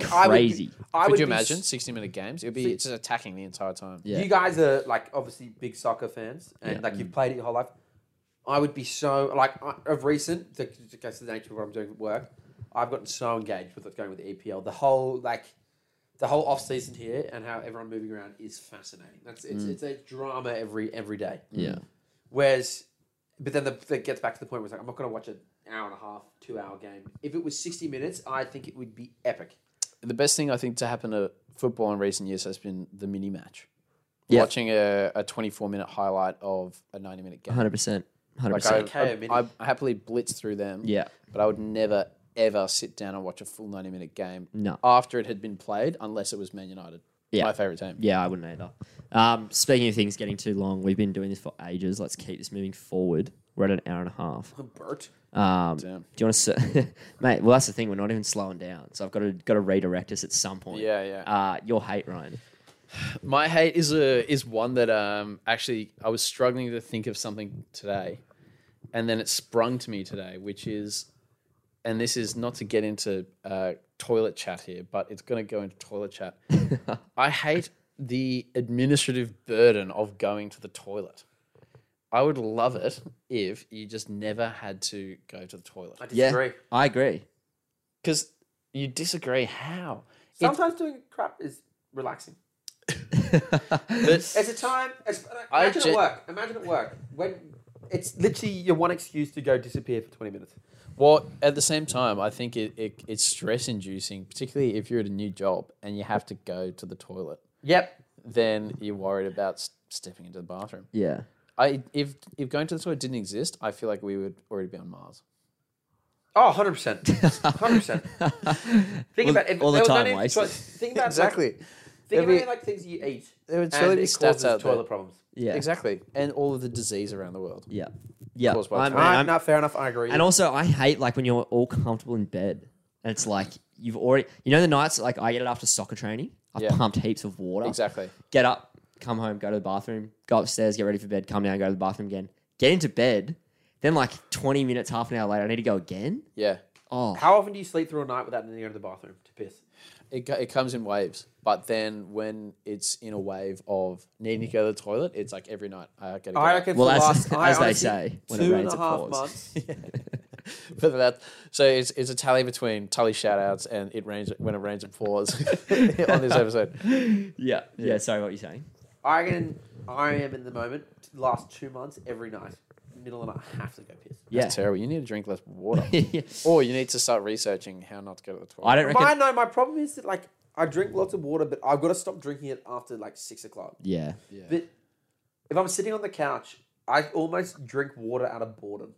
[SPEAKER 4] That
[SPEAKER 3] be
[SPEAKER 4] I be-
[SPEAKER 3] crazy.
[SPEAKER 4] I
[SPEAKER 5] Could you
[SPEAKER 4] be
[SPEAKER 5] imagine sixty minute games? It'd be it's just attacking the entire time.
[SPEAKER 3] Yeah.
[SPEAKER 4] You guys are like obviously big soccer fans, and like you've played it your whole life. I would be so like I- of recent, the- because of the nature of what I'm doing at work, I've gotten so engaged with what's going with the EPL. The whole like, the whole off season here and how everyone moving around is fascinating. That's it's, it's a drama every every day.
[SPEAKER 3] Mm. yeah.
[SPEAKER 4] Whereas, but then the, it gets back to the point where it's like I'm not going to watch an hour and a half, two hour game. If it was sixty minutes, I think it would be epic.
[SPEAKER 5] The best thing I think to happen to football in recent years has been the mini match.
[SPEAKER 3] Yeah.
[SPEAKER 5] Watching a, a 24 minute highlight of a 90 minute game.
[SPEAKER 3] 100%. 100%.
[SPEAKER 5] Like I,
[SPEAKER 4] Okay, a
[SPEAKER 5] I-
[SPEAKER 4] minute.
[SPEAKER 5] I, happily blitz through them.
[SPEAKER 3] Yeah.
[SPEAKER 5] But I would never ever sit down and watch a full ninety minute game.
[SPEAKER 3] No.
[SPEAKER 5] After it had been played, unless it was Man United.
[SPEAKER 3] Yeah.
[SPEAKER 5] My favorite team.
[SPEAKER 3] Yeah, I wouldn't either. Um, speaking of things getting too long, we've been doing this for ages. Let's keep this moving forward. We're at an hour and a half.
[SPEAKER 4] Bert,
[SPEAKER 3] Um,
[SPEAKER 5] Damn.
[SPEAKER 3] Do you want to, <laughs> mate? Well, that's the thing. We're not even slowing down, so I've got to got to redirect us at some point.
[SPEAKER 5] Yeah, yeah.
[SPEAKER 3] Uh, your hate, Ryan.
[SPEAKER 5] My hate is a is one that um actually I was struggling to think of something today, and then it sprung to me today, which is, and this is not to get into uh, toilet chat here, but it's going to go into toilet chat. I hate the administrative burden of going to the toilet. I would love it if you just never had to go to the toilet
[SPEAKER 4] I disagree.
[SPEAKER 3] I agree.
[SPEAKER 5] because you disagree. How? It's-
[SPEAKER 4] Sometimes doing crap is relaxing.
[SPEAKER 5] but-
[SPEAKER 4] It's a time. It's,
[SPEAKER 5] I
[SPEAKER 4] imagine
[SPEAKER 5] gen-
[SPEAKER 4] at work. Imagine at work when it's literally your one excuse to go disappear for twenty minutes.
[SPEAKER 5] Well, at the same time, I think it, it it's stress inducing, particularly if you're at a new job and you have to go to the toilet.
[SPEAKER 4] Yep.
[SPEAKER 5] Then you're worried about s- stepping into the bathroom.
[SPEAKER 3] <laughs> Yeah.
[SPEAKER 5] I if if going to the toilet didn't exist, I feel like we would already be on Mars.
[SPEAKER 4] Oh, 100 percent, hundred
[SPEAKER 3] <laughs>
[SPEAKER 4] percent. Think
[SPEAKER 3] All-
[SPEAKER 4] about if
[SPEAKER 3] all
[SPEAKER 4] there
[SPEAKER 3] the
[SPEAKER 4] was no
[SPEAKER 3] time
[SPEAKER 4] need to
[SPEAKER 3] wasted.
[SPEAKER 4] toilet- Think about exactly. think
[SPEAKER 5] There'd be-
[SPEAKER 4] about like things you eat.
[SPEAKER 5] There
[SPEAKER 4] and
[SPEAKER 5] would surely be
[SPEAKER 4] it
[SPEAKER 5] stats
[SPEAKER 4] causes
[SPEAKER 5] out
[SPEAKER 4] toilet
[SPEAKER 5] there.
[SPEAKER 4] problems.
[SPEAKER 3] Yeah.
[SPEAKER 5] Exactly, and all of the disease around the world.
[SPEAKER 3] Yeah. Yeah.
[SPEAKER 5] Caused by
[SPEAKER 3] I'm-
[SPEAKER 5] time.
[SPEAKER 3] I'm-
[SPEAKER 4] not fair enough. I agree.
[SPEAKER 3] And also, I hate like when you're all comfortable in bed and it's like you've already, you know, the nights like I get it after soccer training. I've
[SPEAKER 5] Yeah.
[SPEAKER 3] pumped heaps of water.
[SPEAKER 5] Exactly.
[SPEAKER 3] Get up, come home, go to the bathroom, go upstairs, get ready for bed, come down, go to the bathroom again, get into bed. Then like 20 minutes, half an hour later, I need to go again.
[SPEAKER 5] Yeah.
[SPEAKER 3] Oh,
[SPEAKER 4] How often do you sleep through a night without needing to go to the bathroom to piss?
[SPEAKER 5] It, co- it comes in waves, but then when it's in a wave of needing to go to the toilet, it's like every night I gotta go.
[SPEAKER 4] I reckon
[SPEAKER 3] Well,
[SPEAKER 4] for
[SPEAKER 3] as-
[SPEAKER 4] the last, I
[SPEAKER 3] as they
[SPEAKER 4] honestly-
[SPEAKER 3] say, when it
[SPEAKER 4] two and
[SPEAKER 3] rains,
[SPEAKER 4] a
[SPEAKER 3] it
[SPEAKER 4] half
[SPEAKER 3] pours. <laughs>
[SPEAKER 4] months.
[SPEAKER 5] <laughs> but that, so it's, it's a tally between Tully shoutouts and it rains when it rains it pours <laughs> on
[SPEAKER 3] <laughs>
[SPEAKER 5] this episode.
[SPEAKER 3] Yeah. Yeah. Sorry, what you're saying.
[SPEAKER 4] I reckon I am in the moment. Last two months, every night, middle of the night, I have to go piss.
[SPEAKER 3] Yeah.
[SPEAKER 5] That's terrible. You need to drink less water, <laughs>
[SPEAKER 3] <laughs> I
[SPEAKER 5] or you need to start researching how not to go to the toilet.
[SPEAKER 3] don't reckon.
[SPEAKER 4] My no, my problem is that like I drink lots of water, but I've got to stop drinking it after like six o'clock.
[SPEAKER 3] Yeah.
[SPEAKER 4] But if I'm sitting on the couch, I almost drink water out of boredom.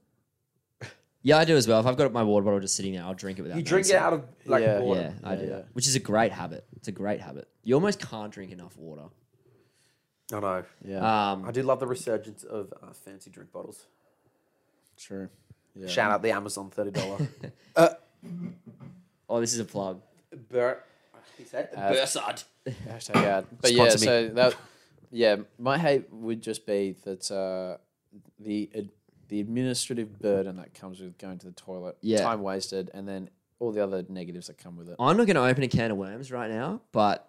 [SPEAKER 3] Yeah, I do as well. If I've got my water bottle just sitting there, I'll drink it without.
[SPEAKER 4] you drink it
[SPEAKER 3] noticing.
[SPEAKER 4] out of like
[SPEAKER 5] Yeah.
[SPEAKER 4] boredom.
[SPEAKER 3] Yeah, I
[SPEAKER 5] Yeah,
[SPEAKER 3] do
[SPEAKER 5] yeah.
[SPEAKER 3] that, which is a great habit. It's a great habit. You almost can't drink enough water.
[SPEAKER 4] I know.
[SPEAKER 5] Yeah,
[SPEAKER 3] Um,
[SPEAKER 4] I do love the resurgence of uh, fancy drink bottles.
[SPEAKER 5] true. Yeah.
[SPEAKER 4] Shout out the Amazon thirty
[SPEAKER 5] <laughs>
[SPEAKER 4] dollar.
[SPEAKER 3] oh, this is a plug.
[SPEAKER 4] Bur- he said
[SPEAKER 5] Uh,
[SPEAKER 4] Bursard.
[SPEAKER 3] <laughs>
[SPEAKER 5] Hashtag ad. But yeah,
[SPEAKER 4] Sponsor
[SPEAKER 5] so that yeah, my hate would just be that uh, the ad, the administrative burden that comes with going to the toilet,
[SPEAKER 3] Yeah.
[SPEAKER 5] time wasted, and then all the other negatives that come with it.
[SPEAKER 3] I'm not going to open a can of worms right now, but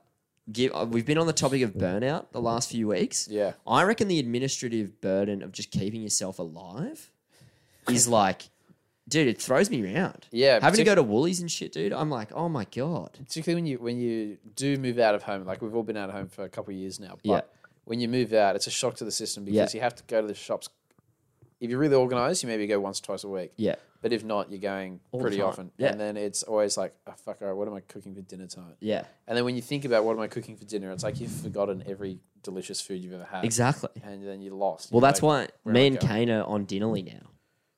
[SPEAKER 3] give, uh, we've been on the topic of burnout the last few weeks.
[SPEAKER 5] Yeah.
[SPEAKER 3] I reckon the administrative burden of just keeping yourself alive
[SPEAKER 5] <laughs>
[SPEAKER 3] is like, dude, it throws me around.
[SPEAKER 5] Yeah,
[SPEAKER 3] having to
[SPEAKER 5] partic-
[SPEAKER 3] go to Woolies and shit, dude. I'm like, oh my god.
[SPEAKER 5] Particularly when you when you do move out of home, like we've all been out of home for a couple of years now. But
[SPEAKER 3] Yeah.
[SPEAKER 5] when you move out, it's a shock to the system
[SPEAKER 3] Yeah.
[SPEAKER 5] because you have to go to the shops. If you're really organized, you maybe go once, twice a week.
[SPEAKER 3] Yeah,
[SPEAKER 5] But if not, you're going
[SPEAKER 3] All the
[SPEAKER 5] pretty
[SPEAKER 3] time.
[SPEAKER 5] often.
[SPEAKER 3] Yeah.
[SPEAKER 5] And then it's always like, oh, fuck, all right, what am I cooking for dinner tonight?
[SPEAKER 3] yeah,
[SPEAKER 5] And then when you think about what am I cooking for dinner, it's like you've forgotten every delicious food you've ever had.
[SPEAKER 3] exactly.
[SPEAKER 5] And then you're lost.
[SPEAKER 3] Well,
[SPEAKER 5] You're
[SPEAKER 3] that's
[SPEAKER 5] like,
[SPEAKER 3] why
[SPEAKER 5] where am
[SPEAKER 3] me
[SPEAKER 5] I
[SPEAKER 3] and
[SPEAKER 5] going?
[SPEAKER 3] Kane are on Dinnerly now,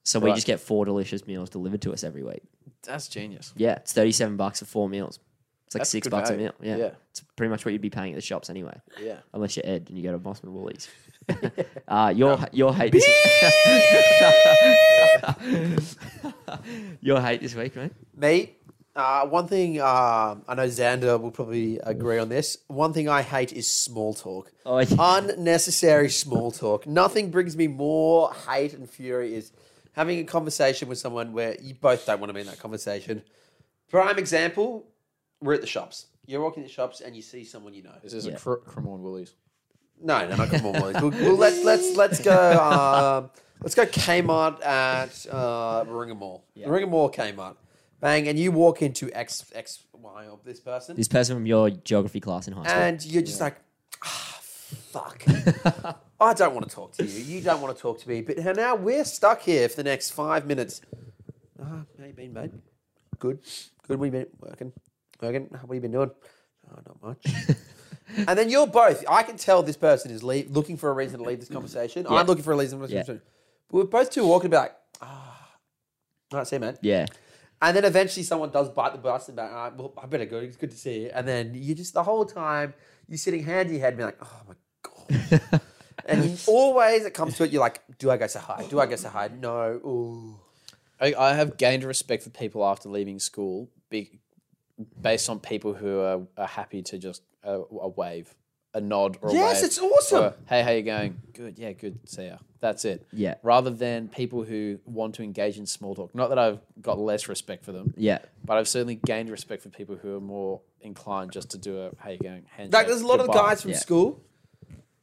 [SPEAKER 3] so we
[SPEAKER 5] Right.
[SPEAKER 3] just get four delicious meals delivered to us every week.
[SPEAKER 5] That's genius.
[SPEAKER 3] Yeah, it's thirty-seven bucks for four meals. It's like
[SPEAKER 5] That's
[SPEAKER 3] six
[SPEAKER 5] good
[SPEAKER 3] bucks a
[SPEAKER 5] value.
[SPEAKER 3] meal. Yeah.
[SPEAKER 5] Yeah.
[SPEAKER 3] it's pretty much what you'd be paying at the shops anyway,
[SPEAKER 5] Yeah.
[SPEAKER 3] unless you're Ed and you go to Bossman Woolies. <laughs> uh, your your hate. This <laughs> your hate this week, mate.
[SPEAKER 4] Mate, uh, one thing um, I know Xander will probably agree on this. One thing I hate is small talk.
[SPEAKER 3] Oh, yeah.
[SPEAKER 4] Unnecessary small talk. Nothing brings me more hate and fury is having a conversation with someone where you both don't want to be in that conversation. Prime example, we're at the shops. You're walking the shops and you see someone you know.
[SPEAKER 5] This is
[SPEAKER 3] Yeah.
[SPEAKER 5] a cr- Cremorne Woolies.
[SPEAKER 4] No, no, not Gilmore Boys. We'll, we'll let's let's let's go. Um, let's go Kmart at uh, Warringah Mall.
[SPEAKER 3] Yeah.
[SPEAKER 4] Warringah Mall Kmart. Bang, and you walk into X X Y of this person,
[SPEAKER 3] This person from your geography class in high school.
[SPEAKER 4] and you're just like, ah, fuck. I don't want to talk to you. You don't want to talk to me. But now we're stuck here for the next five minutes. Ah, how you been, mate? Good, good. We been working, working. How have you been doing? Oh, not much.
[SPEAKER 3] <laughs>
[SPEAKER 4] And then you're both. I can tell this person is leave, looking for a reason to leave this conversation.
[SPEAKER 3] Yeah.
[SPEAKER 4] I'm looking for a reason. To leave this
[SPEAKER 3] Yeah.
[SPEAKER 4] conversation. But we're both too walking about. Ah, all right, see you, man.
[SPEAKER 3] <laughs> yeah,
[SPEAKER 4] And then eventually someone does bite the bus and be like, all right, well, I better go. It's good to see you. And then you just the whole time you're sitting hand in your head, being like, oh my
[SPEAKER 3] <laughs>
[SPEAKER 4] god. and you, always it comes to it, you're like, do I go say hi? Do I go say hi? No. Ooh.
[SPEAKER 5] I, I have gained respect for people after leaving school be, based on people who are, are happy to just uh, a wave, a nod or a
[SPEAKER 4] Yes,
[SPEAKER 5] wave.
[SPEAKER 4] it's awesome.
[SPEAKER 5] Or, hey, how you going? Good. Yeah, good. See ya. That's it.
[SPEAKER 3] Yeah.
[SPEAKER 5] Rather than people who want to engage in small talk. Not that I've got less respect for them.
[SPEAKER 3] yeah.
[SPEAKER 5] But I've certainly gained respect for people who are more inclined just to do a how you going handshake.
[SPEAKER 4] Like there's a lot
[SPEAKER 5] goodbye."
[SPEAKER 4] of guys from
[SPEAKER 3] Yeah.
[SPEAKER 4] school.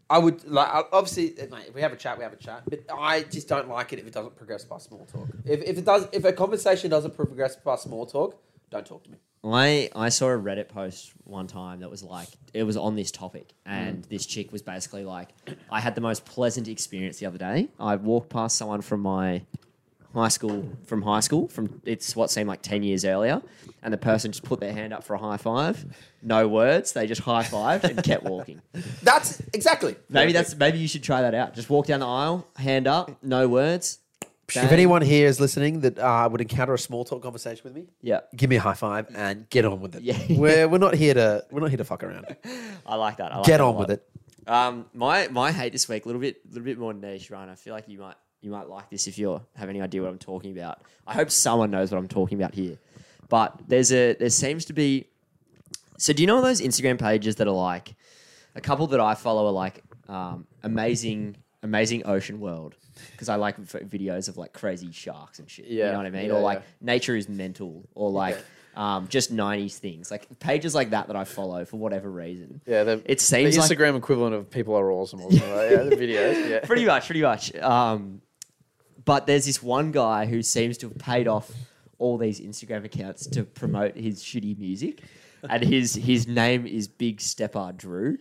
[SPEAKER 4] I would like I- obviously eh, mate, if we have a chat, we have a chat. But I just don't like it if it doesn't progress past small talk. If, if it does, if a conversation doesn't progress past small talk, don't talk to me.
[SPEAKER 3] I I saw a Reddit post one time that was like it was on this topic,
[SPEAKER 4] Mm.
[SPEAKER 3] and this chick was basically like, I had the most pleasant experience the other day. I walked past someone from my high school from high school from it's what seemed like 10 years earlier and the person just put their hand up for a high five no words they just high fived and
[SPEAKER 4] <laughs>
[SPEAKER 3] kept walking
[SPEAKER 4] That's exactly.
[SPEAKER 3] maybe that's maybe you should try that out just walk down the aisle hand up no words
[SPEAKER 4] If anyone here is listening that uh, would encounter a small talk conversation with me,
[SPEAKER 3] yeah
[SPEAKER 4] give me a high five and get on with it.
[SPEAKER 3] Yeah.
[SPEAKER 4] <laughs> we're we're not here to we're not here to fuck around.
[SPEAKER 3] <laughs> i like that I like
[SPEAKER 4] Get
[SPEAKER 3] that a
[SPEAKER 4] on
[SPEAKER 3] lot.
[SPEAKER 4] with it.
[SPEAKER 3] Um, my my hate this week a little bit a little bit more niche, Ryan. I feel like you might you might like this if you have any idea what I'm talking about. I hope someone knows what I'm talking about here. But there's a there seems to be. So do you know those Instagram pages that are like a couple that I follow are like um, amazing amazing ocean world because I like v- videos of like crazy sharks and shit. you
[SPEAKER 5] Yeah,
[SPEAKER 3] know what I mean,
[SPEAKER 5] yeah,
[SPEAKER 3] or like
[SPEAKER 5] yeah.
[SPEAKER 3] nature is mental, or like um, just '90s things, like pages like that that I follow for whatever reason.
[SPEAKER 5] Yeah, the,
[SPEAKER 3] It
[SPEAKER 5] the
[SPEAKER 3] seems like
[SPEAKER 5] Instagram equivalent of people are awesome. Or something like, yeah, the videos. Yeah,
[SPEAKER 3] <laughs> pretty much, pretty much. Um, but there's this one guy who seems to have paid off all these Instagram accounts to promote his shitty music, and his his name is Big Stepper Drew,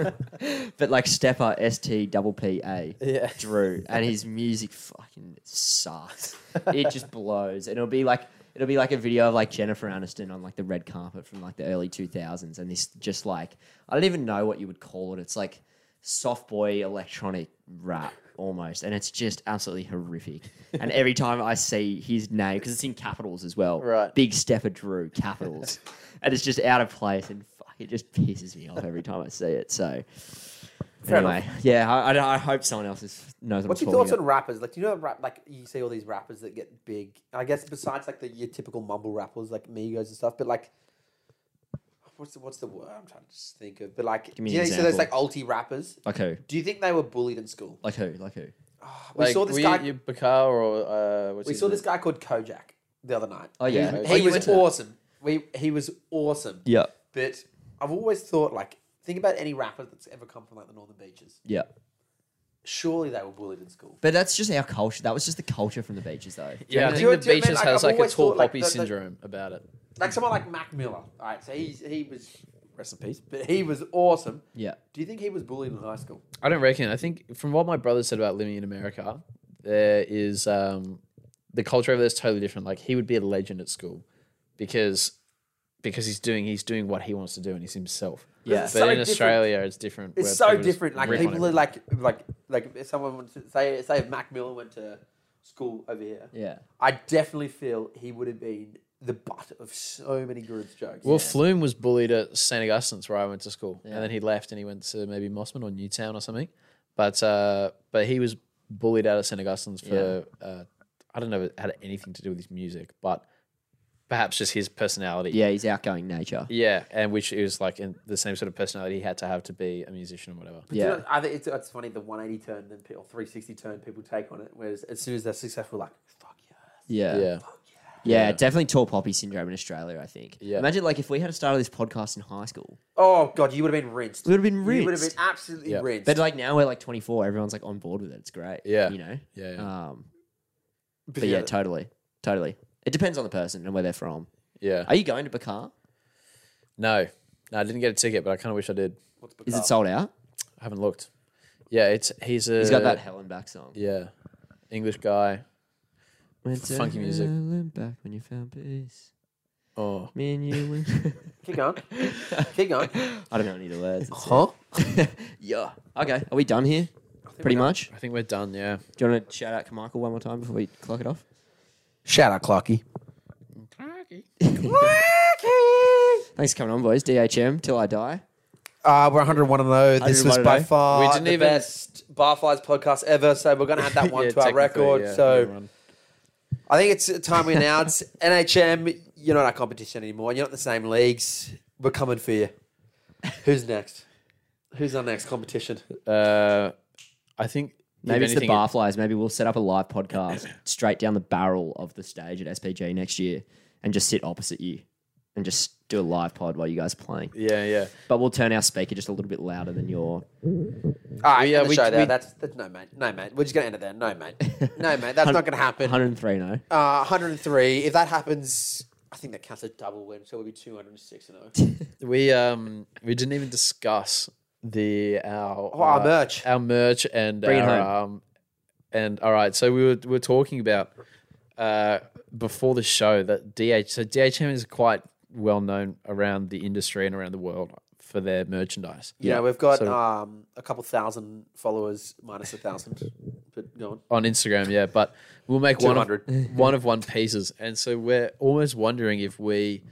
[SPEAKER 3] <laughs> but like Stepper S T double P A.
[SPEAKER 5] yeah.
[SPEAKER 3] Drew, and his music fucking sucks. It
[SPEAKER 5] <laughs>
[SPEAKER 3] just blows, and it'll be like it'll be like a video of like Jennifer Aniston on like the red carpet from like the early two thousands, and this just like I don't even know what you would call it. It's like soft boy electronic rap almost, and it's just absolutely horrific. And
[SPEAKER 5] <laughs>
[SPEAKER 3] every time I see his name, because it's in capitals as well,
[SPEAKER 5] Right.
[SPEAKER 3] Big Stepper Drew
[SPEAKER 5] <laughs>
[SPEAKER 3] capitals, and it's just out of place and. fuck, It just pisses me off every time I see it. So, anyway, yeah, I, I, I hope someone else is, knows what
[SPEAKER 4] What's
[SPEAKER 3] I'm
[SPEAKER 4] your
[SPEAKER 3] talking
[SPEAKER 4] thoughts
[SPEAKER 3] about.
[SPEAKER 4] on rappers? Like, do you know rap? Like, you see all these rappers that get big. I guess besides like the your typical mumble rappers like Migos and stuff, but like, what's the what's the word I'm trying to just think of? But like,
[SPEAKER 3] Give me
[SPEAKER 4] do you
[SPEAKER 3] an
[SPEAKER 4] know, so there's like
[SPEAKER 3] example.
[SPEAKER 4] ulti rappers.
[SPEAKER 3] Like who?
[SPEAKER 4] Do you think they were bullied in
[SPEAKER 3] <sighs>
[SPEAKER 4] school?
[SPEAKER 3] Like who? Like who?
[SPEAKER 4] Ah, <laughs> we
[SPEAKER 5] Like,
[SPEAKER 4] saw this
[SPEAKER 5] were you-
[SPEAKER 4] guy.
[SPEAKER 5] you Bakar or uh, what's
[SPEAKER 4] we
[SPEAKER 5] his
[SPEAKER 4] saw
[SPEAKER 5] name?
[SPEAKER 4] this guy called Kojak the other night.
[SPEAKER 3] Oh yeah.
[SPEAKER 5] Who-
[SPEAKER 3] Oh,
[SPEAKER 4] He
[SPEAKER 3] you went
[SPEAKER 4] was
[SPEAKER 3] to that.
[SPEAKER 4] awesome. We he was awesome.
[SPEAKER 3] Yeah.
[SPEAKER 4] But I've always thought like, think about any rapper that's ever come from like the northern beaches.
[SPEAKER 3] Yeah.
[SPEAKER 4] Surely they were bullied in school.
[SPEAKER 3] But that's just our culture. That was just the culture from the beaches, though.
[SPEAKER 5] Yeah, I
[SPEAKER 4] Do you-
[SPEAKER 5] think the
[SPEAKER 4] do you mean,
[SPEAKER 5] beaches
[SPEAKER 4] like,
[SPEAKER 5] has
[SPEAKER 4] I've
[SPEAKER 5] like a
[SPEAKER 4] always
[SPEAKER 5] tall
[SPEAKER 4] thought, like,
[SPEAKER 5] poppy
[SPEAKER 4] the- the-
[SPEAKER 5] syndrome about it.
[SPEAKER 4] like someone like Mac Miller. All right, so he's he was rest in peace, but he was awesome.
[SPEAKER 3] Yeah.
[SPEAKER 4] Do you think he was bullied in high school?
[SPEAKER 5] I don't reckon. I think from what my brother said about living in America, there is um, the culture over there is totally different. Like he would be a legend at school because because he's doing he's doing what he wants to do and he's himself.
[SPEAKER 3] Yeah.
[SPEAKER 5] But
[SPEAKER 4] It's so
[SPEAKER 5] in
[SPEAKER 4] different.
[SPEAKER 5] Australia, it's different.
[SPEAKER 4] It's
[SPEAKER 5] where
[SPEAKER 4] so
[SPEAKER 5] people just
[SPEAKER 4] different. Like
[SPEAKER 5] rip on
[SPEAKER 4] people are
[SPEAKER 5] everyone.
[SPEAKER 4] like like like if someone went to say say if Mac Miller went to school over here,
[SPEAKER 3] Yeah.
[SPEAKER 4] I definitely feel he would have been the butt of so many group's jokes.
[SPEAKER 5] Well, Flume was bullied at St. Augustine's where I went to school,
[SPEAKER 3] Yeah.
[SPEAKER 5] and then he left and he went to maybe Mossman or Newtown or something. But uh, but he was bullied out of St. Augustine's for uh, I don't know if it had anything to do with his music, but perhaps just his personality.
[SPEAKER 3] Yeah. He's outgoing nature.
[SPEAKER 5] Yeah, and which is like in the same sort of personality he had to have to be a musician or whatever.
[SPEAKER 4] Do you
[SPEAKER 3] Yeah.
[SPEAKER 4] know, I think it's, it's funny the one eighty turn then people three sixty turn people take on it. Whereas as soon as they're successful, like fuck yeah,
[SPEAKER 3] Yeah. Yeah.
[SPEAKER 5] Yeah, Yeah.
[SPEAKER 3] Definitely tall poppy syndrome in Australia. I think.
[SPEAKER 5] Yeah.
[SPEAKER 3] Imagine like if we had started this podcast in high school,
[SPEAKER 4] oh god, you would have been rinsed.
[SPEAKER 3] we would have been
[SPEAKER 4] You would have
[SPEAKER 3] rinsed.
[SPEAKER 4] been absolutely
[SPEAKER 5] Yeah.
[SPEAKER 4] rinsed.
[SPEAKER 3] But like now we're like 24. Everyone's like on board with it. It's great.
[SPEAKER 5] Yeah.
[SPEAKER 3] You know.
[SPEAKER 5] yeah, yeah.
[SPEAKER 3] Um. But yeah, totally, totally. It depends on the person and where they're from.
[SPEAKER 5] yeah.
[SPEAKER 3] Are you going to Bakar?
[SPEAKER 5] No, no, I didn't get a ticket, but I kind of wish I did.
[SPEAKER 4] What's
[SPEAKER 3] Is
[SPEAKER 4] Bakar?
[SPEAKER 3] it sold out?
[SPEAKER 5] I haven't looked. Yeah, it's he's a
[SPEAKER 3] He's got that Helen Back song.
[SPEAKER 5] yeah English guy.
[SPEAKER 3] Went to
[SPEAKER 5] Funky music.
[SPEAKER 3] Helen Back when you found peace.
[SPEAKER 5] Oh,
[SPEAKER 3] Me and you. went-
[SPEAKER 4] Keep going. Keep going.
[SPEAKER 3] <laughs> I don't know any of the words. <laughs> yeah. Okay. Are we done here? Pretty much.
[SPEAKER 5] I think we're done. Yeah.
[SPEAKER 3] Do you want to shout out Carmichael one more time before we clock it off?
[SPEAKER 4] Shout out, Clarky.
[SPEAKER 3] Thanks for coming on, boys. DHM till I die.
[SPEAKER 4] Uh, we're 101 and 0. This
[SPEAKER 3] 101
[SPEAKER 4] was
[SPEAKER 3] and
[SPEAKER 4] by
[SPEAKER 3] oh.
[SPEAKER 4] far
[SPEAKER 5] We didn't
[SPEAKER 4] the
[SPEAKER 5] even-
[SPEAKER 4] best Barflies podcast ever. So we're going to add
[SPEAKER 3] <laughs>
[SPEAKER 4] that one
[SPEAKER 5] <laughs> Yeah,
[SPEAKER 4] to our
[SPEAKER 5] technically,
[SPEAKER 4] record.
[SPEAKER 5] yeah,
[SPEAKER 4] so
[SPEAKER 5] everyone.
[SPEAKER 4] I think it's time we announce <laughs> NHM, you're not our competition anymore. You're not the same leagues. We're coming for you. Who's next? Who's our next competition?
[SPEAKER 5] Uh, I think
[SPEAKER 3] Maybe
[SPEAKER 5] if
[SPEAKER 3] it's the
[SPEAKER 5] anything,
[SPEAKER 3] barflies. Maybe we'll set up a live podcast <coughs> straight down the barrel of the stage at SPG next year and just sit opposite you and just do a live pod while you guys are playing.
[SPEAKER 5] Yeah, yeah.
[SPEAKER 3] But we'll turn our speaker just a little bit louder than your.
[SPEAKER 4] All right, yeah,
[SPEAKER 5] uh,
[SPEAKER 4] we,
[SPEAKER 5] we-
[SPEAKER 4] show there.
[SPEAKER 5] we-
[SPEAKER 4] that's, that's no, mate. No, mate. We're just going to end it there. No, mate. No, mate. That's not going to happen.
[SPEAKER 3] 103 no.
[SPEAKER 4] Uh, 103. If that happens, I think that counts as double win. So we'll be 206 <laughs> and oh. 0.
[SPEAKER 5] We um we didn't even discuss the our
[SPEAKER 4] Oh, our
[SPEAKER 5] uh,
[SPEAKER 4] merch.
[SPEAKER 5] our merch and
[SPEAKER 3] Bring it
[SPEAKER 5] our
[SPEAKER 3] home.
[SPEAKER 5] um and all right. So we were we were talking about uh before the show that DH so DHM is quite well known around the industry and around the world for their merchandise.
[SPEAKER 4] You know, we've got
[SPEAKER 5] So-
[SPEAKER 4] um, a couple thousand followers minus a thousand, but go on.
[SPEAKER 5] on Instagram, yeah. But we'll make one of,
[SPEAKER 4] 200.
[SPEAKER 5] <laughs> one of one pieces, and so we're almost wondering if we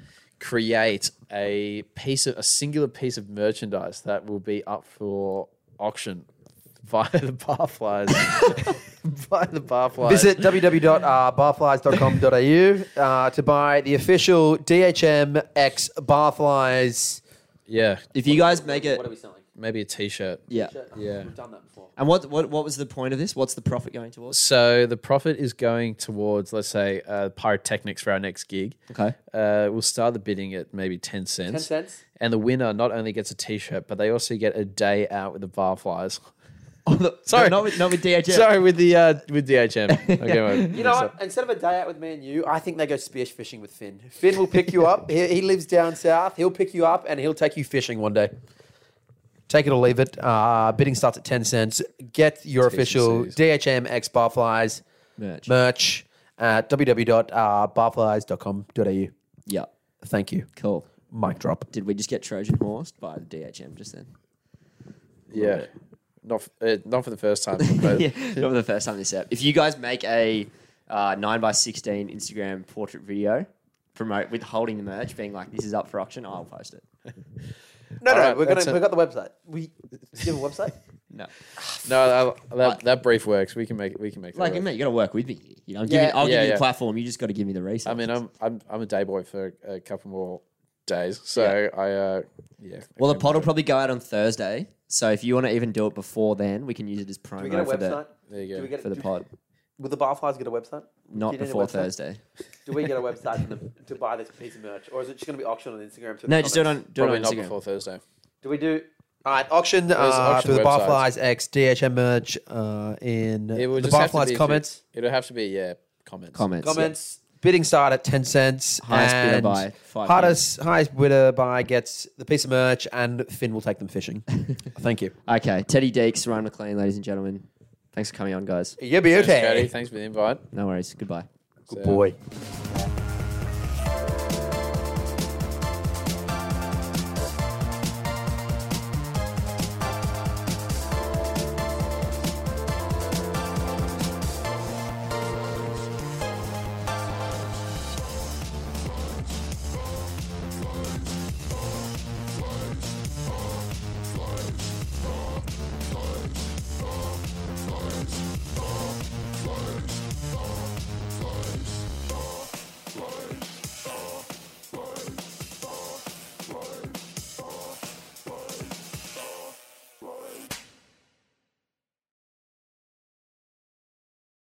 [SPEAKER 5] create a piece of a singular piece of merchandise that will be up for auction <laughs> via the barflies. via the barflies.
[SPEAKER 4] Visit uh, <laughs> www.barflies.com.au uh, to buy the official DHM X Barflies.
[SPEAKER 5] Yeah,
[SPEAKER 3] If you guys make it.
[SPEAKER 4] What are we selling?
[SPEAKER 5] maybe a t-shirt.
[SPEAKER 3] Yeah.
[SPEAKER 5] Yeah.
[SPEAKER 4] We've done that before.
[SPEAKER 3] And what, what what was the point of this? What's the profit going towards?
[SPEAKER 5] So the profit is going towards, let's say, uh, pyrotechnics for our next gig.
[SPEAKER 3] Okay.
[SPEAKER 5] Uh, we'll start the bidding at maybe 10 cents.
[SPEAKER 4] 10 cents?
[SPEAKER 5] And the winner not only gets a t shirt, but they also get a day out with
[SPEAKER 4] <laughs>
[SPEAKER 5] the barflies.
[SPEAKER 3] <laughs>
[SPEAKER 5] Sorry.
[SPEAKER 3] not with, not with DHL.
[SPEAKER 5] Sorry, with the uh,
[SPEAKER 4] <laughs>
[SPEAKER 5] with DHM. Okay, well,
[SPEAKER 4] You know what? Instead of a day out with me and you, I think they go spear fishing with Finn. Finn will pick you <laughs> up. He, he lives down south. He'll pick you up and he'll take you fishing one day. Take it or leave it. Uh, bidding starts at 10 cents. Get your
[SPEAKER 5] Fishing
[SPEAKER 4] official
[SPEAKER 5] series.
[SPEAKER 4] DHM X Barflies
[SPEAKER 3] Merch.
[SPEAKER 4] merch at www.barflies.com.au.
[SPEAKER 3] Yeah.
[SPEAKER 4] Thank you.
[SPEAKER 3] Cool.
[SPEAKER 4] Mic drop.
[SPEAKER 3] Did we just get Trojan horsed by the DHM just then?
[SPEAKER 5] Yeah. Not, f- uh, not for the
[SPEAKER 4] <laughs>
[SPEAKER 5] first time.
[SPEAKER 3] <laughs> <laughs>
[SPEAKER 5] But
[SPEAKER 3] yeah, not the first time this app. If you guys make a uh, nine by sixteen Instagram portrait video, promote with holding the merch, being like, "This is up for auction," I'll post it.
[SPEAKER 4] No,
[SPEAKER 5] All
[SPEAKER 4] no,
[SPEAKER 5] right,
[SPEAKER 4] we're gonna,
[SPEAKER 5] that's it.
[SPEAKER 4] we've got the website. We do you have a <laughs> website?
[SPEAKER 3] No,
[SPEAKER 5] No, that, that, that brief works. We can make we can make that
[SPEAKER 3] like
[SPEAKER 5] work.
[SPEAKER 3] mate, you got to work with me. You know, I'm
[SPEAKER 4] Yeah,
[SPEAKER 3] giving, I'll
[SPEAKER 5] yeah,
[SPEAKER 3] give you
[SPEAKER 5] yeah.
[SPEAKER 3] the platform. You just got to give me the research.
[SPEAKER 5] I mean, I'm I'm I'm a day boy for a couple more days, so I uh yeah.
[SPEAKER 3] well, the
[SPEAKER 5] okay,
[SPEAKER 3] pod will
[SPEAKER 5] but-
[SPEAKER 3] probably go out on Thursday, so if you want to even do it before then, we can use it as
[SPEAKER 4] Do we get a
[SPEAKER 3] promo for the
[SPEAKER 4] website?
[SPEAKER 5] There you
[SPEAKER 4] Do
[SPEAKER 5] go.
[SPEAKER 4] we get
[SPEAKER 3] for the
[SPEAKER 4] do-
[SPEAKER 3] pod.
[SPEAKER 4] Will the barflies get a website?
[SPEAKER 3] Not
[SPEAKER 4] need a
[SPEAKER 3] before
[SPEAKER 4] website?
[SPEAKER 3] Thursday.
[SPEAKER 4] Do we get a website for them to buy this piece of merch, or is it just gonna be auctioned on Instagram? till
[SPEAKER 3] No,
[SPEAKER 4] the
[SPEAKER 3] just do it on
[SPEAKER 4] comments?
[SPEAKER 3] do it
[SPEAKER 5] Probably
[SPEAKER 3] on
[SPEAKER 5] not
[SPEAKER 3] Instagram.
[SPEAKER 5] before Thursday.
[SPEAKER 4] Do we do? All right, auction, uh,
[SPEAKER 5] There's auction
[SPEAKER 4] through the
[SPEAKER 5] websites.
[SPEAKER 4] barflies x DHM merch uh, in
[SPEAKER 5] It would
[SPEAKER 4] the
[SPEAKER 5] just have to be
[SPEAKER 4] barflies
[SPEAKER 5] if
[SPEAKER 4] comments.
[SPEAKER 5] It, it'll have to be yeah comments.
[SPEAKER 3] Comments. yeah.
[SPEAKER 4] Comments. Bidding start at ten cents.
[SPEAKER 3] Highest bidder
[SPEAKER 4] and
[SPEAKER 3] by five
[SPEAKER 4] Hardest highest bidder buy gets the piece of merch, and Finn will take them
[SPEAKER 5] <laughs>
[SPEAKER 4] fishing. Thank you.
[SPEAKER 3] Okay, Teddy Deeks, Ryan McLean, ladies and gentlemen. Thanks for coming on, guys.
[SPEAKER 4] Yeah, be
[SPEAKER 5] Thanks,
[SPEAKER 4] okay.
[SPEAKER 5] Cody. Thanks for the invite.
[SPEAKER 3] No worries. Goodbye.
[SPEAKER 4] Good
[SPEAKER 5] So-
[SPEAKER 4] boy.